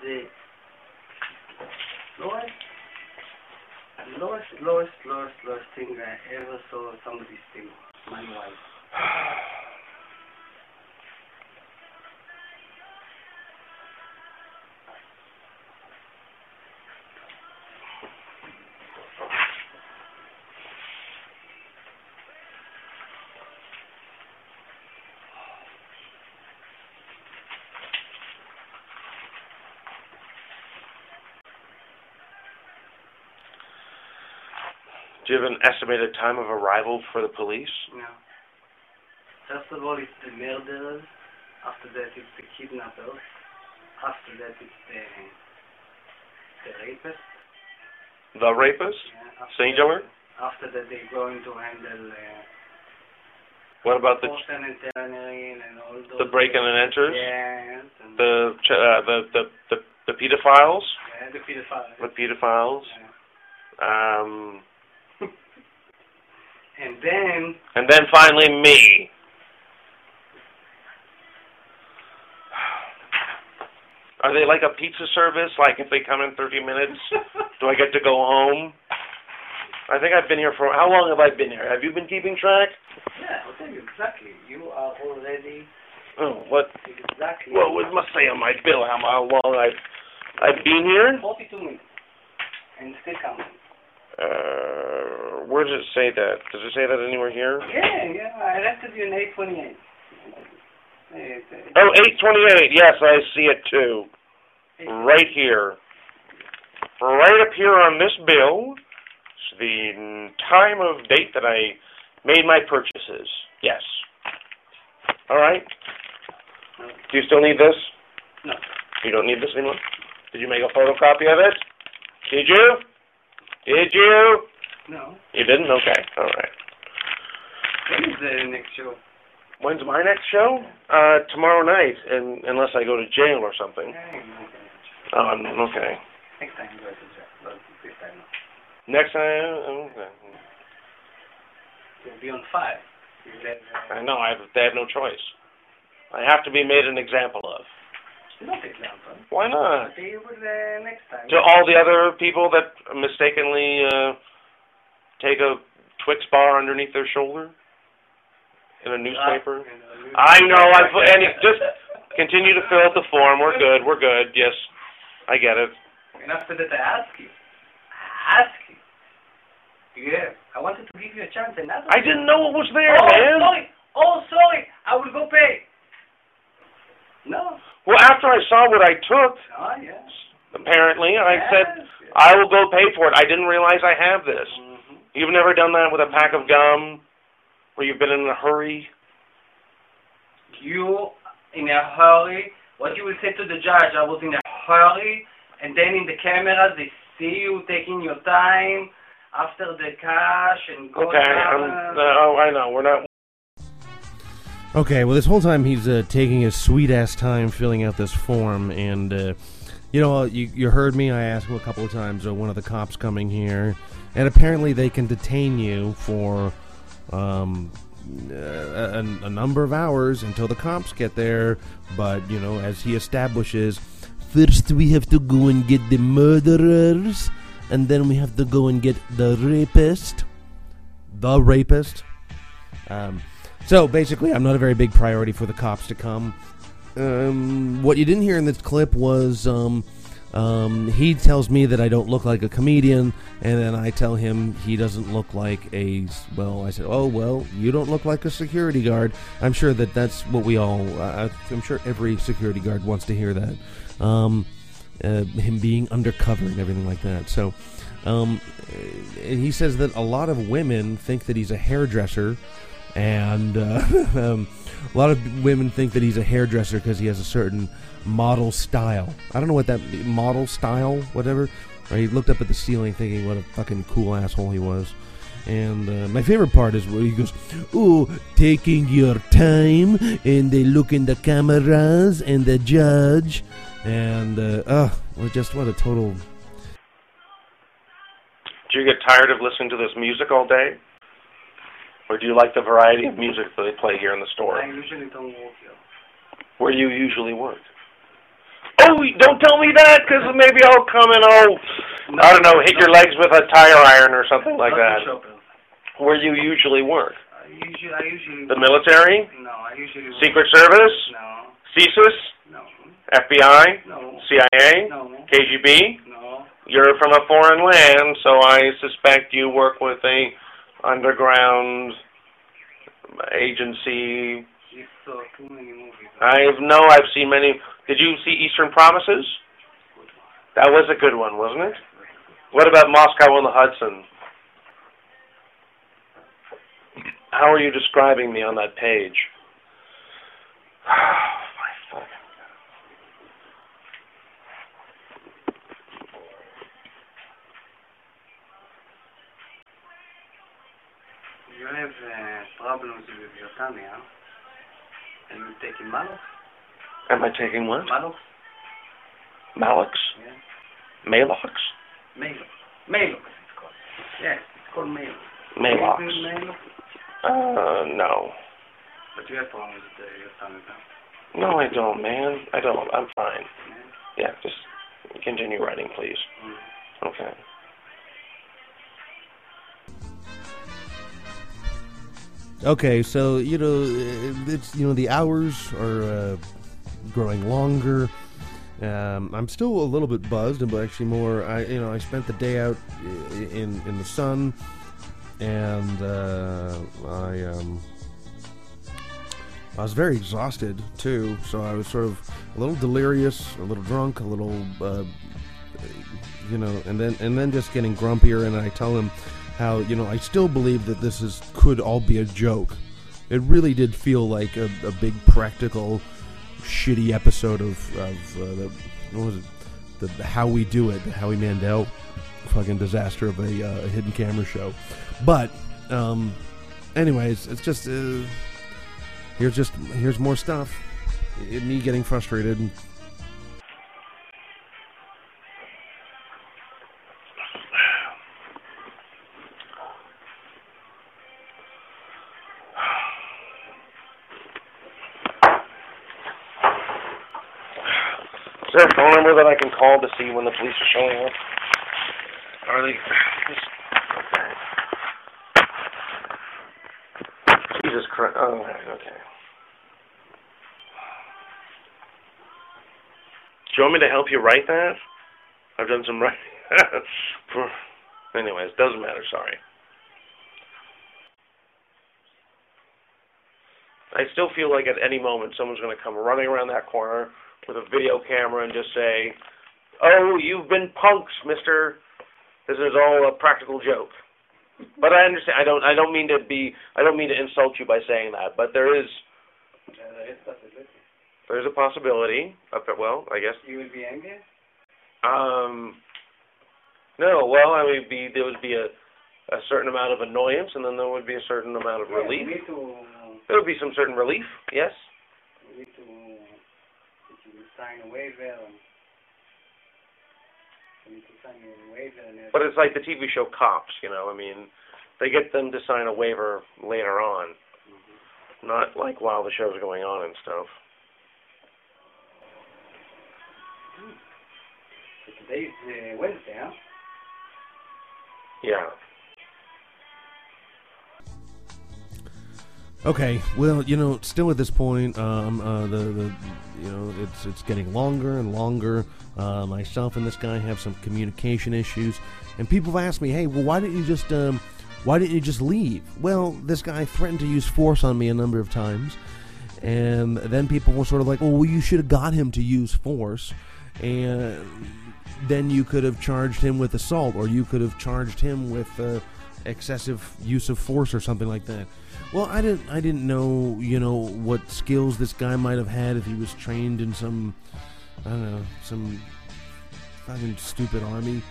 Speaker 16: The lowest, lowest, lowest, lowest, lowest thing I ever saw somebody steal. My wife.
Speaker 17: Do you have an estimated time of arrival for the police?
Speaker 16: No. First of all, it's the murderers. After that, it's the kidnappers. After that, it's the the rapists.
Speaker 17: The rapist?
Speaker 16: Yeah, after
Speaker 17: Singular?
Speaker 16: After that, they're going to handle uh,
Speaker 17: What about the
Speaker 16: force and entering and all those.
Speaker 17: the break in and enters?
Speaker 16: Yes, and
Speaker 17: The ch- uh, the, the the the pedophiles?
Speaker 16: yeah, the pedophiles.
Speaker 17: The pedophiles? Um,
Speaker 16: And then
Speaker 17: and then finally me. Are they like a pizza service? Like if they come in 30 minutes, do I get to go home? I think I've been here for how long have I been here? Have you been keeping track?
Speaker 16: Yeah, I'll tell you exactly. You are already
Speaker 17: Oh, what
Speaker 16: exactly.
Speaker 17: Well, it must say on my bill how, how long I've I've been here.
Speaker 16: 42 minutes. And still counting.
Speaker 17: Uh, where does it say that? Does it say that anywhere here?
Speaker 16: Yeah, yeah. I arrested you in 828. Eight, eight.
Speaker 17: Oh, eight twenty-eight. Yes, I see it too. Right here, right up here on this bill the time of date that I made my purchases. Yes. All right. Do you still need this?
Speaker 16: No.
Speaker 17: You don't need this anymore? Did you make a photocopy of it? Did you? Did you?
Speaker 16: No.
Speaker 17: You didn't? Okay. All right.
Speaker 16: When is the next show?
Speaker 17: When's my next show? Uh, tomorrow night, and unless I go to jail or something. Oh, I'm, okay.
Speaker 16: Next time go to Jack. Well, This time no.
Speaker 17: Next time, okay.
Speaker 16: You'll be on fire. You'll let, uh,
Speaker 17: I know I have. They have no choice. I have to be made an example of
Speaker 16: not example.
Speaker 17: Why not?
Speaker 16: They will uh, next time.
Speaker 17: to all the other people that mistakenly uh, take a Twix bar underneath their shoulder in a newspaper. I know. I fu- and it just continue to fill out the form. We're good. We're good. Yes, I get it.
Speaker 16: And after that, I ask you. I ask you. Yeah, I wanted to give you a chance, and that's.
Speaker 17: I didn't know it was there,
Speaker 16: oh,
Speaker 17: man.
Speaker 16: sorry. Oh, sorry. I will go pay. No.
Speaker 17: Well, after I saw what I took,
Speaker 16: Oh, yeah.
Speaker 17: apparently, I said I will go pay for it. I didn't realize I have this. You've never done that with a pack of gum, where you've been in a hurry.
Speaker 16: You in a hurry. What you will say to the judge? I was in a hurry, and then in the cameras they see you taking your time after the cash and going
Speaker 17: Okay, I'm, no, I know we're not.
Speaker 4: Okay, well, this whole time he's uh, taking his sweet ass time filling out this form, and uh, you know, you, you heard me. I asked him a couple of times. Uh, one of the cops coming here, and apparently they can detain you for um, uh, a, a number of hours until the cops get there. But you know, as he establishes, first we have to go and get the murderers, and then we have to go and get the rapist, the rapist. Um, so basically, I'm not a very big priority for the cops to come. Um, what you didn't hear in this clip was um, um, he tells me that I don't look like a comedian, and then I tell him he doesn't look like a. Well, I said, oh well, you don't look like a security guard. I'm sure that that's what we all. I, I'm sure every security guard wants to hear that. Um, uh, him being undercover and everything like that. So, um, and he says that a lot of women think that he's a hairdresser, and uh, um, a lot of women think that he's a hairdresser because he has a certain model style. I don't know what that model style, whatever. Or he looked up at the ceiling thinking what a fucking cool asshole he was. And uh, my favorite part is where he goes, "Ooh, taking your time," and they look in the cameras and the judge, and uh, oh, well, just what a total
Speaker 17: Do you get tired of listening to this music all day, or do you like the variety of music that they play here in the store?
Speaker 16: I usually don't walk here.
Speaker 17: Where you usually work? Oh, don't tell me that, because maybe I'll come and I'll, I don't know, hit your legs with a tire iron or something like
Speaker 16: Not in
Speaker 17: that.
Speaker 16: Chopin.
Speaker 17: Where you usually work?
Speaker 16: I usually, I usually.
Speaker 17: The military?
Speaker 16: No, I usually. walk.
Speaker 17: Secret Service?
Speaker 16: No.
Speaker 17: CSIS?
Speaker 16: No.
Speaker 17: FBI?
Speaker 16: No.
Speaker 17: CIA?
Speaker 16: No.
Speaker 17: KGB?
Speaker 16: No.
Speaker 17: You're from a foreign land, so I suspect you work with a underground agency.
Speaker 16: You saw too many movies.
Speaker 17: I know I've seen many. Did you see Eastern Promises? That was a good one, wasn't it? What about Moscow on the Hudson? How are you describing me on that page?
Speaker 16: You have uh, problems with your tummy, huh? And you taking Malox?
Speaker 17: Am I taking what?
Speaker 16: Malox?
Speaker 17: Malox?
Speaker 16: Yeah.
Speaker 17: Malox?
Speaker 16: Malox. Malox, it's called. Yes, it's called Malox.
Speaker 17: Malox.
Speaker 16: Have you heard Malox?
Speaker 17: Uh, no.
Speaker 16: But you have problems with uh, your tummy, huh?
Speaker 17: No, I don't, man. I don't. I'm fine. Yeah, just continue writing, please. Okay.
Speaker 4: Okay, so you know, uh, it's you know the hours are uh, growing longer. Um, I'm still a little bit buzzed, but actually more. I you know I spent the day out i- in in the sun, and uh, I um, I was very exhausted too. So I was sort of a little delirious, a little drunk, a little uh, you know, and then and then just getting grumpier. And I tell him how you know I still believe that this is could all be a joke. It really did feel like a, a big practical shitty episode of of uh, the what was it the How We Do It, the Howie Mandel fucking disaster of a uh, hidden camera show. But um, anyways, it's just uh, here's just here's more stuff. I- me getting frustrated.
Speaker 17: Is there a phone number that I can call to see when the police are showing up? Are they? Jesus Christ! Oh, okay. Do you want me to help you write that? I've done some writing. For- Anyways, doesn't matter. Sorry. I still feel like at any moment someone's going to come running around that corner with a video camera and just say, "Oh, you've been punks, Mister. This is all a practical joke." But I understand. I don't. I don't mean to be. I don't mean to insult you by saying that. But there is. There is a possibility. Of, well, I guess.
Speaker 16: You would be angry?
Speaker 17: Um. No. Well, I mean, be there would be a a certain amount of annoyance, and then there would be a certain amount of
Speaker 16: Yeah,
Speaker 17: relief.
Speaker 16: We need to,
Speaker 17: There would be some certain relief. Yes.
Speaker 16: we need to, that you will sign a waiver. And, we need to sign a waiver. And
Speaker 17: But it's like the TV show Cops, you know. I mean, they get them to sign a waiver later on, not like while the show's going on and stuff.
Speaker 16: So today is uh, Wednesday, huh?
Speaker 17: Yeah.
Speaker 4: Okay, well, you know, still at this point, um, uh, the, the you know, it's it's getting longer and longer. Uh, myself and this guy have some communication issues, and people have asked me, "Hey, well, why didn't you just um, why didn't you just leave?" Well, this guy threatened to use force on me a number of times, and then people were sort of like, "Well, you should have got him to use force," and then you could have charged him with assault or you could have charged him with uh, excessive use of force or something like that well i didn't i didn't know you know what skills this guy might have had if he was trained in some i don't know some fucking stupid army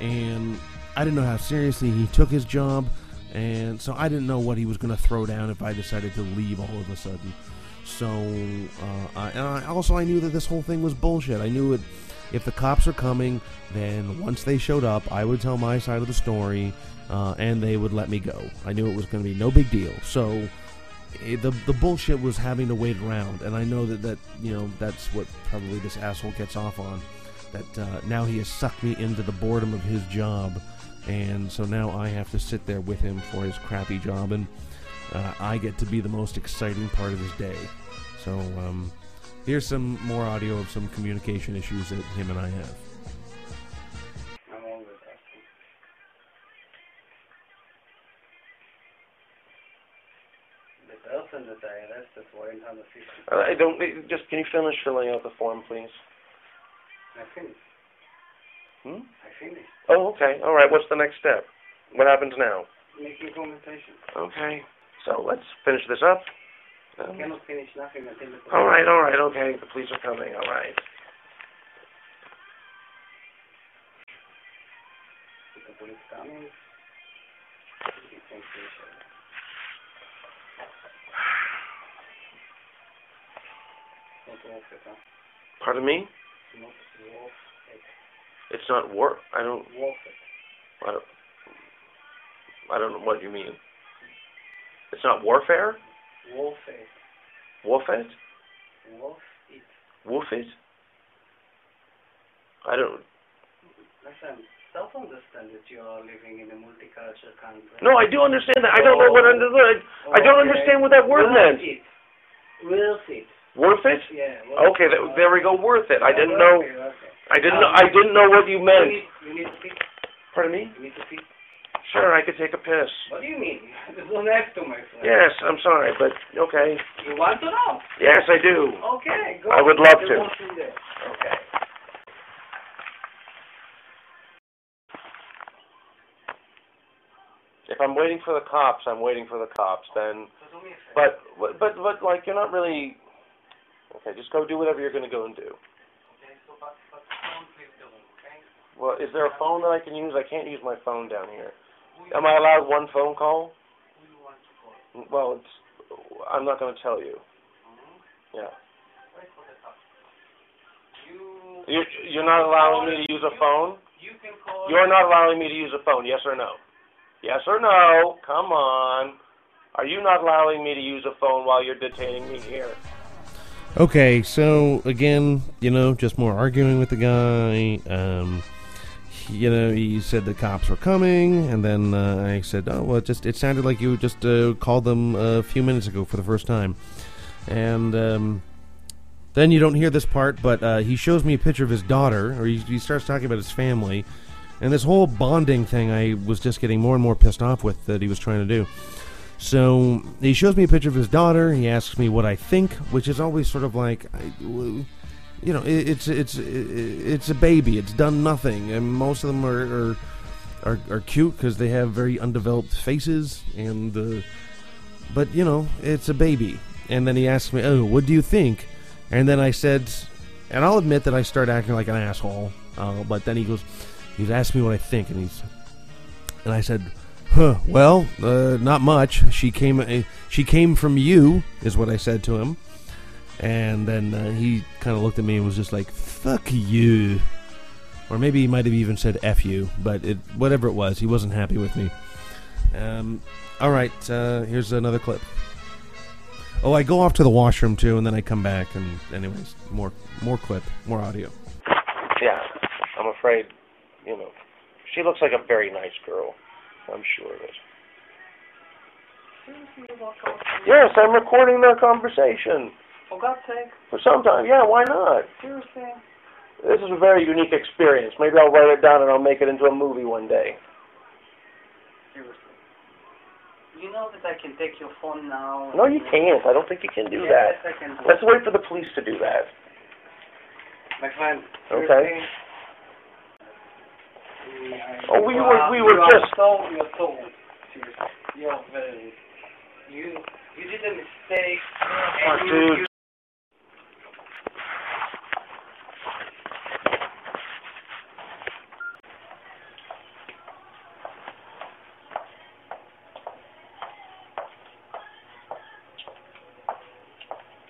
Speaker 4: and i didn't know how seriously he took his job and so i didn't know what he was going to throw down if i decided to leave all of a sudden so uh, I, and I also i knew that this whole thing was bullshit i knew it if the cops are coming then once they showed up i would tell my side of the story uh, and they would let me go i knew it was going to be no big deal so it, eh, the the bullshit was having to wait around, and I know that that you know that's what probably this asshole gets off on. That uh, now he has sucked me into the boredom of his job, and so now I have to sit there with him for his crappy job, and uh, I get to be the most exciting part of his day. So um, here's some more audio of some communication issues that him and I have.
Speaker 16: I'm always asking. The person that I arrested for 850.
Speaker 17: Uh, I don't. Just can you finish filling out the form, please?
Speaker 16: I finished.
Speaker 17: Hmm?
Speaker 16: I finished.
Speaker 17: Oh, okay. All right. What's the next step? What happens now?
Speaker 16: Making conversation.
Speaker 17: Okay. So let's finish this up. Um,
Speaker 16: Cannot finish nothing until the
Speaker 17: all right. All right. Okay. The police are coming. All right.
Speaker 16: The police coming. We can finish it. Not worth it, huh?
Speaker 17: Pardon me.
Speaker 16: Not worth it.
Speaker 17: It's not work. I don't.
Speaker 16: Worth it.
Speaker 17: I don't. I don't know what you mean. It's not warfare.
Speaker 16: Worth it.
Speaker 17: Wolf it.
Speaker 16: Worth it.
Speaker 17: Wolf it. I don't.
Speaker 16: Listen, self understand that you are living in a multicultural country.
Speaker 17: No, I do understand that. I don't know what under. I don't
Speaker 16: Okay.
Speaker 17: understand what that word
Speaker 16: Worth
Speaker 17: meant.
Speaker 16: it. Worth it.
Speaker 17: Worth it.
Speaker 16: Yeah. worth
Speaker 17: Okay,
Speaker 16: it.
Speaker 17: that, there we go. Worth it. I
Speaker 16: Yeah,
Speaker 17: didn't
Speaker 16: worth
Speaker 17: know.
Speaker 16: it, worth it.
Speaker 17: I didn't know. I didn't know what you
Speaker 16: You
Speaker 17: meant.
Speaker 16: need, you need to pick.
Speaker 17: Pardon me.
Speaker 16: You need to pick.
Speaker 17: Sure, I could take a piss.
Speaker 16: What do you mean? You don't have to, my friend.
Speaker 17: Yes, I'm sorry, but okay.
Speaker 16: You want to know?
Speaker 17: Yes, I do.
Speaker 16: Okay, go.
Speaker 17: I would love
Speaker 16: You
Speaker 17: to.
Speaker 16: want to do that. Okay.
Speaker 17: If I'm waiting for the cops, I'm waiting for the cops. Then, but but but, but like you're not really. Okay, just go do whatever you're going to go and do. Well, is there a phone that I can use? I can't use my phone down here. Am I allowed one phone call? Well, it's. I'm not going to tell you. Yeah. You're, you're not allowing me to use a phone?
Speaker 16: You can call.
Speaker 17: You're not allowing me to use a phone, yes or no? Yes or no? Come on. Are you not allowing me to use a phone while you're detaining me here?
Speaker 4: Okay, so again, you know, just more arguing with the guy. Um, he- you know, he said the cops were coming, and then uh, I said, "Oh, well, it just it sounded like you just uh, called them a few minutes ago for the first time," and. Um, then you don't hear this part, but uh, he shows me a picture of his daughter, or he, he starts talking about his family, and this whole bonding thing I was just getting more and more pissed off with that he was trying to do. So he shows me a picture of his daughter. He asks me what I think, which is always sort of like, I, w- you know, it, it's it's i- i- it's a baby. It's done nothing, and most of them are are, are, are cute because they have very undeveloped faces and. Uh, but you know, it's a baby. And then he asked me, "Oh, what do you think?" And then I said, and I'll admit that I started acting like an asshole. Uh, but then he goes, he's asked me what I think, and he's, and I said, "Huh, well, uh, not much. She came, uh, she came from you," is what I said to him. And then uh, he kind of looked at me and was just like, "Fuck you," or maybe he might have even said "f you," but it, whatever it was, he wasn't happy with me. Um, all right, uh, here's another clip. Oh, I go off to the washroom too, and then I come back, and anyways, more more clip, more audio.
Speaker 17: Yeah, I'm afraid, you know, she looks like a very nice girl. I'm sure of it. Yes, I'm recording their conversation.
Speaker 16: For God's sake.
Speaker 17: For some time, yeah, why not?
Speaker 16: Seriously.
Speaker 17: This is a very unique experience. Maybe I'll write it down and I'll make it into a movie one day.
Speaker 16: Seriously. You know that I can take your phone now.
Speaker 17: No, you can't. I don't think you can do
Speaker 16: yes,
Speaker 17: that.
Speaker 16: I can do
Speaker 17: Let's
Speaker 16: it.
Speaker 17: wait for the police to do that.
Speaker 16: My friend.
Speaker 17: Okay.
Speaker 16: seriously,
Speaker 17: Oh, we
Speaker 16: you
Speaker 17: were-
Speaker 16: are-
Speaker 17: we were
Speaker 16: you are
Speaker 17: just-
Speaker 16: so you're so rude. Seriously. You're very rude. you you did a mistake.
Speaker 17: Oh,
Speaker 16: and you,
Speaker 17: dude.
Speaker 16: you-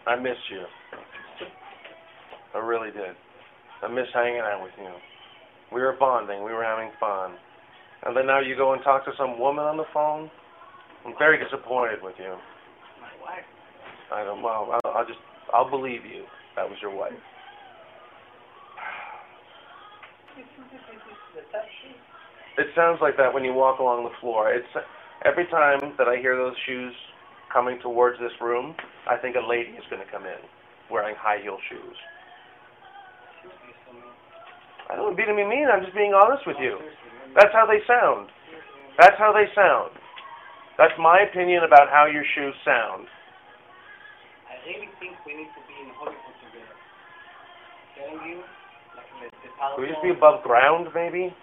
Speaker 17: I miss you. I really did. I miss hanging out with you. We were bonding. We were having fun. And then now you go and talk to some woman on the phone. I'm very disappointed with you.
Speaker 16: My wife.
Speaker 17: I don't know. I'll, I'll just I'll believe you. That was your wife.
Speaker 16: This is- this is- this is- that's it.
Speaker 17: It sounds like that when you walk along the floor. It's every time that I hear those shoes coming towards this room, I think a lady is going to come in wearing high heel shoes. I don't mean to be mean. I'm just being honest with you. That's how they sound. That's how they sound. That's my opinion about how your shoes sound.
Speaker 16: I really think we need to be in Hollywood together. Telling you, like the, the
Speaker 17: Could we just be above ground, maybe?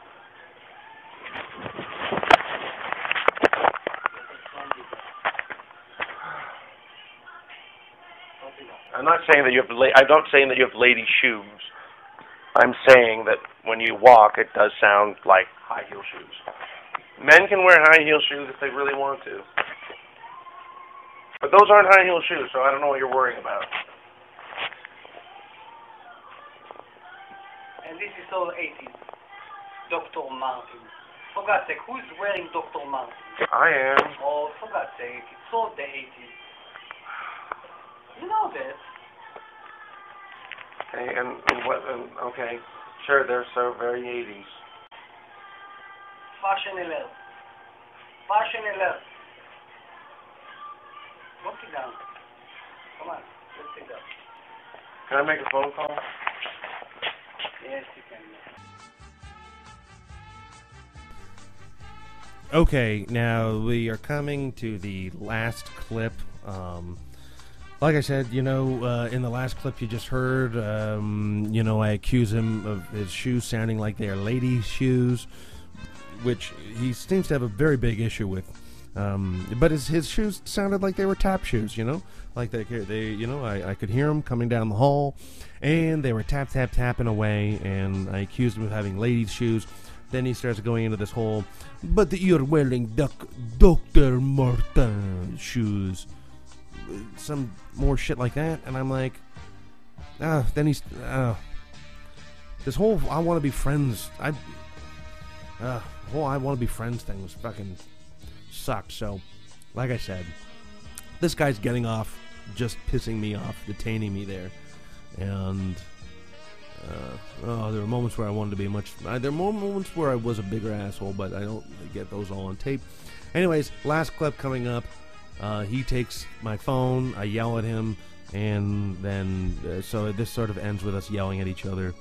Speaker 17: I'm not saying that you have. La- I'm not saying that you have lady shoes. I'm saying that when you walk, it does sound like high heel shoes. Men can wear high heel shoes if they really want to, but those aren't high heel shoes, so I don't know what you're worrying about.
Speaker 16: And this is all 80s. Dr. Martin. For God's sake, who's wearing Dr. Martin?
Speaker 17: I am.
Speaker 16: Oh, for God's sake, it's all the 80s. You know that.
Speaker 17: Hey, and, and what? And, okay, sure, they're so very 80s.
Speaker 16: Fashion alert. Fashion alert. Don't sit down. Come on, let's sit down.
Speaker 17: Can I make a phone call?
Speaker 16: Yes, you can.
Speaker 4: Okay, now we are coming to the last clip. Um, like I said, you know, uh, in the last clip you just heard, um, you know, I accuse him of his shoes sounding like they are ladies' shoes. which he seems to have a very big issue with. Um, but his, his shoes sounded like they were tap shoes, you know, like they they you know I, I could hear him coming down the hall, and they were tap tap tapping away, and I accused him of having ladies' shoes. Then he starts going into this whole, but you're wearing duck Doctor Martin shoes, some more shit like that, and I'm like, ah. Then he's ah. This whole I want to be friends. I uh, whole I want to be friends thing was fucking sucked. So, like I said, this guy's getting off, just pissing me off, detaining me there, and uh, oh, there were moments where I wanted to be much. Uh, there were moments where I was a bigger asshole, but I don't get those all on tape. Anyways, last clip coming up. Uh, he takes my phone. I yell at him, and then uh, so this sort of ends with us yelling at each other.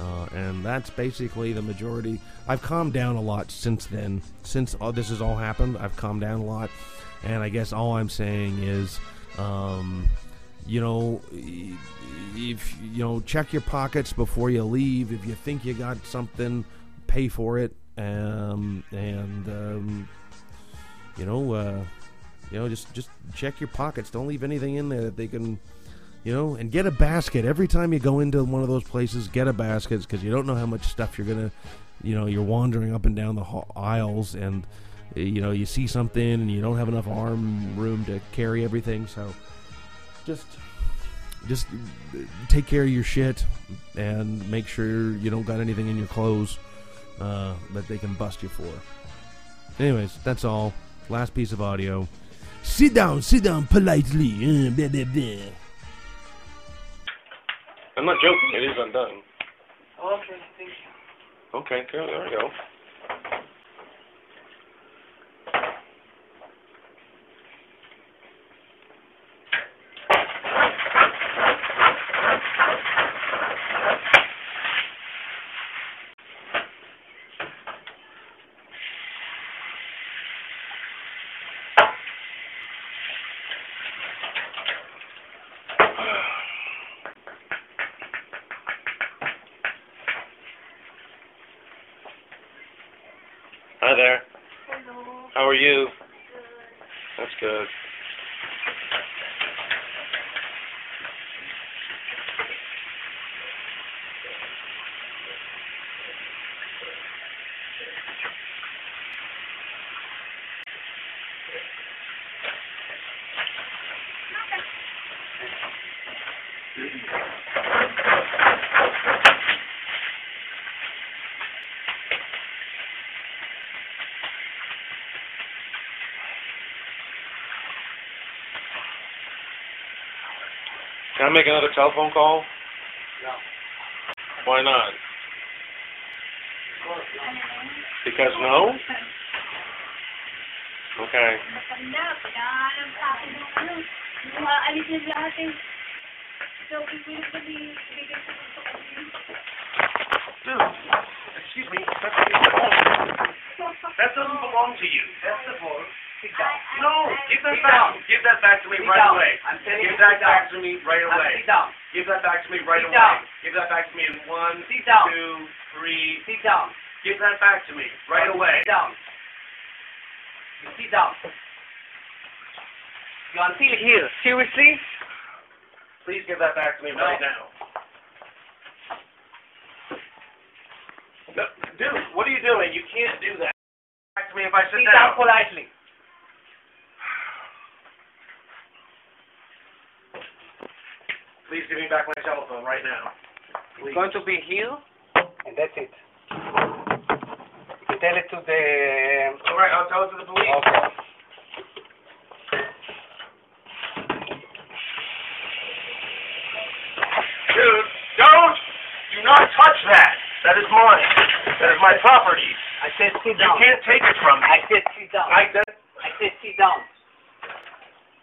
Speaker 4: Uh, and that's basically the majority. I've calmed down a lot since then. Since all this has all happened, I've calmed down a lot. And I guess all I'm saying is, um, you know, i- if you know, check your pockets before you leave. If you think you got something, pay for it. Um, and um, you know, uh, you know, just just check your pockets. Don't leave anything in there that they can, you know, and get a basket every time you go into one of those places. Get a basket because you don't know how much stuff you're gonna, you know, you're wandering up and down the ha- aisles and. uh, You know, you see something and you don't have enough arm room to carry everything, so just just uh, take care of your shit and make sure you don't got anything in your clothes uh, that they can bust you for. Anyways, that's all. Last piece of audio. Sit down, sit down politely. uh, blah, blah, blah.
Speaker 17: I'm not joking. It is undone.
Speaker 16: Okay, thank you.
Speaker 17: Okay, good. There we go. Hi there.
Speaker 16: Hello.
Speaker 17: How are you? That's good. Can I make another telephone call?
Speaker 16: No.
Speaker 17: Why not? Because no? Okay.
Speaker 16: Dude, excuse me. That's that doesn't belong to you. That's the ball. No, give that back. Give that back to me
Speaker 19: Sit
Speaker 16: right
Speaker 19: down.
Speaker 16: away.
Speaker 19: I'm telling you,
Speaker 16: give that
Speaker 19: sit
Speaker 16: back
Speaker 19: down.
Speaker 16: to me right
Speaker 19: Now
Speaker 16: away.
Speaker 19: sit down.
Speaker 16: Give that back to me right
Speaker 19: Sit
Speaker 16: away.
Speaker 19: down.
Speaker 16: Give that back to me in one,
Speaker 19: Sit down.
Speaker 16: two, three.
Speaker 19: Sit down.
Speaker 16: Give that back to me right away.
Speaker 19: Sit down. You sit down. You are still here. Seriously?
Speaker 16: Please give that back to me right now. No, dude, what are you doing? You can't do that. Back to me if I sit
Speaker 19: Sit down politely.
Speaker 16: Please give me back my telephone right now.
Speaker 19: It's going to be here, and that's it. You can tell it to the.
Speaker 16: All right, I'll tell it to the police. Okay. Dude, don't, do not touch that. That is mine. That is my property.
Speaker 19: I said sit
Speaker 16: You
Speaker 19: down.
Speaker 16: can't take it from me.
Speaker 19: I said sit down.
Speaker 16: I, that,
Speaker 19: I said sit down.